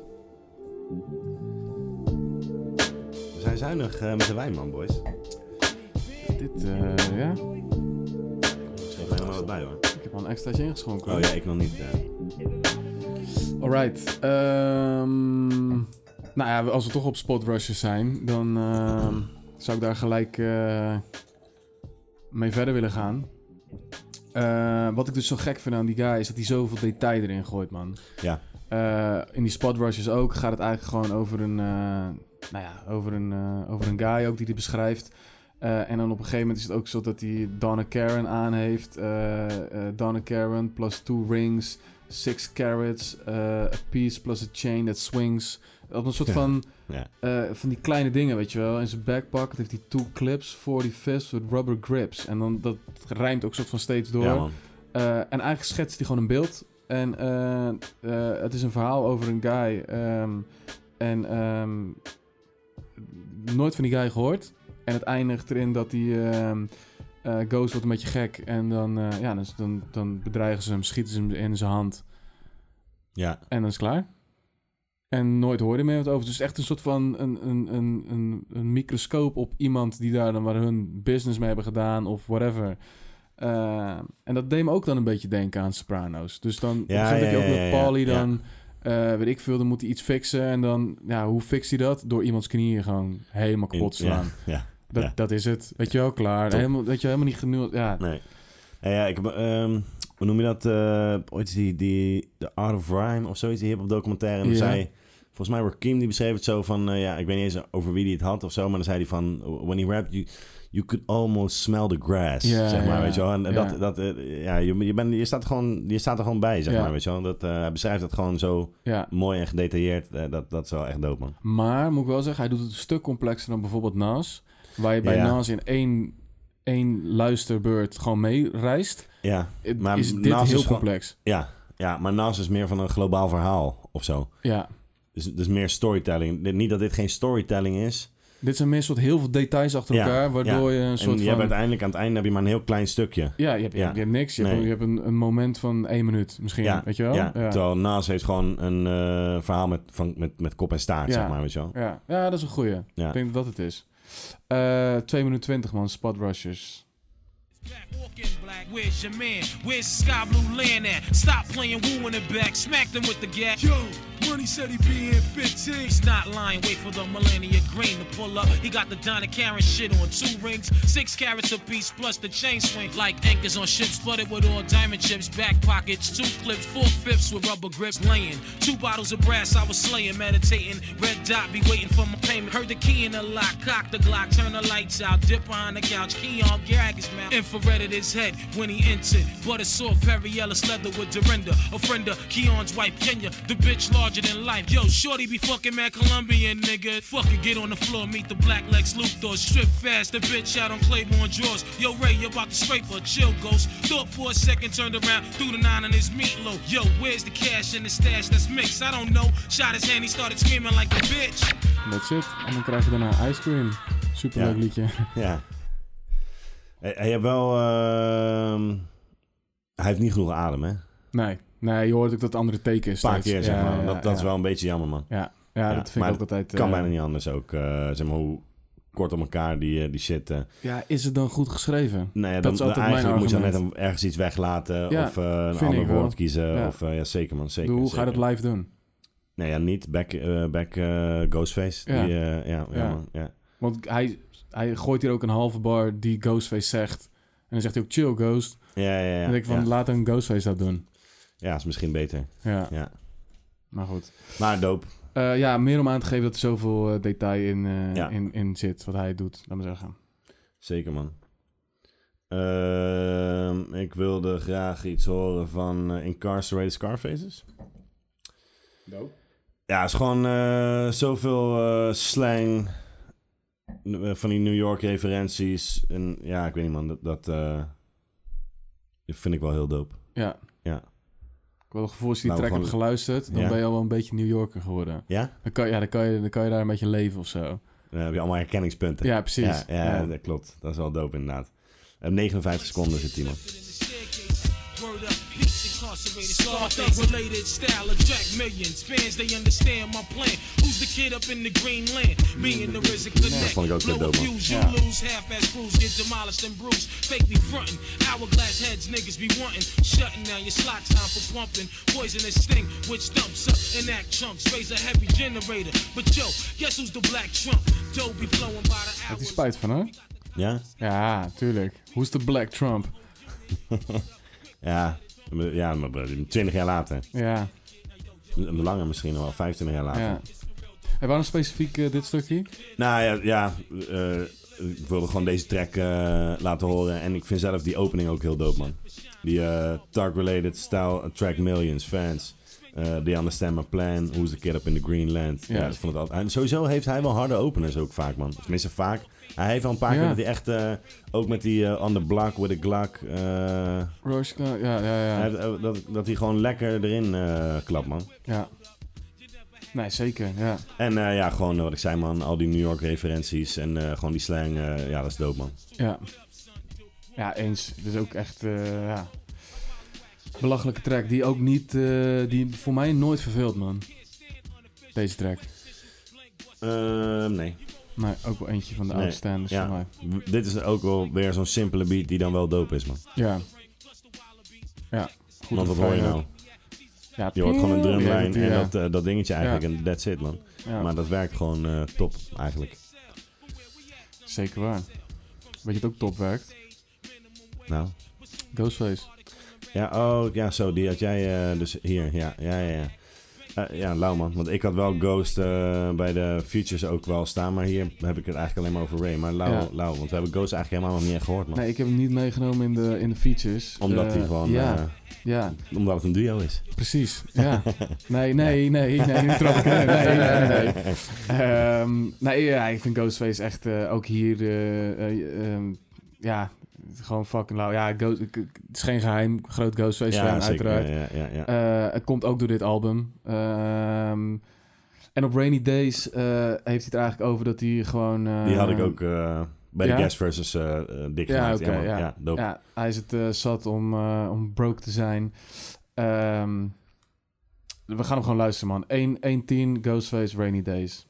We zijn zuinig eh, met de wijn, man, boys. Er
Dit, eh, ja.
is nog helemaal wat bij, hoor.
Ik heb al een extraatje ingeschonken.
Oh ja, ik nog niet. eh.
Alright. ehm, nou ja, als we toch op spotrushes zijn, dan ehm, zou ik daar gelijk eh, mee verder willen gaan. Eh, wat ik dus zo gek vind aan die guy is dat hij zoveel detail erin gooit, man.
Ja.
Eh, in die spotrushes ook gaat het eigenlijk gewoon over een, eh, nou ja, over een, eh, over een guy ook die dit beschrijft. Eh, en dan op een gegeven moment is het ook zo dat hij Donna Karen aan heeft. eh, eh, Donna Karen plus two rings. Six carats, eh, a piece plus a chain that swings, Op een soort
Ja.
van,
Ja.
eh, van die kleine dingen, weet je wel. In zijn backpack heeft hij two clips, 40 fists with rubber grips. En dan dat rijmt ook soort van steeds door.
Ja, man.
Eh, en eigenlijk schetst hij gewoon een beeld. En eh, eh, het is een verhaal over een guy. ehm, en ehm, nooit van die guy gehoord. En het eindigt erin dat hij. ehm eh, Ghost wordt een beetje gek. En dan, eh, ja, dan, dan, dan bedreigen ze hem, schieten ze hem in zijn hand.
Ja.
En dan is het klaar. En nooit hoorde meer wat over. Dus echt een soort van een, een, een, een, een microscoop op iemand die daar dan waar hun business mee hebben gedaan of whatever. Eh, en dat deed me ook dan een beetje denken aan Sopranos. Dus dan op een
Ja,
gegeven moment heb je
ja,
ook
ja,
met
ja,
Paulie
ja.
dan, eh, weet ik veel, dan moet hij iets fixen. En dan, ja, hoe fixt hij dat? Door iemands knieën gewoon helemaal
In-
kapot slaan.
Ja. ja.
Dat,
ja.
dat is het. Weet je wel, klaar.
Top.
Helemaal, weet je helemaal niet genoeg. Ja,
Nee. Ja, ja, ik heb, ehm, hoe noem je dat? eh, ooit die, die The Art of Rhyme of zoiets, die hip-hop documentaire. En dan
Ja.
zei, volgens mij Rakim, die beschreef het zo van, eh, ja, ik weet niet eens over wie die het had of zo, maar dan zei hij van, when he rapped, you, you could almost smell the grass,
Ja,
zeg maar,
ja,
weet je wel. En, en
ja.
dat, dat eh, ja, je, je, bent- je, staat er gewoon, je staat er gewoon bij, zeg
Ja.
maar, weet je wel. Dat, eh, hij beschrijft dat gewoon zo
ja.
mooi en gedetailleerd. Eh, dat, dat is wel echt dope, man.
Maar moet ik wel zeggen, hij doet het een stuk complexer dan bijvoorbeeld Nas. Waar je bij
Ja.
Nas in één, één luisterbeurt gewoon mee reist.
Ja,
Het-
Maar
is dit
Nas is
heel
gewoon-
complex.
ja, ja, maar Nas is meer van een globaal verhaal of zo.
Ja.
Dus, dus meer storytelling. Dit- Niet dat dit geen storytelling is.
Dit zijn meer soort heel veel details achter
Ja,
elkaar, waardoor
ja.
je een
En
soort
je hebt
van...
uiteindelijk aan het einde heb je maar een heel klein stukje.
Ja, je hebt, je
Ja.
hebt- je hebt niks. Je hebt,
Nee.
je hebt een, een moment van één minuut misschien,
Ja,
weet je wel?
ja.
ja.
Terwijl Nas heeft gewoon een eh, verhaal met, van, met, met kop en staart,
Ja.
zeg maar, weet je wel.
Ja. Ja, dat is een goeie.
Ja.
Ik denk dat dat het is. Eh 2 minuten 20 man, Spot Rushers.
Walking black, where's your man? Where's Sky Blue Land at? Stop playing woo in the back, smack them with the gat.
Yo, money said he be in 15.
He's not lying, wait for the Millennia Green to pull up. He got the Donna Karen shit on two rings, six carats apiece, plus the chain swing. Like anchors on ships, flooded with all diamond chips, back pockets, two clips, four fifths with rubber grips, laying. Two bottles of brass, I was slaying, meditating. Red dot, be waiting for my payment. Heard the key in the lock, cock the Glock, turn the lights out, dip behind the couch, key on gag his mouth. Infrared at his head when he entered. Butter soft, Perry Ellis leather with Dorinda, a friend of Keon's wife, Kenya, the bitch larger than life. Yo, shorty be fucking mad Colombian nigga. Fucking get on the floor, meet the black Lex Luthor. Strip fast, the bitch out on Claiborne drawers. Yo, Ray, you about to scrape her, chill ghost. Thought for a second, turned around, threw the nine on his meatloaf. Yo, where's the cash in the stash that's mixed? I don't know. Shot his hand, he started screaming like a bitch.
That's it. En dan krijg je daarna Ice Cream. Superleuk
Ja.
liedje.
Ja. Hij, hij heeft wel... ehm, hij heeft niet genoeg adem, hè? Een
Nee. Nee, je hoort ook dat het andere teken is.
paar
steeds.
keer, zeg
Ja,
maar.
ja,
dat dat is
ja.
wel een beetje jammer, man.
Ja, ja,
Ja,
dat vind
maar
ik ook altijd.
kan
eh,
bijna niet anders ook. eh, zeg maar, hoe kort op elkaar die, eh, die shit... eh.
Ja, is het dan goed geschreven?
nou ja, dan,
Dat is
dan
altijd
eigenlijk
mijn
moet je dan net
argument.
een, ergens iets weglaten
Ja,
of eh, een
vind
ander
ik wel.
woord kiezen.
Ja.
Of, eh, ja, zeker, man. Zeker,
Doe, hoe ga je
zeker.
dat live doen?
Nee, ja, niet. Back, eh, back eh, Ghostface.
Ja.
Die, eh, ja, ja.
Ja.
man, ja.
Want hij, hij gooit hier ook een halve bar die Ghostface zegt. En dan zegt hij ook chill, Ghost.
Ja, ja, ja.
en dan denk ik van,
ja.
laat een Ghostface dat doen.
Ja, is misschien beter.
Ja,
Ja.
maar goed.
Maar dope.
Eh, ja, meer om aan te geven dat er zoveel eh, detail in, eh,
Ja.
in, in zit, wat hij doet, laat maar zeggen.
Zeker, man. Ehm, ik wilde graag iets horen van eh, Incarcerated Scarfaces. Ja, het is gewoon eh, zoveel eh, slang eh, van die New York referenties. En ja, ik weet niet, man. Dat, dat eh, dat vind ik wel heel dope.
Ja.
Ja.
Ik wil het gevoel als je die
Nou,
track hebt
gewoon-
geluisterd, dan
Ja.
ben je al wel een beetje New Yorker geworden.
Ja?
Dan kan, ja, dan kan, je, dan kan je daar een beetje leven of zo.
Dan heb je allemaal herkenningspunten.
Ja, precies.
Ja, ja,
Ja.
dat klopt. Dat is wel dope inderdaad. Eh, 59 seconden zit die man.
Word up, peace incarcerated, Scarface related style attract millions. Fans, they understand my plan. Who's the kid up in the green land? Me and the RZA
Dat
connect.
vond ik ook wel
Blow
dope, man.
fuse, you
Ja.
lose, half-ass crews get demolished and bruised. Fake me frontin', hourglass heads niggas be wantin'. Shutting down your slot time for pumping. Poisonous sting, which dumps up in act chunks. Raise a heavy generator. But yo, guess who's the black Trump? Dough be flowing by the
Heeft hij
hours.
spijt van, hè?
Ja?
Ja, tuurlijk. Hoe is de Black Trump?
Ja. Ja, maar 20 jaar later.
Ja,
Langer misschien nog wel, 25 jaar later.
ja. En waarom specifiek eh, dit stukje?
Nou ja, ja eh, ik wilde gewoon deze track eh, laten horen. En ik vind zelf die opening ook heel dope, man. Die eh Dark Related Style Attract eh, Millions Fans. eh they understand my plan. Who's the kid up in the Greenland? Ja,
Ja.
ik vond het altijd. En sowieso heeft hij wel harde openers ook vaak, man. Of tenminste vaak. Hij heeft wel een paar
Ja.
keer dat hij echt... eh, ook met die eh, on the block with a glock... eh,
Royce Clark, ja, ja,
hij
ja.
heeft, eh, dat, dat hij gewoon lekker erin eh, klapt, man.
ja. Nee, zeker, ja.
En eh, ja, gewoon eh, wat ik zei, man. Al die New York referenties en eh, gewoon die slang. eh, ja, dat is dope, man.
Ja, ja eens. Het is ook echt, eh, ja... Belachelijke track, die ook niet, eh, die voor mij nooit verveelt, man. Deze track.
Ehm, nee.
Eh, Nee, ook wel eentje van de
Nee,
outstanders
ja.
voor mij.
W- Dit is ook wel weer zo'n simpele beat die dan wel dope is, man.
Ja. Ja. Goed
Want wat hoor je nou?
Ja,
Je hoort gewoon een drumlijn
Ja,
en
ja.
dat, eh, dat dingetje eigenlijk. En that's it, man.
Ja,
Maar dat werkt gewoon eh, top, eigenlijk.
Zeker waar. Weet je het ook top werkt?
Nou.
Ghostface.
Ja, oh, ja, zo, die had jij eh, dus hier. Ja, ja, ja. ja. Eh, ja, lauw man. Want ik had wel Ghost eh, bij de features ook wel staan. Maar hier heb ik het eigenlijk alleen maar over Ray. Maar lauw,
Ja.
lauw. Want we hebben Ghost eigenlijk helemaal nog niet echt gehoord, man.
Nee, ik heb hem niet meegenomen in de, in de features.
Omdat hij
Eh,
gewoon...
Ja,
eh,
ja
omdat het een duo is.
precies. Ja. Nee, nee, nee, nee, nu trap ik. Nee, nee, nee, nee. Ehm, nee, ja, ik vind Ghostface echt eh, ook hier... eh, eh, ehm, ja, gewoon fucking lauw. Ja, Ghost, ik- ik- het is geen geheim. Groot Ghostface fan,
zeker.
uiteraard.
Ja, ja, ja, ja.
Eh, het komt ook door dit album. Ehm, en op Rainy Days eh, heeft hij het er eigenlijk over dat hij gewoon... eh,
Die had ik ook eh, bij
ja?
de Guest versus eh, eh, Dick
Ja,
gemaakt.
oké,
ja, man.
ja.
ja, dope.
Ja, hij is het eh, zat om, eh, om broke te zijn. Ehm, we gaan hem gewoon luisteren, man. 1 1-10, Ghostface, Rainy Days.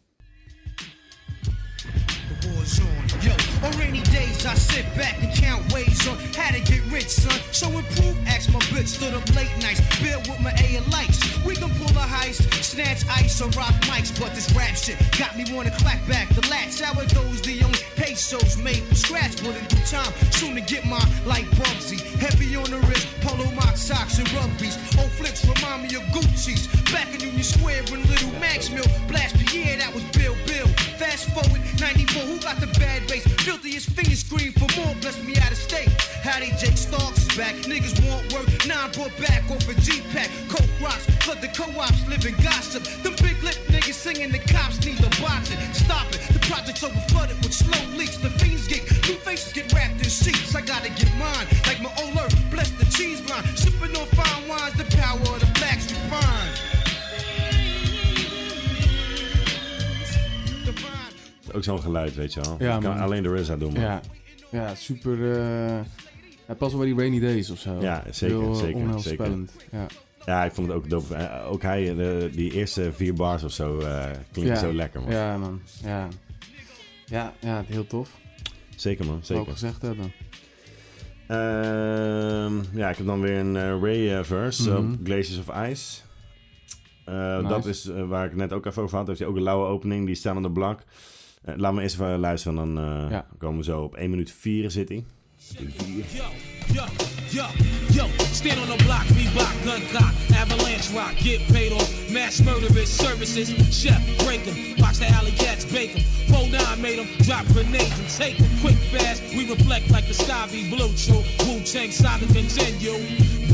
the war's on. Yo, on rainy days I sit back and count ways on how to get rich, son. So improve, ask my bitch, stood up late nights, build with my A and lights. We can pull a heist, snatch ice or rock mics, but this rap shit got me wanna clap back the lats. How it goes, the only pesos made from scratch, but in due time, soon to get mine like Bugsy. Heavy on the wrist, polo mock socks and rugbies. Old flicks remind me of Gucci's. Back in Union Square when Little Max Mill blast Pierre, that was Bill Bill. Fast forward 94, who got the bad base? Filthy as fingers scream for more, bless me out of state. How they Jake Starks is back, niggas want work, nine brought back off a G-Pack. Coke rocks, flood the co-ops, living gossip. Them big lip niggas singing the cops need the boxing. Stop it, the project's over flooded with slow leaks. The fiends get, new faces get wrapped in sheets. I gotta get mine, like my old earth, bless the cheese blind. Sipping on fine wines, the power of the blacks refined. Divine.
Ook zo'n geluid, weet je wel.
Ja,
Dat kan
man.
alleen de RZA doen, man.
Ja, ja super... eh hij past wel bij die Rainy Days of zo.
Ja, zeker,
Heel, eh,
zeker,
onheilspellend. Ja.
Ja, ik vond het ook dope. Eh, Ook hij, eh, die eerste vier bars of zo, eh klinkt
Ja.
zo lekker, man.
ja, man. Ja. Ja, ja, heel tof.
Zeker, man.
Zeker. Ook
Zeker.
gezegd hebben.
Ehm, ja, ik heb dan weer een eh, Ray eh, verse, eh,
Mhm.
Glaciers of Ice. Eh,
Nice.
Dat is eh, waar ik net ook even over had. Heeft hij ook een lauwe opening, die staan aan de blak. Eh, laat me eerst even luisteren, dan eh,
Ja.
komen we zo op 1 minuut 4 zit hij.
Yo, yo, yo, yo. Stand on the block, Reebok, gun cock, avalanche rock, get paid off. Mass murderers, services, chef, break 'em. Box the alley cats, bake 'em. Four nine made 'em, drop grenades and take 'em. Quick, fast, we reflect like the sky be blue, true. Wu Tang saga continue.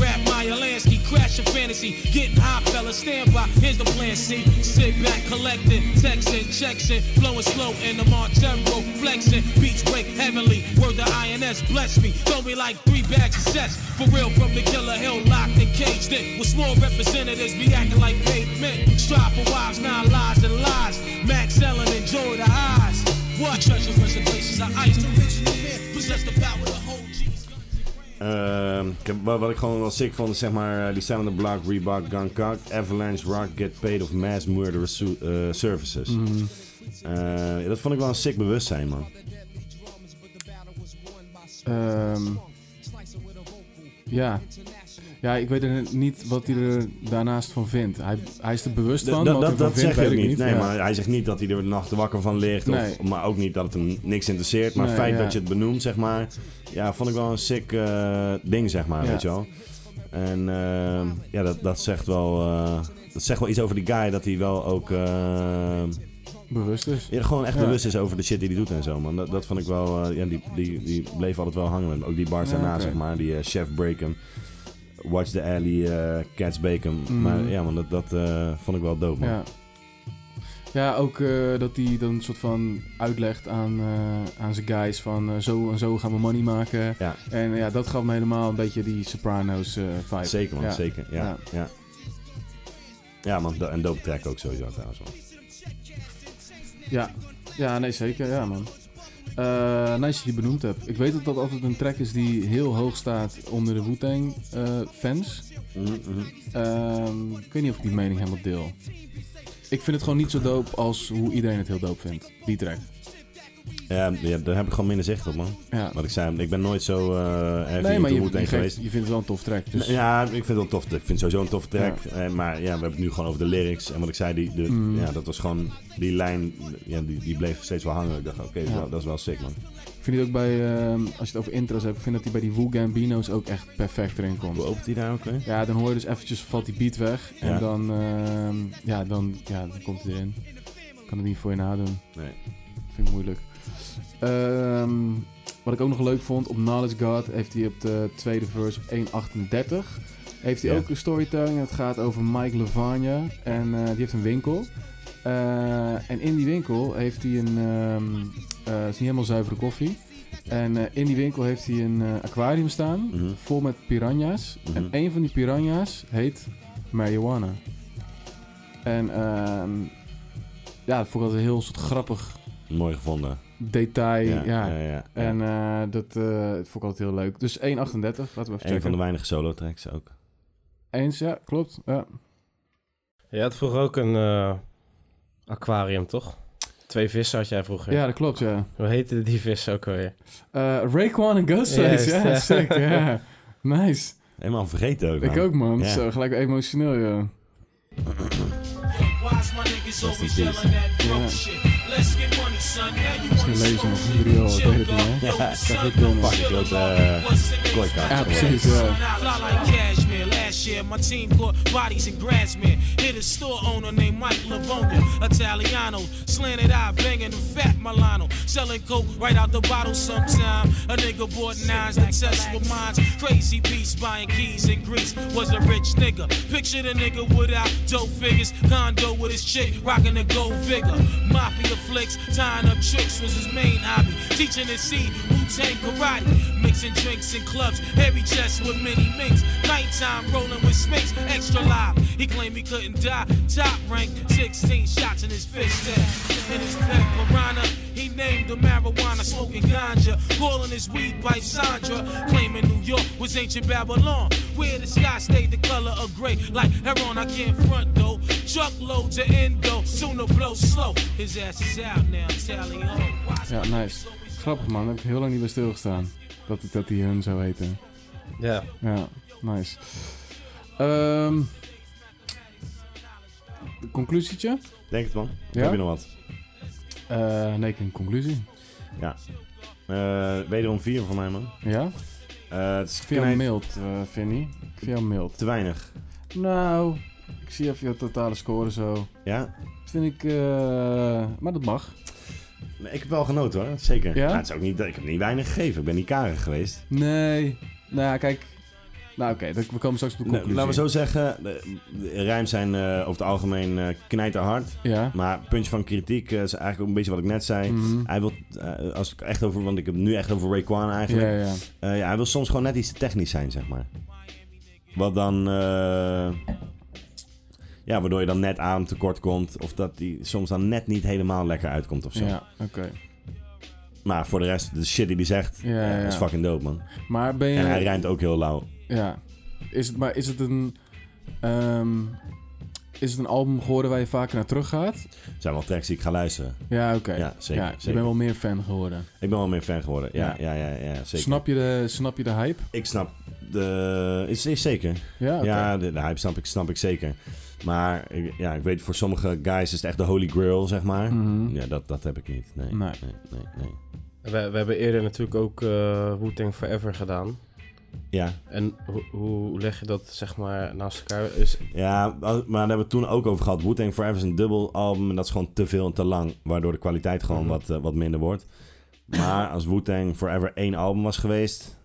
Rap Meyer Lansky, crash your fantasy. Getting high, fella, stand by, here's the plan, see. Sit back, collecting, texting, checking. Flowing slow in the Montero, flexing. Beats wake heavenly, word the INS, bless me. Throw me like three bags of sets. For real, from the killer hill, locked and caged in. With small representatives, be acting like paid men. Strive for wives, nine lies and lies. Max Ellen, enjoy the eyes. What treasures, reservations, are ice. The original man possess the power to hold Jesus.
Ehm, ik heb, wat, wat ik gewoon wel sick vond, is zeg maar, eh, die staan aan de blok, Reebok, Gun Cock, Avalanche, Rock, Get Paid of Mass Murderous Su- eh, Services.
Mhm.
Eh, dat vond ik wel een sick bewustzijn, man.
Ehm, ja. ja, ik weet er niet wat hij er daarnaast van vindt. Hij, hij is er bewust van,
Dat- dat
maar wat hij ervan
dat, dat
vindt,
zeg je ook
weet ik
niet. Nee,
Ja.
maar hij zegt niet dat hij er de nacht wakker van ligt, of-
Nee.
maar ook niet dat het hem niks interesseert. Maar
Nee,
het feit
ja.
dat je het benoemt, zeg maar, ja, vond ik wel een sick eh, ding, zeg maar,
Ja.
weet je wel. En ehm, ja, dat, dat zegt wel... eh, dat zegt wel iets over die guy, dat hij wel ook... ehm,
Bewust is.
Ja, gewoon echt
Ja.
bewust is over de shit die hij doet en zo, man. Dat, dat vond ik wel... eh, ja, die, die, die bleef altijd wel hangen met me. Ook die bars
Ja,
daarna,
oké.
zeg maar. Die eh, Chef Breakham. Watch the Alley, eh Cats Bacon.
Mhm.
Maar ja, man, dat, dat eh, vond ik wel dope, man.
Ja. Ja, ook eh, dat hij dan een soort van uitlegt aan, eh, aan zijn guys van eh, zo en zo gaan we money maken.
Ja.
En eh, ja, dat gaf me helemaal een beetje die Sopranos eh vibe.
Zeker, man,
Ja.
zeker. Ja, ja.
Ja.
ja. man, do- en dope track ook sowieso trouwens, man.
Ja, ja nee, zeker. Ja, man. Eh, nice dat je die benoemd hebt. Ik weet dat dat altijd een track is die heel hoog staat onder de Wu-Tang eh, fans.
Mhm, mhm.
Ehm, ik weet niet of ik die mening helemaal deel. Ik vind het gewoon niet zo dope als hoe iedereen het heel dope vindt. Die track.
Ja, ja, daar heb ik gewoon minder zicht op, man.
Ja.
Wat ik zei, ik ben nooit zo eh heavy
Nee, maar
into
je, je,
Wu-Tang
geeft-
geweest.
je vindt het wel een tof track. Dus...
Ja, ik vind het wel een tof. Ik vind het sowieso een toffe track. Eh, maar ja, we hebben het nu gewoon over de lyrics. En wat ik zei, die, de,
Mm.
ja, dat was gewoon... Die lijn, ja, die, die bleef steeds wel hangen. Ik dacht, oké, dat, is
Ja.
wel- dat is wel sick, man.
Ik vind het ook bij, ehm, als je het over intros hebt, ik vind dat die bij die Wu Gambino's ook echt perfect erin komt.
Hoe opent die daar ook weer?
Ja, dan hoor je dus eventjes, valt die beat weg. En
Ja.
dan, ehm, ja, dan, ja, dan komt hij erin. Ik kan het niet voor je nadoen.
Nee.
Vind ik moeilijk. Ehm, wat ik ook nog leuk vond, op Knowledge God heeft hij op de tweede verse op 1.38... Heeft hij
Ja.
ook een storytelling. Het gaat over Mike Lavagna. En eh, die heeft een winkel. Eh, en in die winkel heeft hij een... ehm, eh, het is niet helemaal zuivere koffie. En eh, in die winkel heeft hij een eh, aquarium staan.
Mhm.
Vol met piranha's.
Mhm.
En een van die piranha's heet marijuana. En ehm, ja, dat vond ik altijd een heel soort grappig
Mhm, Mooi gevonden.
detail. Ja,
ja, ja.
En eh, dat eh, vond ik altijd heel leuk. Dus 1,38. Laten we even
een van de
checken.
weinige solo tracks ook.
Eens, ja, klopt. Ja.
Je had vroeger ook een eh, aquarium, toch? Twee vissen had jij vroeger.
ja, dat klopt, ja.
Hoe heette die vissen ook alweer?
Eh Raekwon en Ghostface,
Juist,
ja,
ja.
sick, ja. Nice.
Helemaal vergeten ook.
Ik
man.
ook, man.
Nou, Ja.
Zo, gelijk emotioneel, ja.
Why's my niggas always
in
yelling
peace.
that broke shit? Let's get money, son. Now you
Misschien
wanna
lezen
smoke
nog
weed,
jullie al, ik
chill,
weet het niet,
dog.
hè?
Yo,
Ja, ik
son,
heb het door, man.
chill,
Ik wil het,
dog.
eh,
What's the next
kooikaart
time?
Ja, precies, ja.
Fly like cashmere. Last year, my team caught bodies in Grassmere. Hit a store owner named Mike Lavonda, Italiano. Slanted eye, banging the fat Milano. Selling coke right out the bottle sometime. A nigga bought nines to test with mines. Crazy beast buying keys in Greece. Was a rich nigga. Picture the nigga without dope figures. Condo with his chick, rocking a gold vigor. Mafia flicks, tying up tricks was his main hobby. Teaching his seed, Wu-Tang karate. Mixing drinks in clubs, heavy chest with many minks. Nighttime rolling with snakes, extra live. He claimed he couldn't die. Top rank, 16 shots in his fist. In his pet piranha, he named the marijuana smoking ganja. Calling his weed pipe Sandra. Claiming New York was ancient Babylon. Where the sky stayed the color of gray. Like heroin, I can't front though. Truckloads of endo, sooner blow slow. His ass is out now, Oh, Italian.
Ja, nice. Grappig, man. Daar heb ik heel lang niet bij stilgestaan. Dat, dat die hun zou heten.
Ja.
Ja, nice. Ehm conclusietje?
Denk het, man.
Ja?
Heb je nog wat?
Eh, nee, ik heb een conclusie.
Eh, wederom vier voor mij, man.
Ja? Ik
Eh, het is
vind jou
knijt-
mild, eh, Vinny. Ik vind jou mild.
te weinig.
Nou, ik zie even je totale score zo.
Ja?
Vind ik... eh, maar dat mag.
Nee, Ik heb wel genoten, hoor. Zeker.
Ja?
Maar het is ook niet, ik heb niet weinig gegeven. Ik ben niet karig geweest.
Nee. Nou, ja, kijk. Nou, oké, dat- we komen straks op de
Nou,
conclusie.
laten we zo zeggen, de, de rijms zijn eh, over het algemeen eh knijterhard.
Ja.
Maar puntje van kritiek eh, is eigenlijk ook een beetje wat ik net zei.
Mhm.
Hij wil, eh, als ik echt over, want ik heb het nu echt over Rayquan
Ja,
eigenlijk.
ja.
Eh, ja, hij wil soms gewoon net iets te technisch zijn, zeg maar. Wat dan, eh, ja, waardoor je dan net aan tekort komt. Of dat hij soms dan net niet helemaal lekker uitkomt of zo.
Ja, oké.
Maar voor de rest, de shit die hij zegt,
Ja, ja,
eh,
ja.
is fucking dope, man.
Maar ben je...
En hij rijmt ook heel lauw.
Ja. Is het, maar is het een... ehm, is het een album geworden waar je vaker naar terug gaat?
Er zijn wel tracks die ik ga luisteren.
Ja, oké.
Ja, zeker.
Ja,
zeker.
je bent wel meer fan geworden.
Ik ben wel meer fan geworden. Ja, ja, ja, ja, zeker.
Snap je, de, snap je de hype?
Ik snap de... Is, is zeker.
Ja, oké.
Ja, de, de hype snap ik, snap ik zeker. Maar ik- ja, ik weet, voor sommige guys is het echt de holy grail, zeg maar.
Mhm.
Ja, dat, dat heb ik niet. Nee, nee,
Nee.
nee. nee.
We, we hebben eerder natuurlijk ook eh Wu-Tang Forever gedaan.
Ja,
En ho- hoe leg je dat, zeg maar, naast elkaar? Is,
ja, maar daar hebben we het toen ook over gehad. Wu-Tang Forever is een dubbel album en dat is gewoon te veel en te lang. Waardoor de kwaliteit gewoon
Mhm.
wat, eh, wat minder wordt. Maar als Wu-Tang Forever één album was geweest...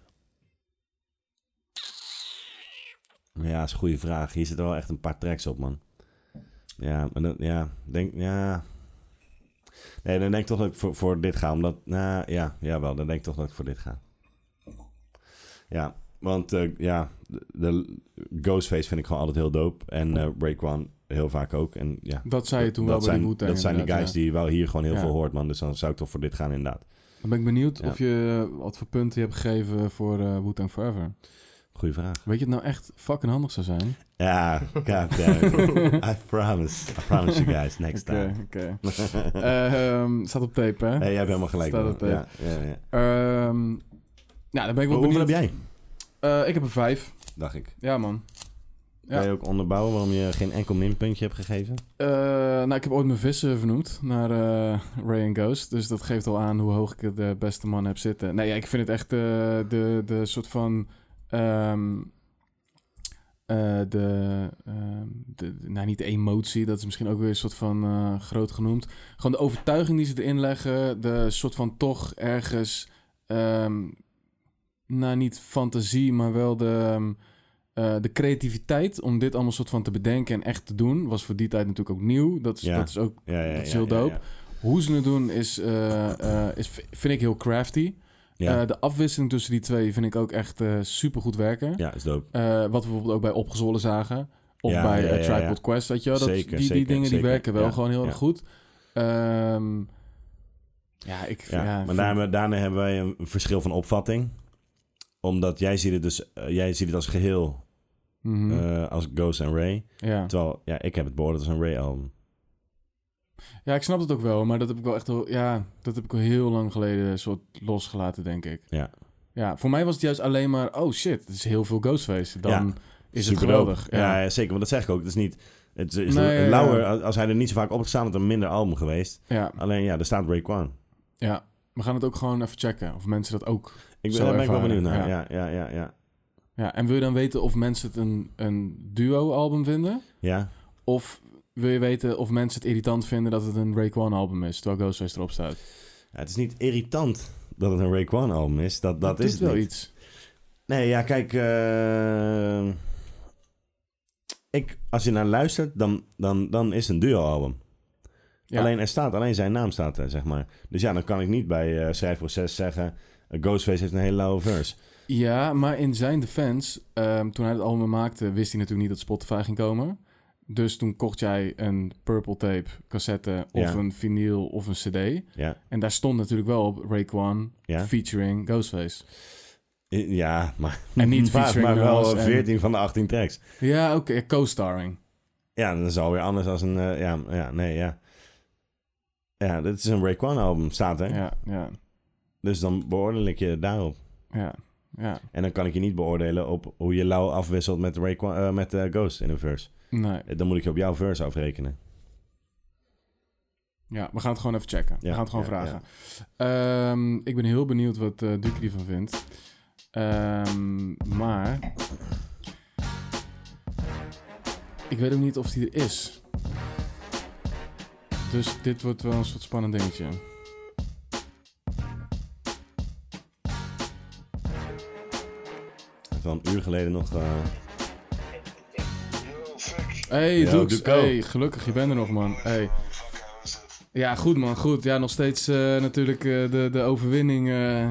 Ja, is een goede vraag. Hier zitten wel echt een paar tracks op, man. Ja, maar dan, ja, denk, ja. Nee, dan denk ik toch dat ik voor, voor dit ga, omdat, nou, ja, jawel, dan denk ik toch dat ik voor dit ga. Ja, want, eh, ja, de, de Ghostface vind ik gewoon altijd heel dope. En eh Break One heel vaak ook. En ja,
Dat zei je toen wel
dat,
bij
zijn,
die wu
dat zijn de guys die wel hier gewoon heel
Ja.
veel hoort, man. Dus dan zou ik toch voor dit gaan, inderdaad.
Dan ben ik benieuwd
Ja.
of je eh, wat voor punten je hebt gegeven voor eh Wu-Tang Forever.
Goeie vraag.
Weet je het nou echt fucking handig zou zijn?
Ja, goddamn. I promise. I promise you guys next
Oké,
time.
oké. Eh, ehm, staat op tape, hè?
Hey, jij hebt helemaal gelijk.
Staat
man.
op tape.
ja, ja, ja.
Ehm, nou, dan ben ik wel
Hoeveel
benieuwd.
heb jij?
Eh, ik heb een vijf.
Dacht ik.
Ja, man. Ja.
Kan je ook onderbouwen waarom je geen enkel minpuntje hebt gegeven?
Eh, nou, ik heb ooit mijn vissen vernoemd naar eh, Ray en Ghost. Dus dat geeft al aan hoe hoog ik de beste man heb zitten. Nee, ja, ik vind het echt eh, de, de soort van... ehm, eh, de, ehm, de, de- nou niet de emotie, dat is misschien ook weer een soort van eh, groot genoemd. Gewoon de overtuiging die ze erin leggen, de soort van toch ergens, ehm, nou niet fantasie, maar wel de, ehm, eh, de creativiteit om dit allemaal soort van te bedenken en echt te doen, was voor die tijd natuurlijk ook nieuw. Dat is,
Ja.
dat is ook
Ja, ja,
Dat is
ja,
heel
ja,
dope. hoe ze het doen, is, eh, eh, is, vind ik heel crafty.
Ja, ja.
Eh, de afwisseling tussen die twee vind ik ook echt eh super goed werken.
Ja, is dope.
Eh, wat we bijvoorbeeld ook bij Opgezwollen zagen. Of
Ja,
bij
ja,
eh,
ja, ja.
Tripod Quest, weet je wel. Dat,
Zeker,
die, die
zeker,
dingen
zeker.
die werken wel
Ja,
gewoon heel
ja.
erg goed. Ehm, ja, ik...
Ja.
Ja,
maar
vind-
daarna, daarna hebben wij een verschil van opvatting. Omdat jij ziet het dus eh, jij ziet het als geheel,
Mhm,
eh, als Ghost en Ray.
ja.
Terwijl, ja, ik heb het beoordeeld als een Ray-album.
ja, ik snap het ook wel. Maar dat heb ik wel echt... Heel, ja, dat heb ik al heel lang geleden soort losgelaten, denk ik.
Ja.
Ja, voor mij was het juist alleen maar... Oh shit, het is heel veel Ghostface. Dan
Ja,
is
Super
het geweldig.
dope. Ja. ja, zeker. Want dat zeg ik ook. Het is niet... Het is
Nee, ja, ja.
lauwer, als hij er niet zo vaak op had gestaan, had het een minder album geweest.
ja,
Alleen ja, er staat Break One.
ja. We gaan het ook gewoon even checken. Of mensen dat ook
Ik ben,
Zo
daar ben ik wel benieuwd
ervaren,
naar. Ja, ja, ja, ja.
Ja, en wil je dan weten of mensen het een, een duo-album vinden?
Ja,
Of wil je weten of mensen het irritant vinden dat het een Raekwon-album is, terwijl Ghostface erop staat?
Ja, het is niet irritant dat het een Ray One album is. Dat, dat
doet
is het
wel
niet.
iets.
Nee, ja, kijk. eh, ik, als je naar luistert, dan, dan, dan is het een duo-album.
Ja.
Alleen er staat, alleen zijn naam staat er, zeg maar. Dus ja, dan kan ik niet bij eh, schrijfproces zeggen. eh, Ghostface heeft een hele lauwe verse.
Ja, maar in zijn defense, ehm, toen hij het album maakte, wist hij natuurlijk niet dat Spotify ging komen. Dus toen kocht jij een purple tape, cassette of
Ja.
een vinyl of een cd.
Ja.
En daar stond natuurlijk wel op Raekwon
Ja.
featuring Ghostface.
I- Ja, maar,
En niet
maar,
featuring
maar wel
Nas en-
14 van de 18 tracks.
Ja, oké, co-starring.
Ja, dat is alweer anders als een... eh, ja, ja, nee, ja. Ja, dit is een Ray One album, staat er.
Ja, ja,
Dus dan beoordeel ik je daarop.
ja, ja.
En dan kan ik je niet beoordelen op hoe je Lau afwisselt met, Ray, met eh, Ghost in een verse.
Nee.
Eh, Dan moet ik je op jouw verse afrekenen.
Ja, we gaan het gewoon even checken. we
Ja,
gaan het gewoon
ja,
vragen. Ehm, ik ben heel benieuwd wat eh Duke hiervan vindt. Ehm, maar... Ik weet ook niet of die er is. Dus dit wordt wel een soort spannend dingetje.
Het is al een uur geleden nog... eh,
Hey,
Yo,
Doeks.
Duco.
Hey, gelukkig, je bent er nog, man. Hey. Ja, goed, man, goed. Ja, nog steeds eh, natuurlijk eh, de, de overwinning eh,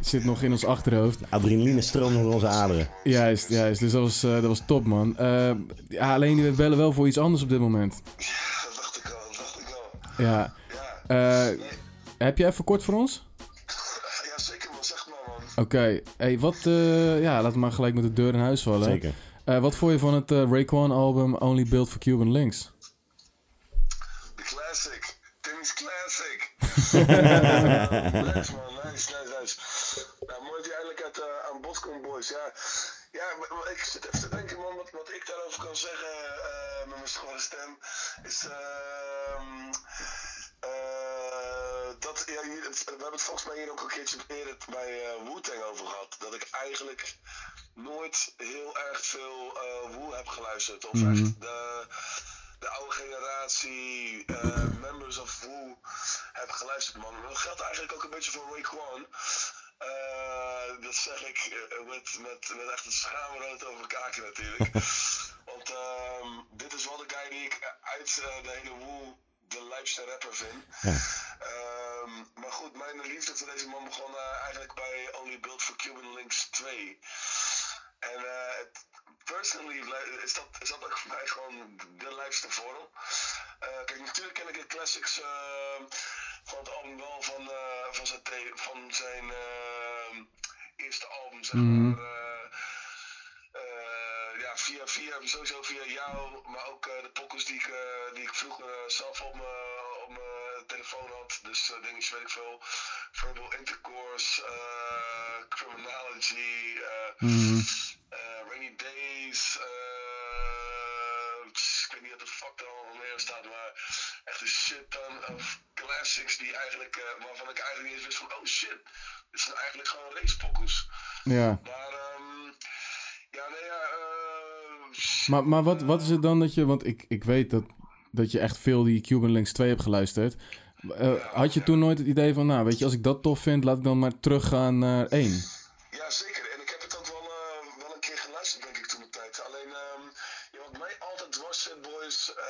zit nog in ons achterhoofd.
adrenaline stroomt door onze aderen.
Juist, juist. Dus dat was, eh, dat was top, man. Eh, ja, alleen we bellen wel voor iets anders op dit moment.
Dat dacht ik al, dat dacht ik al.
Ja.
Ja,
Eh, heb je even kort voor ons?
ja zeker man, zeg maar man.
Oké. Hey, wat... eh, ja, laten we maar gelijk met de deur in huis vallen.
Zeker.
Eh, wat vond je van het eh Raekwon-album Only Built for Cuban Links?
De classic. Timmy's classic. nice man, nice, nice, nice. Nou, mooi dat je eindelijk uit, eh, aan bod komt, boys. Ja, ja maar, maar ik zit even te denken, man, wat, wat ik daarover kan zeggen eh, met mijn schorre stem, is ehm, eh, dat, ja, hier, we hebben het volgens mij hier ook een keertje eerder bij eh Wu-Tang over gehad, dat ik eigenlijk nooit heel erg veel eh Wu heb geluisterd, of echt de, de oude generatie eh, members of Wu heb geluisterd, man. Dat geldt eigenlijk ook een beetje voor Ray Kwan. Eh, dat zeg ik eh, met, met, met echt een schaamrood over kaken natuurlijk. Want ehm, dit is wel de guy die ik uit eh, de hele woel de lijpste rapper vind. Ehm, maar goed, mijn liefde voor deze man begon eh, eigenlijk bij Only Built for Cuban Links 2. En eh, het- personally li- is dat, is dat ook voor mij gewoon de lijfste vorm. Eh, kijk, natuurlijk ken ik de classics eh, van het album wel van, eh, van zijn, the- van zijn eh, eerste album, zeg maar. Eh, eh, ja, via, via, sowieso via jou, maar ook eh, de pokkels die ik, eh, die ik vroeger eh, zelf op mijn op mijn telefoon had. Dus eh dingetjes, weet ik veel. Verbal Intercourse, eh, Criminology, eh, eh, Rainy Days, eh, pss, ik weet niet wat de fuck er allemaal meer staat, maar echt een shit ton of classics die eigenlijk, eh, waarvan ik eigenlijk niet eens wist van, oh shit, dit zijn eigenlijk gewoon racepokkels.
Ja.
Maar, ehm, ja, nee, ja, eh,
Maar, maar wat, wat is het dan dat je... Want ik, ik weet dat, dat je echt veel die Cuban Links 2 hebt geluisterd. Eh, had je toen nooit het idee van... Nou, weet je, als ik dat tof vind, laat ik dan maar teruggaan naar 1.
Ja, zeker. En ik heb het ook wel, eh, wel een keer geluisterd, denk ik, toen de tijd. Alleen, ehm ja, wat mij altijd dwars zit, boys, eh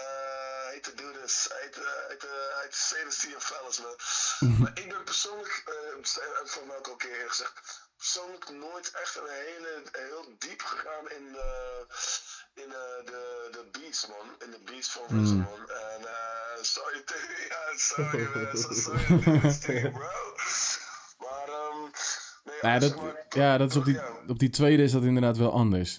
hate to do this, hate, eh, hate, eh, hate to say this to your fellas, man. maar ik ben persoonlijk, eh, heb ik van mij ook al een keer eerder gezegd, persoonlijk nooit echt een hele, heel diep gegaan in, eh, in eh, de, de beats, man. In de beats van Rizzo, man. En eh, sorry, to, ja, sorry, man. So sorry to do this to you, bro. Maar, ehm nee,
Nou ja,
als ik
dat,
maar-
ja, dat is op, die,
Ja,
op die tweede is dat inderdaad wel anders.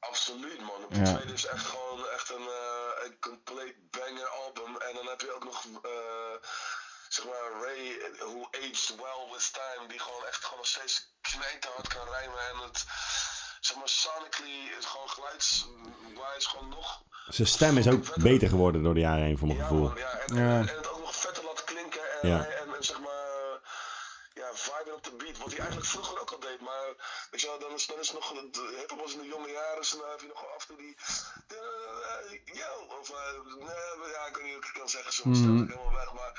Absoluut, man. Op de
Ja.
tweede is echt gewoon echt een, eh, een compleet banger album. En dan heb je ook nog, eh, zeg maar, Ray, eh, who aged well with time, die gewoon echt gewoon nog steeds knijterhard kan rijmen. En het, zeg maar, sonically, het gewoon geluidswijs gewoon nog...
Zijn stem is ook beter geworden door de jaren heen, voor mijn
Ja,
gevoel.
man, ja. En,
Ja.
en het ook nog vetter laten klinken. En,
Ja.
en, en zeg maar, ja, viben op de beat. Wat hij eigenlijk vroeger ook al deed. Maar weet je wel, dan is, dan is nog, de- de hip-hop was in de jonge jaren. Dus dan heb je nog af en toe die, eh, yo, of, eh, nee, ja, ik weet niet wat ik kan zeggen. Soms stel ik helemaal weg. Maar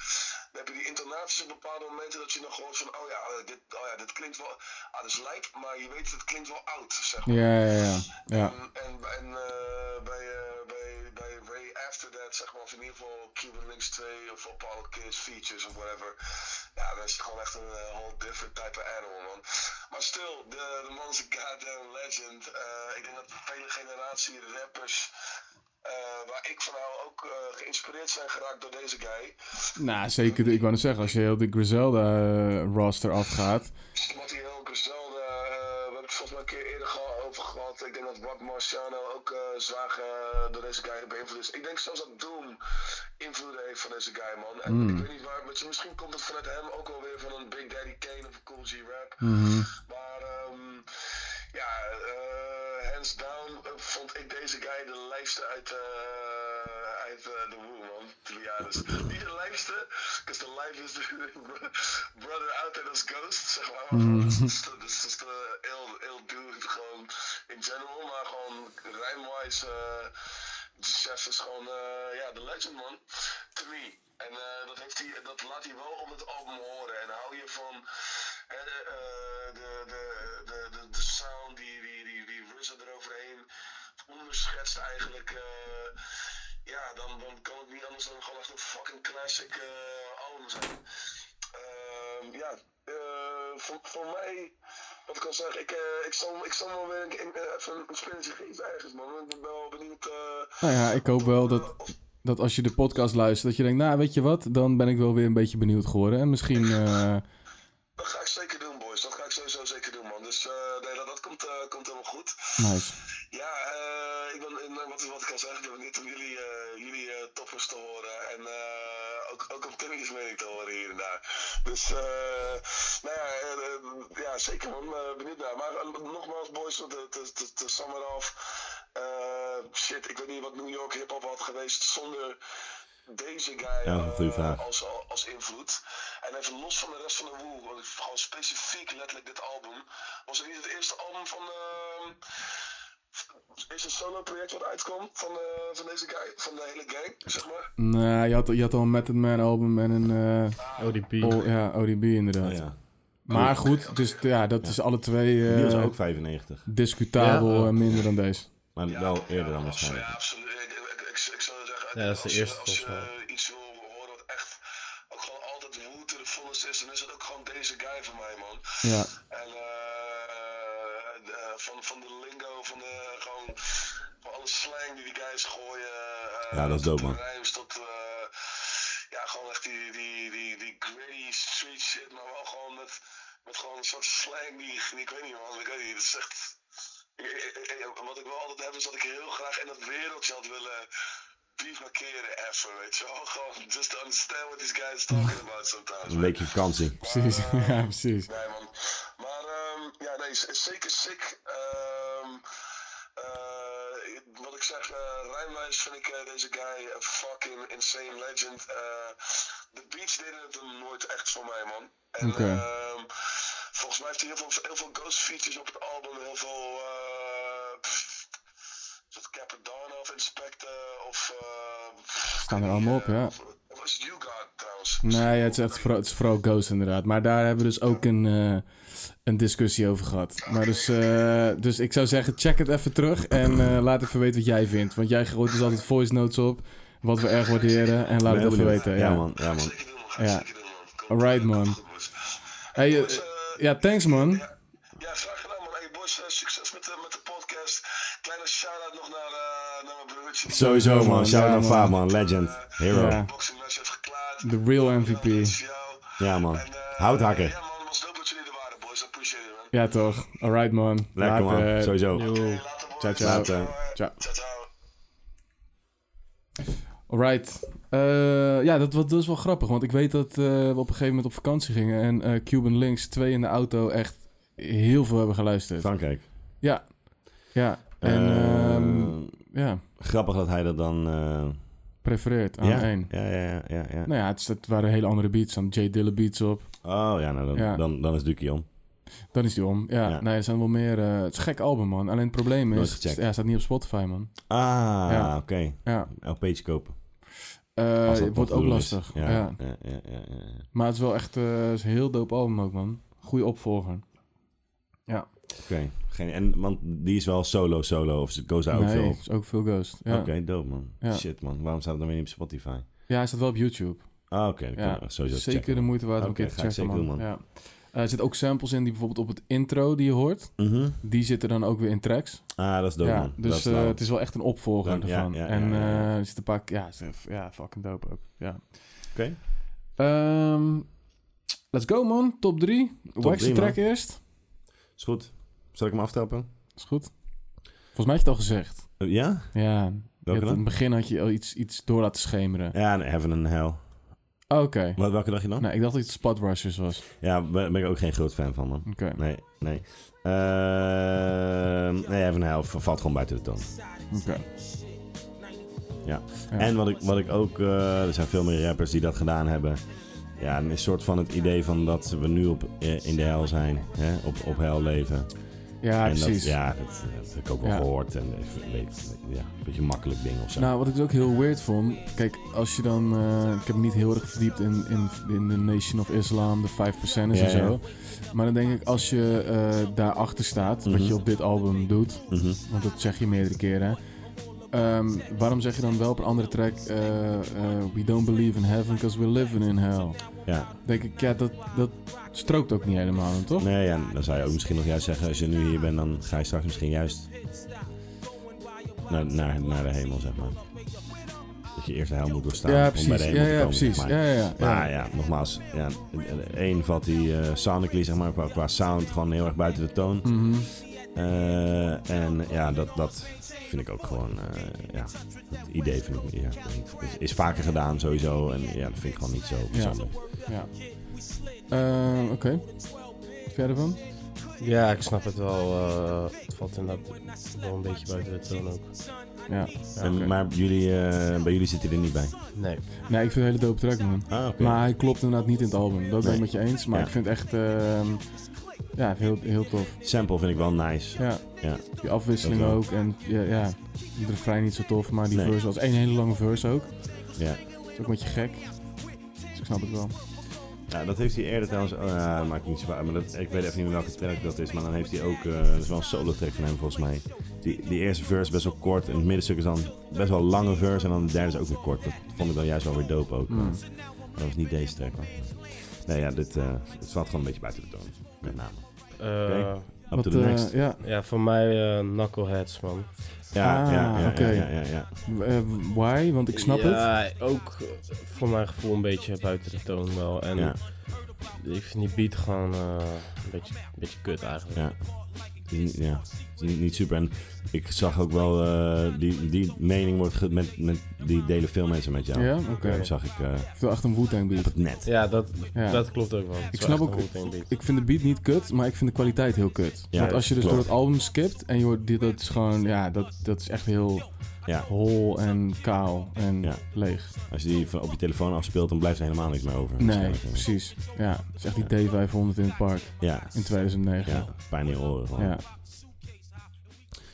dan heb je die intonaties op bepaalde momenten dat je nog hoort van, oh ja, eh, dit, oh ja, dit klinkt wel, ah, dat is lijp, maar je weet, het klinkt wel oud, zeg maar.
Ja, ja, ja. ja.
En, en, en eh, bij, eh, bij, bij Ray After That, zeg maar, of in ieder geval Cuban Links 2 of Apollo Kids Features of whatever. Ja, dan is het gewoon echt een eh, whole different type of animal, man. Maar stil, de, de man is een goddamn legend. Eh, ik denk dat vele generatie rappers eh, waar ik van hou ook eh, geïnspireerd zijn geraakt door deze guy.
Nou, zeker. Ik wou net zeggen, als je heel de Griselda-roster afgaat.
Materieel Griselda, eh, we hebben het volgens mij een keer eerder geha- over gehad. Ik denk dat Rob Marciano ook eh, zwaar eh, door deze guy beïnvloed is. Ik denk zelfs dat Doom invloed heeft van deze guy, man. En ik weet niet waar, maar misschien komt het vanuit hem ook wel weer van een Big Daddy Kane of een Cool G Rap. Maar ehm, ja, eh, hands down eh, vond ik deze guy de lijfste uit, eh, uit eh, de Woo, man. To be honest. Niet de lijfste, because the life is the brother out there as ghost, zeg maar. Maar gewoon, dat is de- dat is dus de ill, ill dude gewoon in general, maar gewoon rijmwise, eh Chef is gewoon, eh, ja, de legend, man. To me. En eh, dat, heeft hij, dat laat hij wel op het album horen. En hou je van hè, de, eh, de, de, de, de, de sound die, die, die, die Russen eroverheen onderschetst eigenlijk. eh, ja, dan, dan kan het niet anders dan gewoon echt een fucking classic eh, album zijn. Ehm, ja, eh, voor, voor mij, wat ik al zeg, ik, eh, ik, zal, ik zal hem wel weer een, een, even een spinnetje geven ergens, man. Ik ben wel benieuwd. eh,
Nou ja, ik hoop wel dat, dat als je de podcast luistert, dat je denkt, nou, weet je wat, dan ben ik wel weer een beetje benieuwd geworden. En misschien, eh,
Dat ga ik zeker doen, boys. Dat ga ik sowieso zeker doen, man. Dus eh, nee, dat, dat komt, eh, komt helemaal goed.
nice.
Ja, eh, ik ben, eh, wat, wat ik al zeg, ik ben benieuwd om jullie, eh, jullie eh, toppers te horen. En eh, ook, ook om Timmy's mening te horen hier en daar. Dus, eh, nou ja, eh, eh, ja zeker man, eh, benieuwd naar. Maar eh, nogmaals, boys, want het is- het is- het is summer af. Eh, shit, ik weet niet wat New York hip-hop had geweest zonder deze guy
Ja, goeie
eh,
vraag.
als, als invloed. En even los van de rest van de Woo, want ik- gewoon specifiek letterlijk dit album. Was het niet het eerste album van. ehm, is een solo project wat uitkwam van, eh, van deze guy, van de hele gang, zeg maar.
Nou, je had, je had al een Method Man album en een... eh,
ODP.
oh, ja, ODB inderdaad.
Ja.
Maar goed, dus ja, dat is alle twee eh,
Die was ook 95.
discutabel
Ja.
eh, minder dan deze.
Maar wel Nou, eerder dan waarschijnlijk.
eh, Ja, absoluut. Ik, ik, ik, ik zou zeggen,
Ja, dat is de
als je-
eerste
Als je
volgens
eh, iets wil horen wat echt ook gewoon altijd woe to the fullest is, dan is het ook gewoon deze guy van mij, man.
Ja.
En eh, eh, van, van de lingo, van de gewoon van alle slang die die guys gooien. eh,
Ja, dat is
tot
dope,
de
man.
Rijms tot eh, ja, gewoon echt die, die, die, die gritty street shit, maar wel gewoon met, met gewoon een soort slang die, die ik weet niet, man. Ik weet niet, dat is echt. ik- ik- ik- Wat ik wel altijd heb is dat ik heel graag in dat wereldje had willen bivakeren even, weet je wel. Gewoon just to understand what these guys talking about sometimes.
Een weekje vakantie.
Precies, ja, precies.
Nee, man. Maar ehm, ja, nee, is, is zeker sick. Ehm, eh, wat ik zeg, eh rijmwijs vind ik eh, deze guy een fucking insane legend. Eh, De beats deden het hem nooit echt voor mij, man. En,
Oké.
ehm, volgens mij heeft hij heel veel, heel veel ghost features op het album. Heel veel... eh, pff, is dat Capadonna of Inspector of... eh, pff,
Staan er allemaal op, ja.
Of was het You God, trouwens?
Nee, ja, het is echt vooral, het is vooral Ghost inderdaad. Maar daar hebben we dus ook een, eh, een discussie over gehad. Maar dus, eh, dus ik zou zeggen, check het even terug en eh, laat even weten wat jij vindt. Want jij gooit dus altijd voice notes op, wat we erg waarderen. En laat het
Ik ben heel
even
benieuwd.
weten.
Ja, man. Ja, man.
Zeker doen, man.
Ja.
Zeker doen, man. Kom,
Alright, man.
goed, boys.
Hey, eh, ja, thanks man.
Ja, graag gedaan man. Hey boys, eh, succes met de, met de podcast. Kleine shout-out nog naar, eh, naar mijn broertje. die,
Sowieso, man. Shout
Ja,
out
man.
Faab, man. Legend. Hero.
eh,
Ja.
boxing match heeft geklaard.
The real MVP.
Ja, man.
En, eh,
Houthakker.
Ja man, het was dope dat jullie er waren boys. I appreciate it man.
Ja toch, alright man.
Lekker, man.
Later.
Sowieso.
Hey, later, boys.
Ciao, ciao.
eh,
Ciao.
Ciao, ciao.
Alright. Eh, ja, dat, wa- dat is wel grappig. Want ik weet dat eh, we op een gegeven moment op vakantie gingen. En eh, Cuban Links 2 in de auto echt heel veel hebben geluisterd.
Frankrijk.
Ja. Ja. En
Eh,
ehm, ja,
grappig dat hij dat dan... eh,
prefereert aan
ja?
één.
Ja, ja, ja, ja, ja.
Nou ja, het, is- het waren hele andere beats. Dan Jay Dilla beats op.
Oh, ja, nou, dan,
Ja.
Dan, dan is Duki om.
Dan is die om. Ja,
Ja.
nee, er zijn wel meer... eh, het is een gek album, man. Alleen het probleem
Nooit
is...
gecheckt.
Ja, het staat niet op Spotify, man.
Ah,
Ja.
oké.
Ja.
LP'tje kopen.
Eh,
Als dat
het wordt
wat
ook
te doen is.
lastig. Ja.
Ja, ja, ja, ja, ja, ja.
Maar het is wel echt eh, het is een heel dope album ook, man. Goeie opvolger.
Oké. Geen En, want die is wel solo, solo. Of goes daar ook
nee,
veel op?
het is ook veel Ghost. Ja.
Oké, dope, man.
Ja.
Shit, man. Waarom staat het dan weer niet op Spotify?
Ja, hij staat wel op YouTube.
Ah, oké. dan kunnen
Ja,
we sowieso
zeker
checken.
de moeite waard om
Oké,
een keer
ga
te
ik
checken, man.
zeker doen,
Ja. Eh, er zitten ook samples in die bijvoorbeeld op het intro die je hoort.
Mhm.
Die zitten dan ook weer in tracks.
Ah, dat is dope,
ja,
man. dat
dus
is nou- lauw.
eh, het is wel echt een opvolger
Dan- ja,
ervan.
ja, ja,
en
ja, ja.
eh, er zitten een paar... Ja, het is- ja, fucking dope ook. Ja.
Oké.
Ehm, let's go, man. Top 3. Waxy
drie, man.
track eerst.
Is goed. Zal ik hem aftrappen?
Is goed. Volgens mij had je het al gezegd.
Eh, ja?
Ja. je had-
Welke
in het
dan?
begin had je al iets, iets door laten schemeren.
Ja, nee, Heaven and Hell.
Oké.
Wat, welke dacht je dan?
Nee, ik dacht dat het Spot Rushers was.
Ja, daar ben ik ook geen groot fan van, man.
Oké.
Nee, nee. Ehm, nee, Heaven and Hell v- valt gewoon buiten de toon.
Oké.
Ja. En wat ik, wat ik ook... eh, er zijn veel meer rappers die dat gedaan hebben. Ja, een soort van het idee van dat we nu op, eh, in de hel zijn. Hè? Op, op hel leven.
Ja,
en
precies.
Dat, ja, dat, eh, dat heb ik ook wel
Ja.
gehoord. En eh, weet, ja, een beetje een makkelijk ding of zo.
Nou, wat ik dus ook heel weird vond. Kijk, als je dan. eh, ik heb me niet heel erg verdiept in, in, in de Nation of Islam, de 5% is
Ja,
en
ja.
zo. Maar dan denk ik, als je eh, daarachter staat, wat
Mhm.
je op dit album doet,
Mhm.
want dat zeg je meerdere keren. ehm, waarom zeg je dan wel op een andere track: eh, eh, We don't believe in heaven because we're living in hell?
Ja,
Denk ik, ja, dat, dat strookt ook niet helemaal, dan, toch?
Nee, ja, dan zou je ook misschien nog juist zeggen, als je nu hier bent, dan ga je straks misschien juist naar, naar, naar de hemel, zeg maar. Dat je eerst de hel moet doorstaan
ja,
om bij de
precies.
hemel
Ja,
te
ja,
komen.
precies.
zeg
Ja,
maar.
ja, ja.
Maar ja, nogmaals, ja, één valt die eh, sonically, zeg maar, qua, qua sound gewoon heel erg buiten de toon.
Mhm.
Eh, en ja, dat, dat vind ik ook gewoon, eh, ja, het idee vind ik, ja, weet niet. Is, is vaker gedaan sowieso en ja, dat vind ik gewoon niet zo bijzonder.
Ja. Ehm, Oké. Verder van?
Ja, ik snap het wel. eh, het valt inderdaad wel een beetje buiten de toon ook.
Ja.
En-
oké.
Maar jullie, eh, bij jullie zit hij er niet bij.
Nee.
Nee, ik vind het een hele dope track, man.
Ah, oké.
Maar hij klopt inderdaad niet in het album. Dat ben ik
Nee.
met je eens. Maar
Ja.
ik vind het echt... ehm, ja, heel, heel tof.
Sample vind ik wel nice.
Ja,
Ja.
die afwisseling
Dat wel.
ook. En ja, ja, de refrein niet zo tof. Maar die
Nee.
verse was één hele lange verse ook.
Ja.
Dat is ook een beetje gek. Dus ik snap het wel.
Ja, Nou, dat heeft hij eerder trouwens. Oh, ja, dat maakt niet zo Maar dat, ik weet even niet meer welke track dat is. Maar dan heeft hij ook. eh, dat is wel een solo track van hem volgens mij. Die, die eerste verse best wel kort. En het middenstuk is dan best wel lange verse. En dan de derde is ook weer kort. Dat vond ik dan juist wel weer dope ook.
Mm.
Dat was niet deze track hoor. Nee, ja, dit eh, het valt gewoon een beetje buiten de toon. Met name.
Eh,
Oké. Up
Wat,
to the
eh,
next.
ja,
Ja, voor mij eh, knuckleheads, man.
Ja, ja,
ah,
ja,
oké.
ja, ja, ja.
eh, why? Want ik snap het.
ja, ook eh, voor mijn gevoel een beetje buiten de toon wel. En
Ja.
ik vind die beat gewoon eh, een, beetje, een beetje kut eigenlijk.
Ja. Het is niet- Ja, het is niet, niet super. En ik zag ook wel, eh, die, die mening wordt ge- met, met, die delen veel mensen met jou.
Ja, oké.
Dat zag ik eh,
Ik wil echt een wu
op
beat.
het net.
Ja, dat,
Ja.
dat klopt ook wel. Het is
snap
wel echt
ook-
een Wu-Tang beat.
Ik vind de beat niet kut, maar ik vind de kwaliteit heel kut.
Ja,
Want als je dus
klopt.
door het album skipt en je hoort dit, dat is gewoon, ja, dat, dat is echt heel
Ja.
hol en kaal en
Ja.
leeg.
Als je die van- op je telefoon afspeelt, dan blijft er helemaal niks meer over.
Nee,
waarschijnlijk. eh.
precies. Ja, het is echt die D500 in het park
Ja,
in 2009.
ja, pijn in je oren. gewoon.
Ja.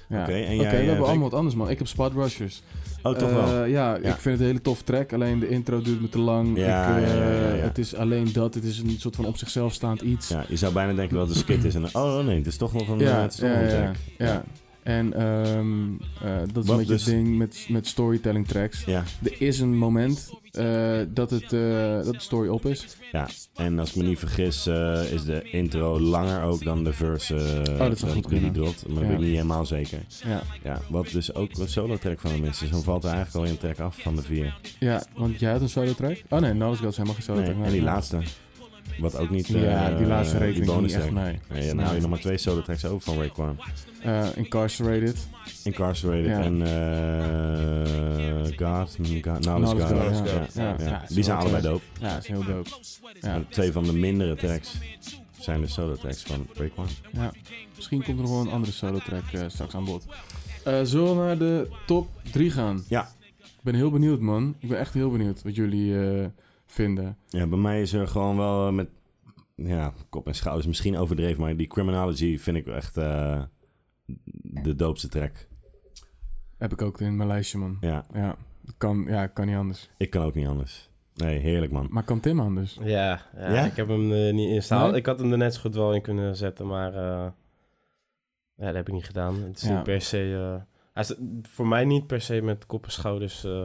Ja.
Oké, en jij,
Oké,
eh,
we hebben
Rick?
allemaal wat anders, man. Ik heb Spot Rushers.
Oh, toch
Eh,
wel.
ja,
Ja.
ik vind het een hele tof track. Alleen de intro duurt me te lang.
Ja,
ik, eh,
ja, ja, ja, ja.
Het is alleen dat. Het is een soort van op zichzelf staand iets.
Ja, je zou bijna denken dat het een skit is. En dan, oh nee, het is toch nog een, eh,
ja,
het is toch
ja,
nog een
ja,
track.
ja. Ja. En ehm, eh, dat is
Wat
een beetje
dus-
het ding met, met storytelling tracks.
Ja,
Er is een moment eh, dat, het, eh, dat de story op is.
ja. En als ik me niet vergis, eh, is de intro langer ook dan de verse. eh,
Oh, dat zou goed
die hij
kunnen.
dropt. Maar dat
Ja.
weet ik niet helemaal zeker.
Ja,
Ja, wat dus ook een solo track van hem is. Dus dan valt er eigenlijk al een track af van de vier.
ja want jij had een solo track. Oh nee, Knowledge Gods helemaal geen solo
Nee,
track.
en die
Ja.
laatste. Wat ook niet.
Ja,
eh,
die laatste
die
rekening
bonus
niet echt,
track.
nee.
Nee, dan hou je nog maar twee solo tracks over van Raekwon.
Eh, incarcerated.
Incarcerated
Ja.
en eh God, mm, God, Knowledge
Knowledge
God.
God, ja.
Ja, ja,
Ja,
ja.
ja,
Die zijn
zo,
allebei
eh,
dope.
Ja, dat is heel dope. Ja,
En twee van de mindere tracks zijn de solo tracks van Raekwon.
ja. Misschien komt er nog wel een andere solo track eh, straks aan bod. Eh zullen we naar de top 3 gaan?
Ja.
Ik ben heel benieuwd, man. Ik ben echt heel benieuwd wat jullie eh, vinden.
Ja, bij mij is er gewoon wel eh, met ja, kop en schouders misschien overdreven, maar die Criminology vind ik echt eh, de doopste track.
Heb ik ook in mijn lijstje, man.
Ja,
Ja, kan, ja, kan niet anders.
ik kan ook niet anders. Nee, heerlijk man.
Maar kan Tim anders?
Ja, ja,
Ja?
ik heb hem er niet in staan.
Nee?
Ik had hem er net zo goed wel in kunnen zetten, maar eh, ja, dat heb ik niet gedaan. Het is
Ja.
niet per se... eh, hij is voor mij niet per se met kop en schouders eh,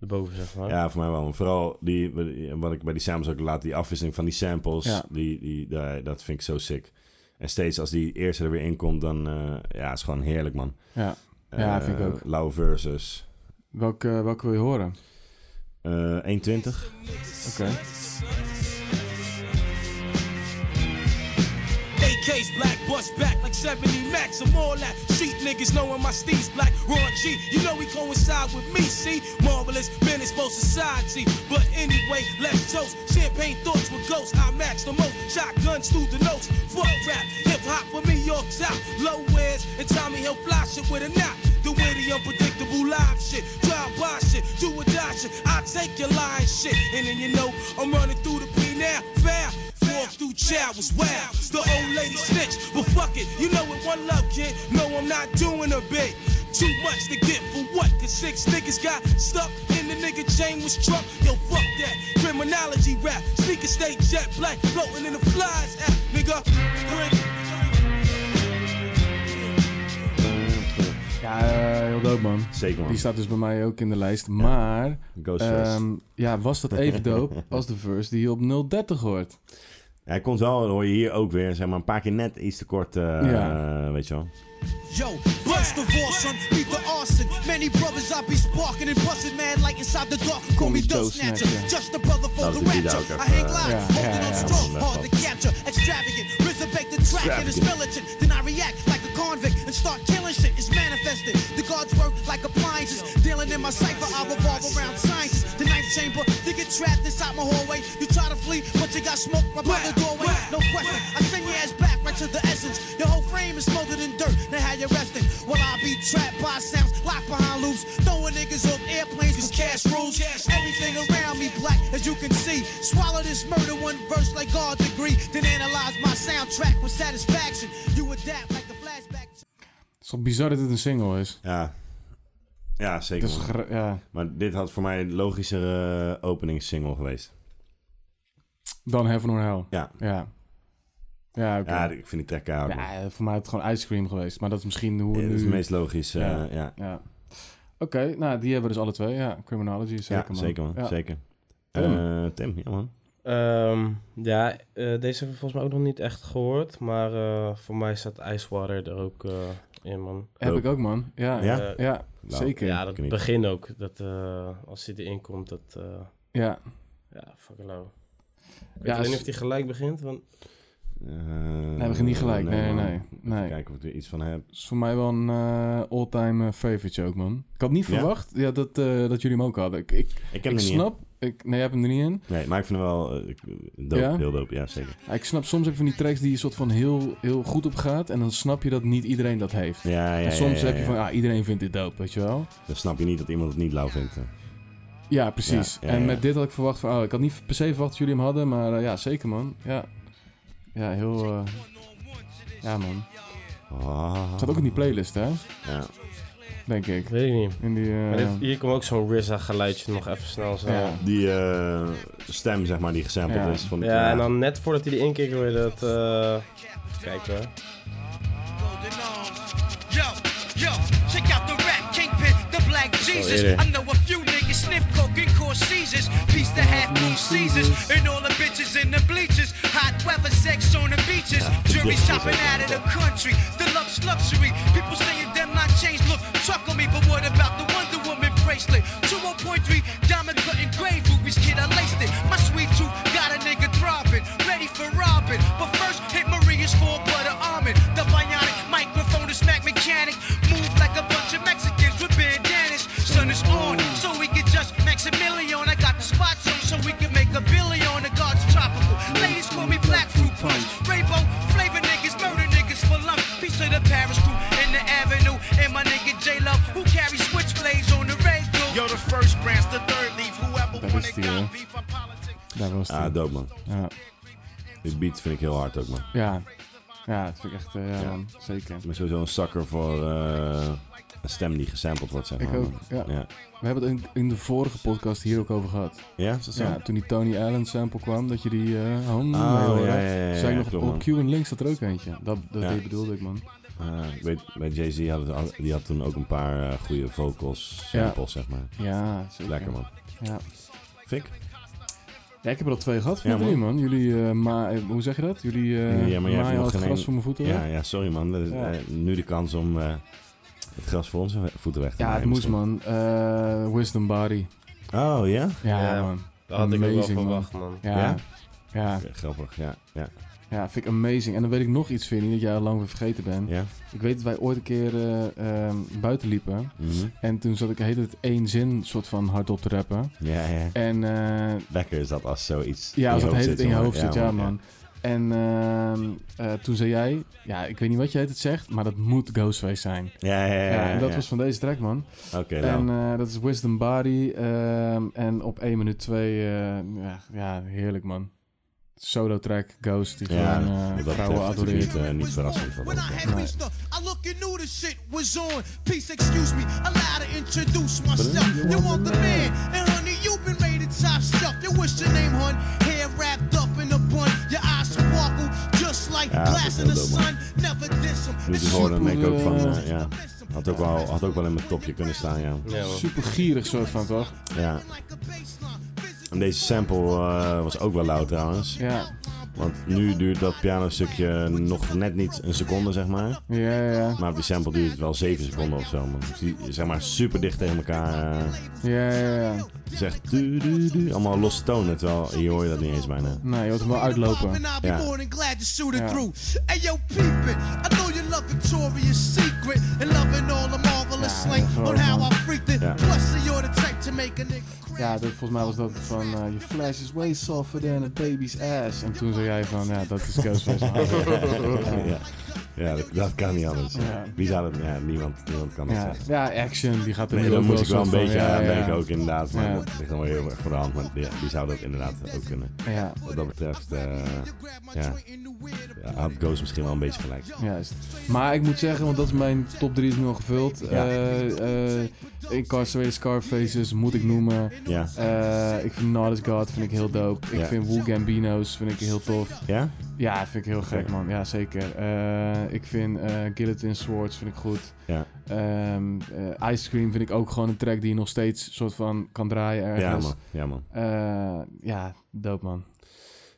erboven, zeg maar.
Ja, voor mij wel. Maar vooral die, wat ik bij die samples ook laat, die afwisseling van die samples,
Ja.
die, die, daar- dat vind ik zo sick. En steeds als die eerste er weer in komt, dan eh ja, is gewoon heerlijk, man.
Ja. Ja,
Eh,
vind ik ook.
Lauwe versus
Welke, welke wil je horen?
eh 120.
Oké.
AK's black, bust back like 70 max. I'm all that. Street niggas knowing my steez black. Raw G, you know he coincide with me, see? Marvelous, men is both society. But anyway, let's toast. Champagne thoughts with ghosts. I max the most. Shotguns through the notes. Fuck rap, hip hop for me, York top. Low wears and Tommy Hill fly shit with a knot. The way the unpredictable live shit. Drive by shit, do a die shit. I take your lying shit. And then you know, I'm running through the P now. Fair. Walk through child was wild. The old lady snitch, but fuck it. You know it, one love, kid. No, I'm not doing a bit. Too much to get for what? Cause six niggas got stuck in the nigga chain was truck. Yo, fuck that. Criminology rap. Sneaker stay jet black. Floating in the flies app, nigga.
Ja, eh, heel dope, man.
Zeker, man.
Die staat dus bij mij ook in de lijst. Maar,
Goes first.
ehm, ja, was dat even dope als de verse die je op 030 hoort?
Hij komt wel, hoor je hier ook weer, zeg maar, een paar keer net iets te kort, eh,
Ja.
eh, weet je wel.
Yo, bust the war, son, beat the arson. Many brothers I be sparking and busting, man, like inside the dark. Call me Dust Snatcher, just a brother for
Dat is
the
de beat
rapture.
ook even,
I hang
eh,
live,
ja,
holding
ja,
on
ja,
strong,
man,
hard to capture. Extravagant, resurrect the track and it's militant. Then I react like a convict and start killing shit. It's manifested. The guards work like appliances. Dealing in my cipher, I revolve around sciences. The ninth chamber, they get trapped inside my hallway. You try to flee, but you got smoked right by the doorway. No question, I send your ass back right to the essence. Your whole frame is smothered in dirt. Now how you resting? Well, I be trapped by sounds locked behind loops. Throwing niggas off airplanes with cash rules. Everything around me black, as you can see. Swallow this murder one verse like God degree. Then analyze my soundtrack with satisfaction. You adapt like the flashback.
Het is toch bizar dat het een single is?
Ja, ja zeker.
Dat is
man.
gra- ja.
Maar dit had voor mij een logischere eh, openingssingle geweest.
Dan Heaven or Hell.
Ja.
Ja, ja oké.
Ja, ik vind die track koud. man.
Ja, voor mij is het gewoon Ice Cream geweest. Maar dat is misschien hoe we
Ja, dat
nu...
is het meest logisch. eh,
Ja.
ja. ja.
Ja. Oké, nou, die hebben we dus alle twee. Ja, Criminology, zeker man.
zeker man.
Ja.
Zeker.
Tim.
Eh, Tim, ja man.
Ehm, ja, eh, deze hebben we volgens mij ook nog niet echt gehoord. Maar eh, voor mij staat Icewater er ook eh, in, man.
Heb
Dope.
ik ook, man. Ja, ja,
Ja?
Eh,
Nou,
zeker. Ja.
ja, dat
ik niet.
begin ook. Dat, eh, als hij erin komt, dat... eh,
Ja.
ja, fucking low. Ik
Ja,
weet alleen
als-
of hij gelijk begint, want...
Eh,
Nee, we gaan niet gelijk. Nee, nee,
man.
nee.
Even
Nee.
kijken of ik er iets van heb.
is voor mij wel een eh, all-time eh, favorite ook, man. Ik had niet
Ja?
verwacht ja, dat, eh, dat jullie hem ook hadden. Ik, ik,
Ik heb
ik
hem niet.
snap... Ik, nee, je hebt hem er niet in.
Nee, maar ik vind hem wel eh, ik- dope.
Ja?
Heel dope, ja zeker.
Ja, ik snap soms heb je van die tracks die je soort van heel, heel goed op gaat. En dan snap je dat niet iedereen dat heeft.
Ja, ja,
en
ja,
soms
ja,
heb je
ja.
van, ah, iedereen vindt dit dope, weet je wel.
Dan snap je niet dat iemand het niet lauw vindt. eh.
Ja, precies.
Ja, ja,
En
ja.
met dit had ik verwacht van, oh, ik had niet per se verwacht dat jullie hem hadden, maar eh, ja, zeker man. Ja, ja heel. eh, ja, man. Het
Ah.
staat ook in die playlist, hè?
Ja.
Denk ik.
Weet ik niet.
In die. eh,
Maar dit- hier komt ook zo'n RZA-geluidje nog even snel zo.
ja.
Ja,
Die eh, stem, zeg maar, die gesampled
Ja.
is. Van die-
en dan net voordat hij erin kikt, hoor je dat... eh kijk hoor.
Yo, yo, check out the rap kingpin, the black Jesus.
eerder.
I know a few niggas sniff coke and cause seizures. Piece to half moon seasons, and all the bitches in the bleachers. Hot weather, sex on the beaches. Jury shopping out of the country, deluxe luxury. People saying them not change look truck on me, but what about the Wonder Woman bracelet? 2.3 diamond cut engraved rubies, kid, I laced it. My sweet tooth got a nigga throbbing, ready for robbing. But first, hit Maria's full butter almond. The bionic microphone is smack mechanic. Move like a bunch of Mexicans with bandanas. Sun is on, so we can just Maximilian. I got the spots on, so we can make a billion. The God's tropical. Ladies call me Black Fruit Punch. Rainbow flavor niggas, murder niggas for lunch. Piece of the Paris crew in the avenue. And my nigga J Lo, who carries switchblades on the radio. Yo, the first branch, the third leaf. Whoever
That is the, uh, Daar was
Ah,
die.
dope man.
ja.
Die beat vind ik heel hard ook man.
ja. Ja, dat vind ik echt. eh, ja,
Ja.
man. Zeker.
Ik ben sowieso een sucker voor eh, een stem die gesampled wordt, zeg
Ik
maar.
ook,
man.
ja.
Ja,
We hebben het in, in de vorige podcast hier ook over gehad.
ja? is dat zo?
Ja, toen die Tony Allen sample kwam, dat je die. eh home
Oh,
mee hoorde.
ja, ja, ja, ja,
Zei ik
ja,
nog
klopt,
op
man.
Q en Links zat er ook eentje. Dat, dat
Ja.
die bedoelde ik, man.
Ah, ik weet, bij Jay-Z had, het- die had toen ook een paar eh, goede vocals
Ja.
samples, zeg maar.
Ja, zeker.
Lekker man.
Ja.
Fik?
Ja, ik heb er al twee gehad van
Ja,
de drie, man. Jullie, eh, ma eh, hoe zeg je dat? Jullie eh
Ja, maar jij
maaien
hebt nog
al het
geen
gras
een-
voor mijn voeten
Ja,
weg.
ja, sorry man. Dat is,
Ja.
eh, nu de kans om eh, het gras voor onze voeten weg te
Ja, het
maaien
moest,
misschien.
man. Eh, wisdom Body.
Oh ja?
Ja,
Ja,
man.
Dat had ik ook wel
Amazing,
verwacht, man.
Ja. ja?
Ja?
Ja,
Ja, grappig, ja. Ja?
vind ik amazing. En dan weet ik nog iets, Vinnie, dat jij al lang weer vergeten bent.
ja?
Ik weet dat wij ooit een keer eh, ehm, buiten liepen.
Mhm.
En toen zat ik heet het één zin soort van hardop te rappen.
ja, ja.
En eh,
Lekker is dat als zoiets
Ja, als
je
dat
hoofd
heet het in
zit,
je
jongen.
hoofd zit, ja,
ja.
man. En ehm, eh, toen zei jij, ja, ik weet niet wat je heet het zegt, maar dat moet Ghostface zijn.
Ja, ja, ja.
Ja,
ja,
en dat
ja.
was van deze track, man.
Oké, nou.
En eh, dat is Wisdom Body. ehm, en op 1 minuut 2, ja, ja, heerlijk, man. Solo track, Ghost, die
ja,
gewoon eh,
wat dat
vrouwen
betreft natuurlijk
adoreert.
niet, eh, niet verrassend. Van
When I
ons,
had reached up, I look and knew the shit was on. Please excuse me, allow to introduce myself. You want the man, and honey, you've been made a top shelf. You wish your name, hun? Hair wrapped up in a bun, your eyes sparkle just like
Ja,
glass
dat
in the
is wel dope,
sun. Never diss him.
Nu te horen, dan denk ik ook van, eh, ja, had ook, wel, had ook wel in mijn topje kunnen staan, ja.
Ja, man.
Super gierig soort van, toch?
ja. En deze sample eh, was ook wel loud trouwens.
Ja,
Want nu duurt dat pianostukje nog net niet een seconde, zeg maar.
ja, ja. ja.
Maar op die sample duurt het wel 7 seconden of zo. Man. Dus die, zeg maar super dicht tegen elkaar. eh,
Ja, ja, ja.
Het is echt du du du. Allemaal losse tonen, terwijl hier hoor je dat niet eens bijna.
Nee, Nou, je hoort hem wel uitlopen.
Ja.
Yeah. more than glad to shoot it
Ja.
through. Hey yo, peep it. I know you love Victoria's Secret and loving all the marvelous
Ja,
slang
dat is wel
on how
man.
I freaked it.
Ja.
Plus, you're the type to make a nigga crazy.
Ja, dat, volgens mij was dat van... eh, Your flesh is way softer than a baby's ass. En toen zei jij van, ja, dat is Ghostface.
Ja. Ja, dat, dat kan niet anders.
Ja.
Wie zou dat... Ja, niemand, niemand kan dat
Ja,
zeggen.
ja, action, die gaat er
Nee,
nu
daar
ook
moest ik wel een
soort van-
beetje
ja,
aan
ja,
denken ook inderdaad. Maar
Ja.
dat ligt dan wel heel erg voor de hand. Maar die, die zou dat inderdaad ook kunnen.
Ja,
Wat dat betreft... eh, ja. ja, had Ghost misschien wel een beetje gelijk.
juist. Maar ik moet zeggen, want dat is mijn top 3 is nu al gevuld.
Ja.
Eh, eh, Incarcerated Scarfaces moet ik noemen.
Ja?
Eh, ik vind Not As God vind ik heel dope. Ik
Ja.
vind Wu Gambino's vind ik heel tof.
Ja?
Ja, vind ik heel gek man. Ja, zeker. Eh, ik vind eh Guillotine Swords vind ik goed.
Ja.
Ehm, eh, Ice Cream vind ik ook gewoon een track die je nog steeds soort van kan draaien ergens.
Ja, man. Ja, man.
Eh, ja, dope man.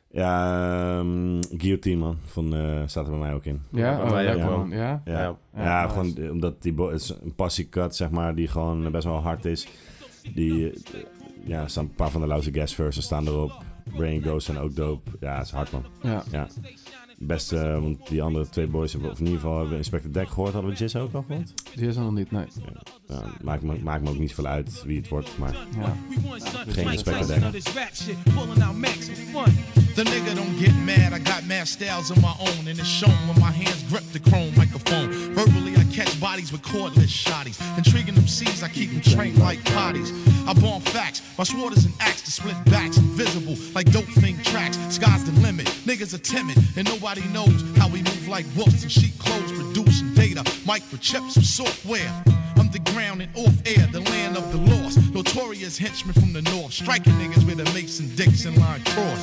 Ja, ehm, Guillotine, man. Van, eh staat er bij mij ook in.
Ja,
bij
oh,
mij ook
lekker
wel.
man. Ja?
Ja, ja,
Ja.
Ja, nice.
gewoon eh, omdat die bo- het is een passie cut, zeg maar, die gewoon eh, best wel hard is. Die, eh, ja, er staan een paar van de Lousy Gas verses staan erop. Brain Ghost zijn ook dope. Ja, het is hard, man.
Ja.
Ja. Best, eh, want die andere twee boys hebben, of in ieder geval hebben we Inspector Deck gehoord. Hadden we Jizz ook al gehoord?
Die is er nog niet, nee.
Ja, maakt, me, maakt me ook niet veel uit wie het wordt, maar...
Ja.
Geen respect aan denken.
The nigga don't get mad, I got mad styles of my own, and it's shown when my hands grip the chrome microphone. Verbally, I catch bodies with cordless shotties. Intriguing them seeds, I keep them trained like potties. I bomb facts, my sword is an axe to split backs, invisible, like dope thing tracks. Sky's the limit, niggas are timid, and nobody knows how we move like wolves in sheep clothes, producing data, microchips from software. Underground and off air, the land of the lost. Notorious henchmen from the north, striking niggas with a Mason Dixon line cross.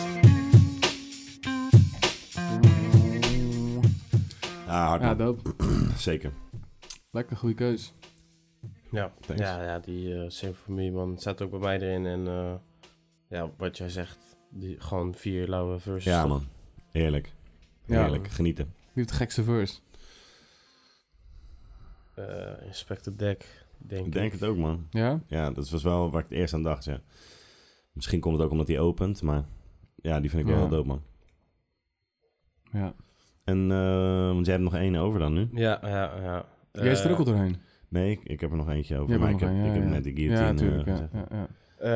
Ja, Ah, hard,
ja,
man.
dope.
Zeker.
Lekker goede keus.
Ja,
Thanks.
ja, ja die eh symfonie, man. Het staat ook bij mij erin. En eh, ja, wat jij zegt, die, gewoon vier lauwe verses.
Ja,
toch?
man. Heerlijk.
Ja.
Heerlijk. Genieten.
Wie heeft de gekste verse?
Eh, Inspector Deck, denk
Ik
ik.
denk het ook, man.
Ja?
Ja, dat was wel waar ik het eerst aan dacht. Ja. Misschien komt het ook omdat hij opent, maar ja, die vind ik wel
Ja.
heel dope, man.
Ja.
En, eh, want jij hebt nog één over dan nu?
Ja, ja, ja.
Jij is er ook al doorheen.
Nee, ik, ik heb er nog eentje Eh, over.
Jij
maar ik
bent
heb,
nog een,
ik heb
ja,
net de
ja.
guillotine.
Ja, natuurlijk. ja,
eh, gezegd.
ja, ja.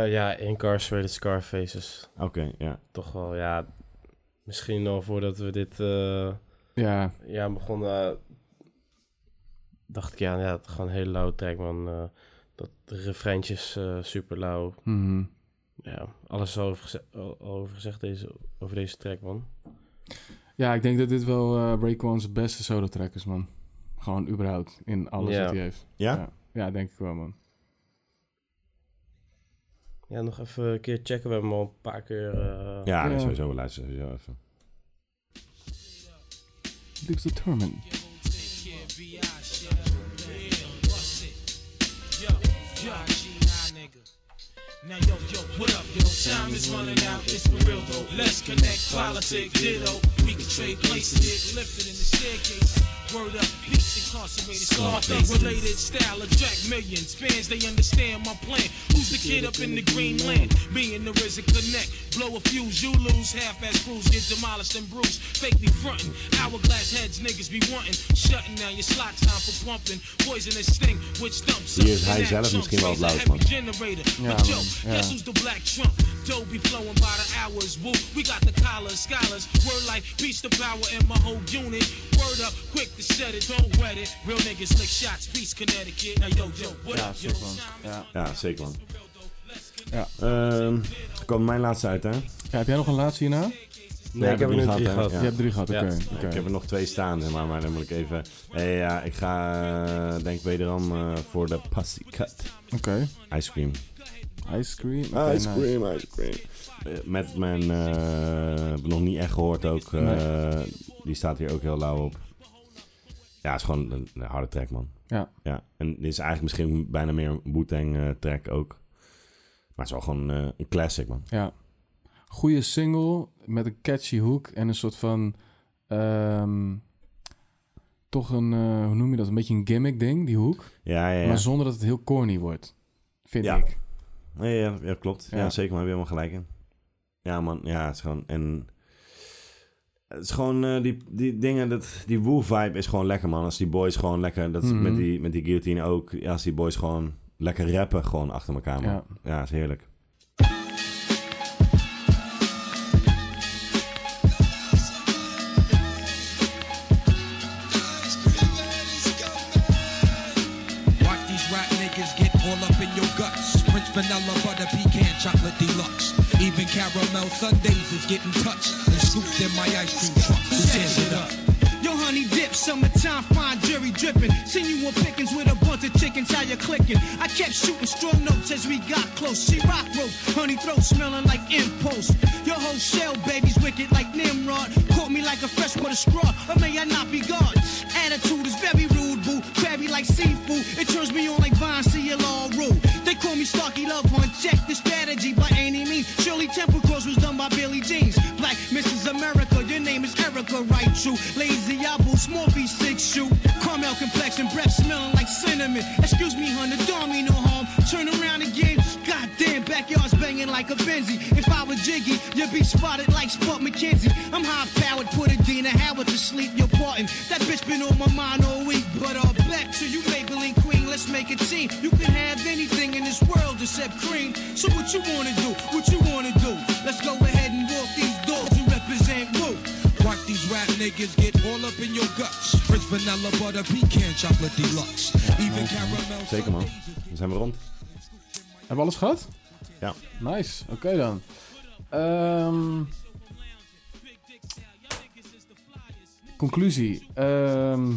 Eh, ja, Incarcerated Scarfaces.
Oké, ja.
Toch wel, ja. Misschien al voordat we dit eh
Ja,
jaar begonnen, eh, dacht ik, ja, ja, het gewoon een hele lauwe track, man. Eh, dat de refreintjes eh, super lauw.
mhm.
Ja, alles is al over, geze- al- al over gezegd deze, over deze track, man.
ja ik denk dat dit wel eh Raekwon's beste solo track is, man. Gewoon überhaupt in alles
Ja.
wat hij heeft.
Ja?
ja? Ja, denk ik wel, man.
Ja, nog even een keer checken. We hebben hem al een paar keer... eh,
Ja, nee,
Ja.
sowieso. We luisteren sowieso even.
Lips Determined.
Now yo, yo, what up, yo? Time is running out, it's for real though. Let's connect, politics, ditto. We can trade places, get lifted in the staircase. Word up, peace incarcerated, Scarface related style, attract millions. Fans, they understand my plan. Who's the kid up in the green land? Being the RZA connect, blow a fuse, you lose. Half-ass crews get demolished and bruised. Fake be frontin', hourglass heads niggas be wantin'. Shutting down your slot time for pumping. Poisonous sting, which thumps
Hier is hij zelf misschien wel het luidst, man.
generator. but yo, guess who's the black Trump? Dough be flowing by the hours. Woo, we got the collars, scholars. Word like peace to power in my whole unit. Word up, quick to set it, don't wet it. Real niggas lick shots, peace Connecticut. Now yo, yo, what
Ja,
up, yo?
sick, man. Ja.
Ja, zeker, man.
Ja.
Ehm, komt mijn laatste uit, hè? Nee,
Ja, heb jij nog een laatste hierna?
ik heb er
niet
nu drie
hè?
gehad.
Ja.
Je hebt drie gehad, oké.
Ja.
oké.
Ik heb er nog twee staan, zeg maar, maar dan moet ik even... Hey, ja, ik ga, eh, denk wederom eh, voor de Pussy Cut.
Oké.
Ice Cream.
Ice Cream. oké, nice.
Ah, ice cream. Eh, Met mijn, eh, nog niet echt gehoord ook, eh, die staat hier ook heel lauw op. Ja, het is gewoon een, een harde track, man.
Ja.
ja. En dit is eigenlijk misschien bijna meer een Wu-Tang eh, track ook. Maar het is wel gewoon eh, een classic, man.
Ja. Goeie single met een catchy hook en een soort van. ehm, toch een, eh, hoe noem je dat? Een beetje een gimmick ding, die hoek.
Ja, ja, ja.
Maar zonder dat het heel corny wordt. Vind
Ja.
ik.
Ja, ja, ja, klopt. Ja,
Ja.
zeker, maar heb je helemaal gelijk in. Ja, man. Ja, het is gewoon... En, het is gewoon eh, die, die dingen, dat, die Wu-vibe is gewoon lekker, man. Als die boys gewoon lekker... Dat is
Mhm.
met, die, met die guillotine ook. Ja, als die boys gewoon lekker rappen gewoon achter elkaar, man.
Ja.
Ja, is heerlijk.
vanilla butter pecan chocolate deluxe. Even caramel sundaes is getting touched and scooped in my ice cream truck. Who tears it up?
Yo, honey dip, summertime fine jury dripping. Sinual pickings with a bunch of chickens, how you clicking? I kept shooting strong notes as we got close. She rock rope, honey throat smelling like impulse. Your whole shell, baby's wicked like Nimrod. Caught me like a fresh with a straw, or may I not be God? Attitude is very rude, boo. Crabby like seafood, it turns me on like Vine CLR rule. They call me Starkey Love Hunt, check the strategy by any means. Shirley Temple Cross was done by Billy Jeans. Black Mrs. America, your name is Erica, right? True. Lazy eyeball, small feet, six shoe. Caramel complexion, breath smelling like cinnamon. Excuse me, hun, the dog mean no harm. Turn around again. Goddamn, backyard's banging like a Benzie. If I were Jiggy, you'd be spotted like Spot McKenzie. I'm high powered, put a Dina Howard to sleep, you're parting. That bitch been on my mind all week, but uh, back to you, Maybelline Queen. Let's make a team. You can have anything in this world except cream. So what you wanna do? What you wanna do? Let's go ahead and walk these dogs and represent Woo.
Watch these rap niggas get all up in your guts. French vanilla butter pecan chocolate deluxe. Even caramel
Zeker man.
sundaes
Dan zijn we rond.
Hebben we alles gehad?
Ja.
Nice, oké dan. Ehm, conclusie. Ehm,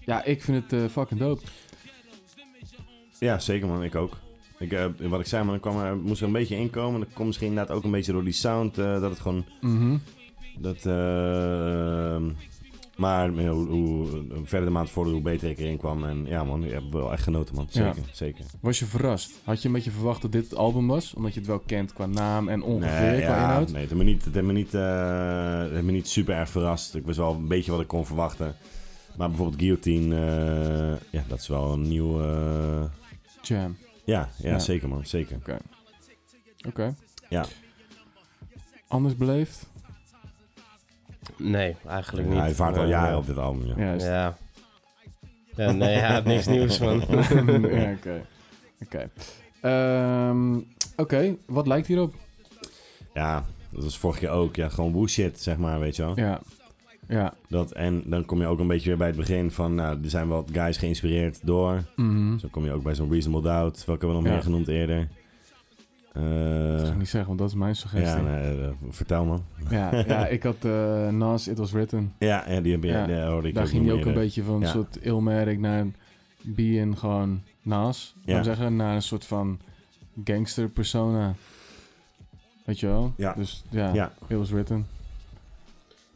ja, ik vind het eh, fucking dope.
Ja, zeker man. Ik ook. Ik, eh, wat ik zei, man, ik kwam, er- moest er een beetje inkomen. Dat komt misschien inderdaad ook een beetje door die sound. eh, dat het gewoon...
Mhm.
Dat, eh, maar eh, hoe, hoe hoe verder de maand vorderde, hoe beter ik erin kwam. En ja man, ik heb wel echt genoten man. Zeker, zeker.
Was je verrast? Had je een beetje verwacht dat dit het album was? Omdat je het wel kent qua naam en ongeveer
nee,
qua
ja,
inhoud?
Nee, het heeft me niet, het heeft me niet, eh, het heeft me niet super erg verrast. Ik wist wel een beetje wat ik kon verwachten. Maar bijvoorbeeld Guillotine, eh, ja, dat is wel een nieuw... eh,
Jam.
ja, ja,
Ja.
zeker man, zeker.
Oké.
Ja.
Anders beleefd?
Nee, eigenlijk niet.
Hij vaart al
Nee,
jaren
nee.
op dit album, ja.
Juist.
Ja. ja. Nee, hij had niks nieuws man.
ja, oké. Oké. Ehm, Oké, wat lijkt hierop?
Ja, dat was vorige keer ook. Ja, gewoon bullshit, zeg maar, weet je wel.
Ja. Ja.
Dat, en dan kom je ook een beetje weer bij het begin van... Nou, er zijn wat guys geïnspireerd door.
Mhm.
Zo kom je ook bij zo'n Reasonable Doubt. Welke hebben we nog
Ja.
meer genoemd eerder? Eh,
Dat ga ik niet zeggen, want dat is mijn suggestie.
ja, nee, eh, vertel man.
Ja, ja, ik had eh Nas, It Was Written.
Ja, ja die heb je...
Ja,
die hoorde ik
Daar ging
nog
hij ook een
eerder.
beetje van een
Ja.
soort Ilmatic naar een being gewoon Nas.
Ja.
Ja. zeggen, naar een soort van gangster persona. Weet je wel?
Ja.
Dus ja,
Ja.
It Was Written.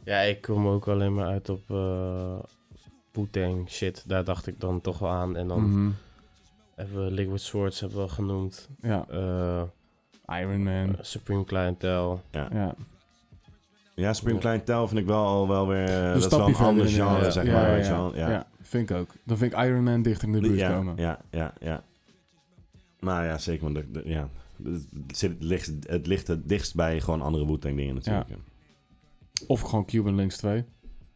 Ja, ik kom ook alleen maar uit op eh Boeteng shit. Daar dacht ik dan toch wel aan. En dan
Mhm.
hebben we Liquid Swords hebben we al genoemd.
Ja,
Eh,
Iron Man.
Eh,
Supreme Clientele.
Ja,
Ja, Supreme Clientele vind ik wel, al wel weer... eh,
Een
dat is wel
stapje
een
verder
ander genre,
inderdaad.
zeg
Ja,
maar,
ja,
weet je
ja.
wel.
ja.
Ja,
vind ik ook. Dan vind ik Iron Man dichter in de buurt
ja,
komen.
ja, ja, ja. Maar ja, zeker. Maar dat- dat- ja. Het, zit, het, ligt, het ligt het dichtst bij gewoon andere wu dingen natuurlijk. Ja.
Of gewoon Cuban Links 2.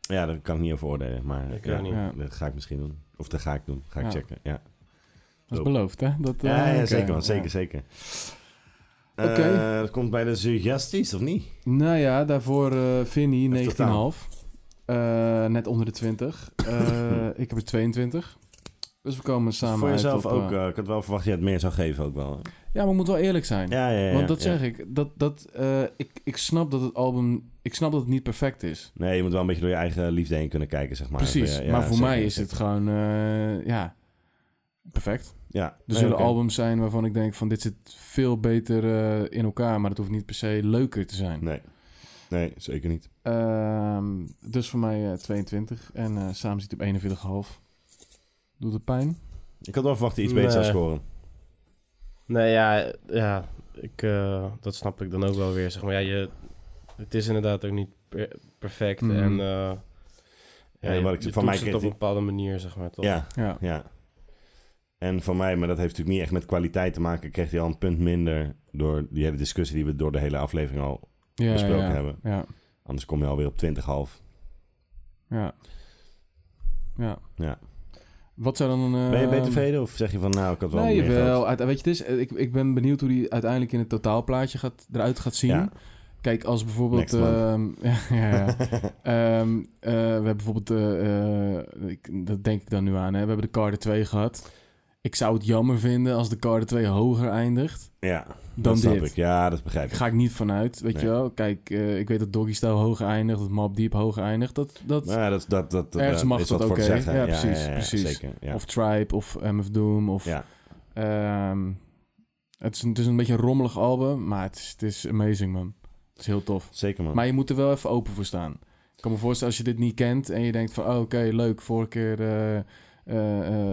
daar kan ik niet over oordelen. Maar
Ik
ja,
ook niet.
Ja.
dat ga ik misschien doen. Of dat ga ik doen. Ga ik
Ja.
checken, ja.
Dat is
Dope.
beloofd, hè? Dat, eh,
Ja, ja,
oké.
zeker man,
Ja.
zeker, zeker.
Oké.
Eh, dat komt bij de suggesties, of niet?
Nou ja, daarvoor eh Vinny, 19,5.
totaal?
Eh, net onder de 20. Eh, ik heb er 22. Dus we komen samen
Voor
uit
jezelf
op,
ook.
eh,
eh, ik had wel verwacht dat je het meer zou geven ook wel. hè?
ja, maar we moeten wel eerlijk zijn.
Ja, ja, ja.
Want dat
ja.
zeg ik. Dat, dat, eh, ik. Ik snap dat het album... Ik snap dat het niet perfect is.
Nee, je moet wel een beetje door je eigen liefde heen kunnen kijken, zeg maar.
Precies.
Ja, ja,
maar voor
zeker,
mij is
zeker.
het gewoon... eh, ja, perfect.
Ah, Ja.
Er
Nee,
zullen
oké.
albums zijn waarvan ik denk van... Dit zit veel beter eh, in elkaar. Maar het hoeft niet per se leuker te zijn.
Nee. Nee, zeker niet.
Ehm, dus voor mij eh, 22. En eh samen zit op 41,5. Doet het pijn?
Ik had wel verwacht dat je iets beter zou
Nee.
scoren.
Nee, ja, ja ik, eh, dat snap ik dan ook wel weer. Zeg maar, ja, je, het is inderdaad ook niet per- perfect.
Mhm.
En eh ja,
Ja,
je,
wat ik-
je
van mij
toetst het
kreeg
op een
die-
bepaalde manier, zeg maar, toch?
Ja,
Ja.
ja. En voor mij, maar dat heeft natuurlijk niet echt met kwaliteit te maken, kreeg hij al een punt minder door die hele discussie die we door de hele aflevering al...
ja
Besproken
ja,
hebben.
Ja,
Anders kom je alweer op 20,5.
ja. Ja.
Ja.
Wat zou dan... eh
Ben je, ben je tevreden of zeg je van nou, ik had wel
Nee,
meer geld?
wel. Uit, weet je, het is, eh, ik, ik ben benieuwd hoe die uiteindelijk in het totaalplaatje gaat, eruit gaat zien.
Ja.
Kijk, als bijvoorbeeld...
Next
ehm, ja, ja, ja. Ehm, eh, we hebben bijvoorbeeld... eh, eh, ik, dat denk ik dan nu aan. Hè. We hebben de Carter 2 gehad. Ik zou het jammer vinden als de Carter 2 hoger eindigt.
Ja,
Dan
dat snap
dit.
ik. Ja, dat begrijp
Daar
ik.
ga ik niet vanuit, weet
Nee.
je wel. Kijk, eh, ik weet dat Doggy Style hoger eindigt, dat Mob Deep hoger eindigt. Dat, dat,
Nou, dat, dat, dat,
Ergens
eh,
mag
is
dat
wat voor te
oké.
zeggen.
Ja, precies, precies.
Zeker, ja.
Of Tribe, of MF Doom, of...
Ja.
ehm, het, is een, het is een beetje een rommelig album, maar het is, het is amazing, man. Het is heel tof.
zeker man.
Maar je moet er wel even open voor staan. Ik kan me voorstellen als je dit niet kent en je denkt van... Oh, oké, leuk, vorige keer eh, eh,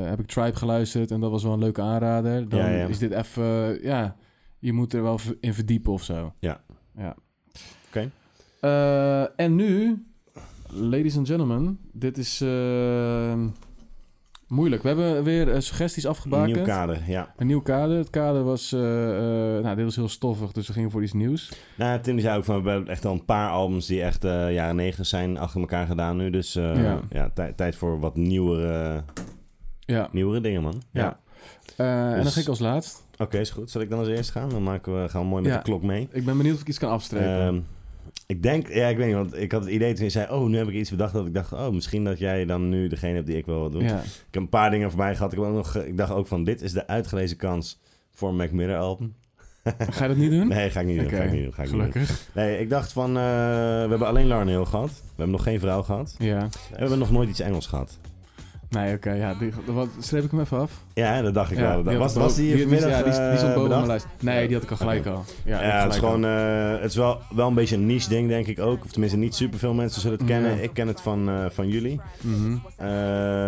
eh, heb ik Tribe geluisterd en dat was wel een leuke aanrader. Dan
Ja, ja.
is dit even... eh, ja, je moet er wel v- in verdiepen of zo.
Ja.
ja.
Oké.
Eh, en nu, ladies and gentlemen, dit is eh, moeilijk. We hebben weer eh, suggesties afgebakend.
Nieuw kader, ja.
Een nieuw kader. Het kader was... eh, eh, nou, dit was heel stoffig, dus we gingen voor iets nieuws.
Nou, Tim die zei ook van, we hebben echt al een paar albums die echt eh, jaren negentig zijn achter elkaar gedaan nu. Dus eh,
Ja.
ja, tij- tijd voor wat nieuwere,
Ja.
nieuwere dingen, man.
Ja. Eh, En dan
Dus-
ga ik als laatst.
Oké, is goed. Zal ik dan als eerst gaan? Dan maken we, gaan we mooi met
Ja.
de klok mee.
Ik ben benieuwd of ik iets kan afstrepen.
Ehm, ik denk, ja, ik weet niet, want ik had het idee toen je zei, oh, nu heb ik iets bedacht, dat ik dacht, oh, misschien dat jij dan nu degene hebt die ik wil doen.
ja.
Ik heb een paar dingen voorbij gehad. Ik, heb ook nog, eh, ik dacht ook van, dit is de uitgelezen kans voor een Mac Miller album.
Ga je dat niet doen?
Nee, ga ik niet doen, ga ik
Hm? Oké,
niet doen, ga ik niet doen.
Gelukkig.
Nee, ik dacht van, eh, we hebben alleen Larne heel gehad. We hebben nog geen vrouw gehad.
Ja.
En we hebben nog nooit iets Engels gehad.
Nee, oké. ja, die, wat, schreef ik hem even af?
Ja, dat dacht ik
ja,
wel. Dat
had
was,
ik
was
ook-
die hier vanmiddag
Ja, die, die stond
eh,
boven mijn
bedacht?
lijst. Nee, die had ik al gelijk al. Ja,
Ja,
die had ik
het is
gelijk al.
gewoon, eh, het is wel, wel een beetje een niche ding, denk ik ook. Of tenminste, niet superveel mensen zullen het kennen.
Ja.
Ik ken het van, eh, van jullie.
Mhm.
Eh,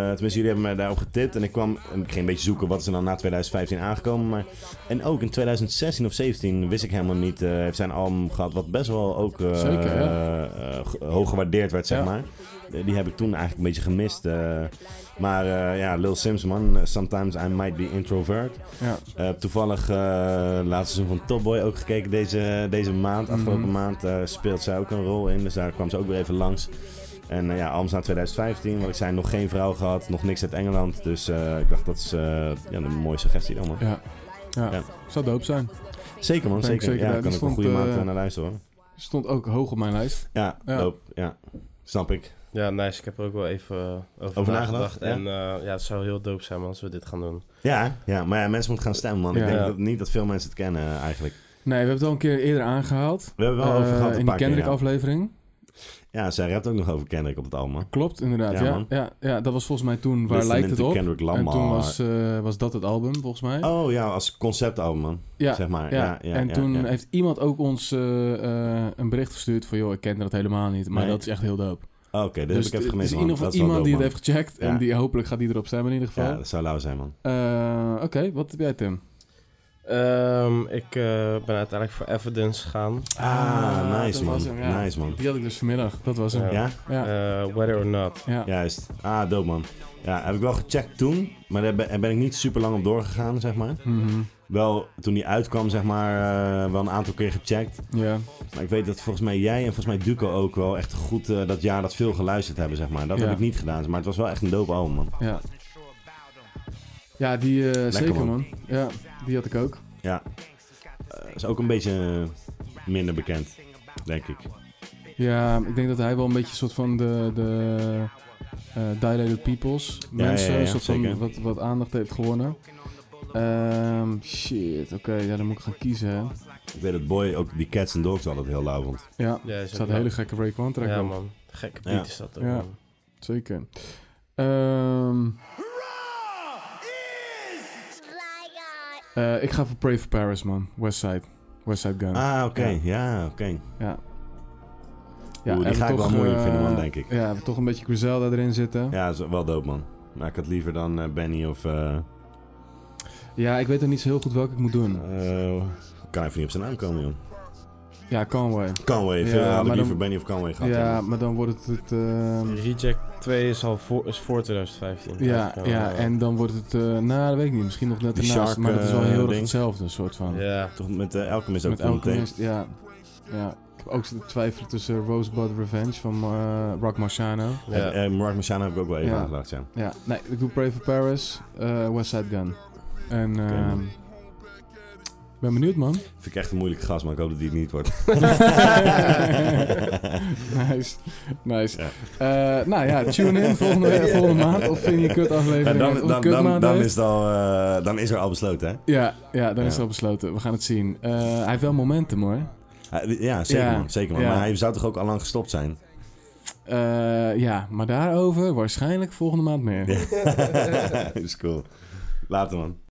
tenminste, jullie hebben mij daarop getipt. En ik kwam, en ik ging een beetje zoeken wat is er dan na 2015 aangekomen. Maar, en ook in 2016 of 17 wist ik helemaal niet. eh, heeft zijn album gehad, wat best wel ook eh,
Zeker, ja.
eh, eh, g- hoog gewaardeerd werd, zeg
Ja.
maar. Eh, Die heb ik toen eigenlijk een beetje gemist. eh. maar eh, ja, Lil Sims, man. Sometimes I might be introvert.
Ja.
Eh, toevallig eh laatste seizoen van Top Boy ook gekeken deze, deze maand. Afgelopen
Mhm.
maand eh, speelt zij ook een rol in. Dus daar kwam ze ook weer even langs. En eh, ja, Amsterdam 2015. Wat ik zei, nog geen vrouw gehad. Nog niks uit Engeland. Dus eh, ik dacht, dat is eh, ja, een mooie suggestie dan, man.
Ja. Ja.
Ja.
Zou doop zijn.
Zeker, man.
Ben ik
Zeker.
zeker
ja,
bij.
kan
Die
ik een goede
stond,
maand
eh,
eh, naar luisteren, hoor.
Stond ook hoog op mijn lijst.
Ja,
ja.
dope. Ja, snap ik.
Ja, nice. Ik heb er ook wel even eh, over, nagedacht.
Over nagedacht, ja.
En eh, ja, het zou heel dope zijn man, als we dit gaan doen.
Ja, ja maar ja, mensen moeten gaan stemmen, man.
Ja.
Ik denk
Ja.
dat, niet dat veel mensen het kennen, eh, eigenlijk.
Nee, we hebben het al een keer eerder aangehaald.
We hebben wel over
Eh,
gehad een
in die
paar keer.
Kendrick
Ja.
aflevering.
ja, zij rapt ook nog over Kendrick op het album. man.
Klopt, inderdaad. Ja,
Ja,
ja,
man.
ja, dat was volgens mij toen Waar
Listening
lijkt het
to
op?
Kendrick
En
Lamar.
toen was, eh, was dat het album, volgens mij.
Oh ja, als conceptalbum, man.
ja.
zeg maar.
Ja,
Ja, ja,
en
ja,
toen
ja.
heeft iemand ook ons eh, eh, een bericht gestuurd van... joh, ik kende dat helemaal niet, maar
Nee.
dat is echt heel dope.
Oh, Oké, dit
dus
heb ik
het
even gemist,
is in
man.
ieder geval
Dat is wel
iemand die het
dope,
heeft gecheckt... en
Ja.
die hopelijk gaat die erop stemmen in ieder
man. Ja,
geval.
dat zou lauw zijn, man.
Eh, Oké, wat heb jij, Tim?
Ehm, ik eh, ben uiteindelijk voor Evidence gegaan.
Ah, nice,
Eh, dat
man.
was hem, ja.
Nice, man.
Die had ik dus vanmiddag, dat was hem.
Ja.
Ja?
Ja.
Eh, whether or not.
Ja.
Juist. Ah, dope, man. Ja, heb ik wel gecheckt toen, maar daar ben, daar ben ik niet super lang op doorgegaan, zeg maar.
Mhm.
Wel, toen die uitkwam, zeg maar, eh, wel een aantal keer gecheckt.
Ja.
Maar ik weet dat volgens mij jij en volgens mij Duco ook wel echt goed eh, dat jaar dat veel geluisterd hebben, zeg maar. Dat
Ja.
heb ik niet gedaan, maar het was wel echt een dope album, man.
Ja. Ja, die eh, zeker man.
man.
Ja, die had ik ook.
Ja. Eh, is ook een beetje eh, minder bekend, denk ik.
Ja, ik denk dat hij wel een beetje een soort van de, de eh, Dilated Peoples
ja,
mensen
ja,
een soort van
zeker.
wat, wat aandacht heeft gewonnen. Ehm, shit, oké, ja, dan moet ik gaan kiezen. hè.
Ik weet dat Boy ook die Cats and Dogs altijd heel lauw vond.
Ja,
Ja, is
er
ook
staat een
wel-
hele gekke Ray One track
Ja
op.
man, gekke
Ja.
beat is dat ook
Ja.
man.
Zeker. Ehm, eh, ik ga voor Pray for Paris, man. Westside. Westside Gun.
Ah, oké.
Ja.
Ja, oké.
Ja.
Oeh, die
hebben
ga ik wel moeilijk
eh,
vinden, man, denk ik.
Ja, hebben we toch een beetje Griselda erin zitten. Ja.
Ja, is wel dope, man. Maar ik had liever dan eh, Benny of... eh
ik weet nog niet zo heel goed welke ik moet doen.
eh, kan even niet op zijn naam komen, joh.
Ja, Conway.
Conway.
Ja,
Ja, had
maar
ik
dan-
liever Benny of Conway gehad.
ja,
hebben.
maar dan wordt het... het ehm,
Reject 2 is al voor, is voor 2015.
ja, ja,
Eigenlijk, eh,
en dan wordt het... eh nou, dat weet ik niet. Misschien nog net
Die
ernaast.
shark,
maar dat is wel
eh,
heel erg
ding.
hetzelfde, een soort van.
Ja,
Toch met uh, Alchemist ook
Met
toen
elke
meteen.
mist, ja. ja. Ik heb ook zitten twijfelen tussen Rosebud Revenge van eh Rock Marciano.
ja.
Eh, eh, Mark Machano heb ik ook wel even
Ja.
aangedacht, ja.
Ja, nee, ik doe Pray for Paris, eh West Side Gun. En ehm,
man.
ben benieuwd, man.
Vind ik echt een moeilijke gast, maar ik hoop dat die het niet wordt.
nice. Nice. Eh, nou ja, tune in volgende, eh, volgende maand. Of vind je een kut aflevering?
En dan,
uit- of
dan,
kutmaand
dan, dan,
heeft?
is het al, eh, dan is er al besloten, hè?
Ja, ja, dan is
Ja.
het al besloten. We gaan het zien. Eh, hij heeft wel momentum hoor.
Eh, Ja, zeker
Ja.
man. Zeker man.
Ja.
Maar hij zou toch ook al lang gestopt zijn?
Eh, ja, maar daarover waarschijnlijk volgende maand meer.
is cool. Later man.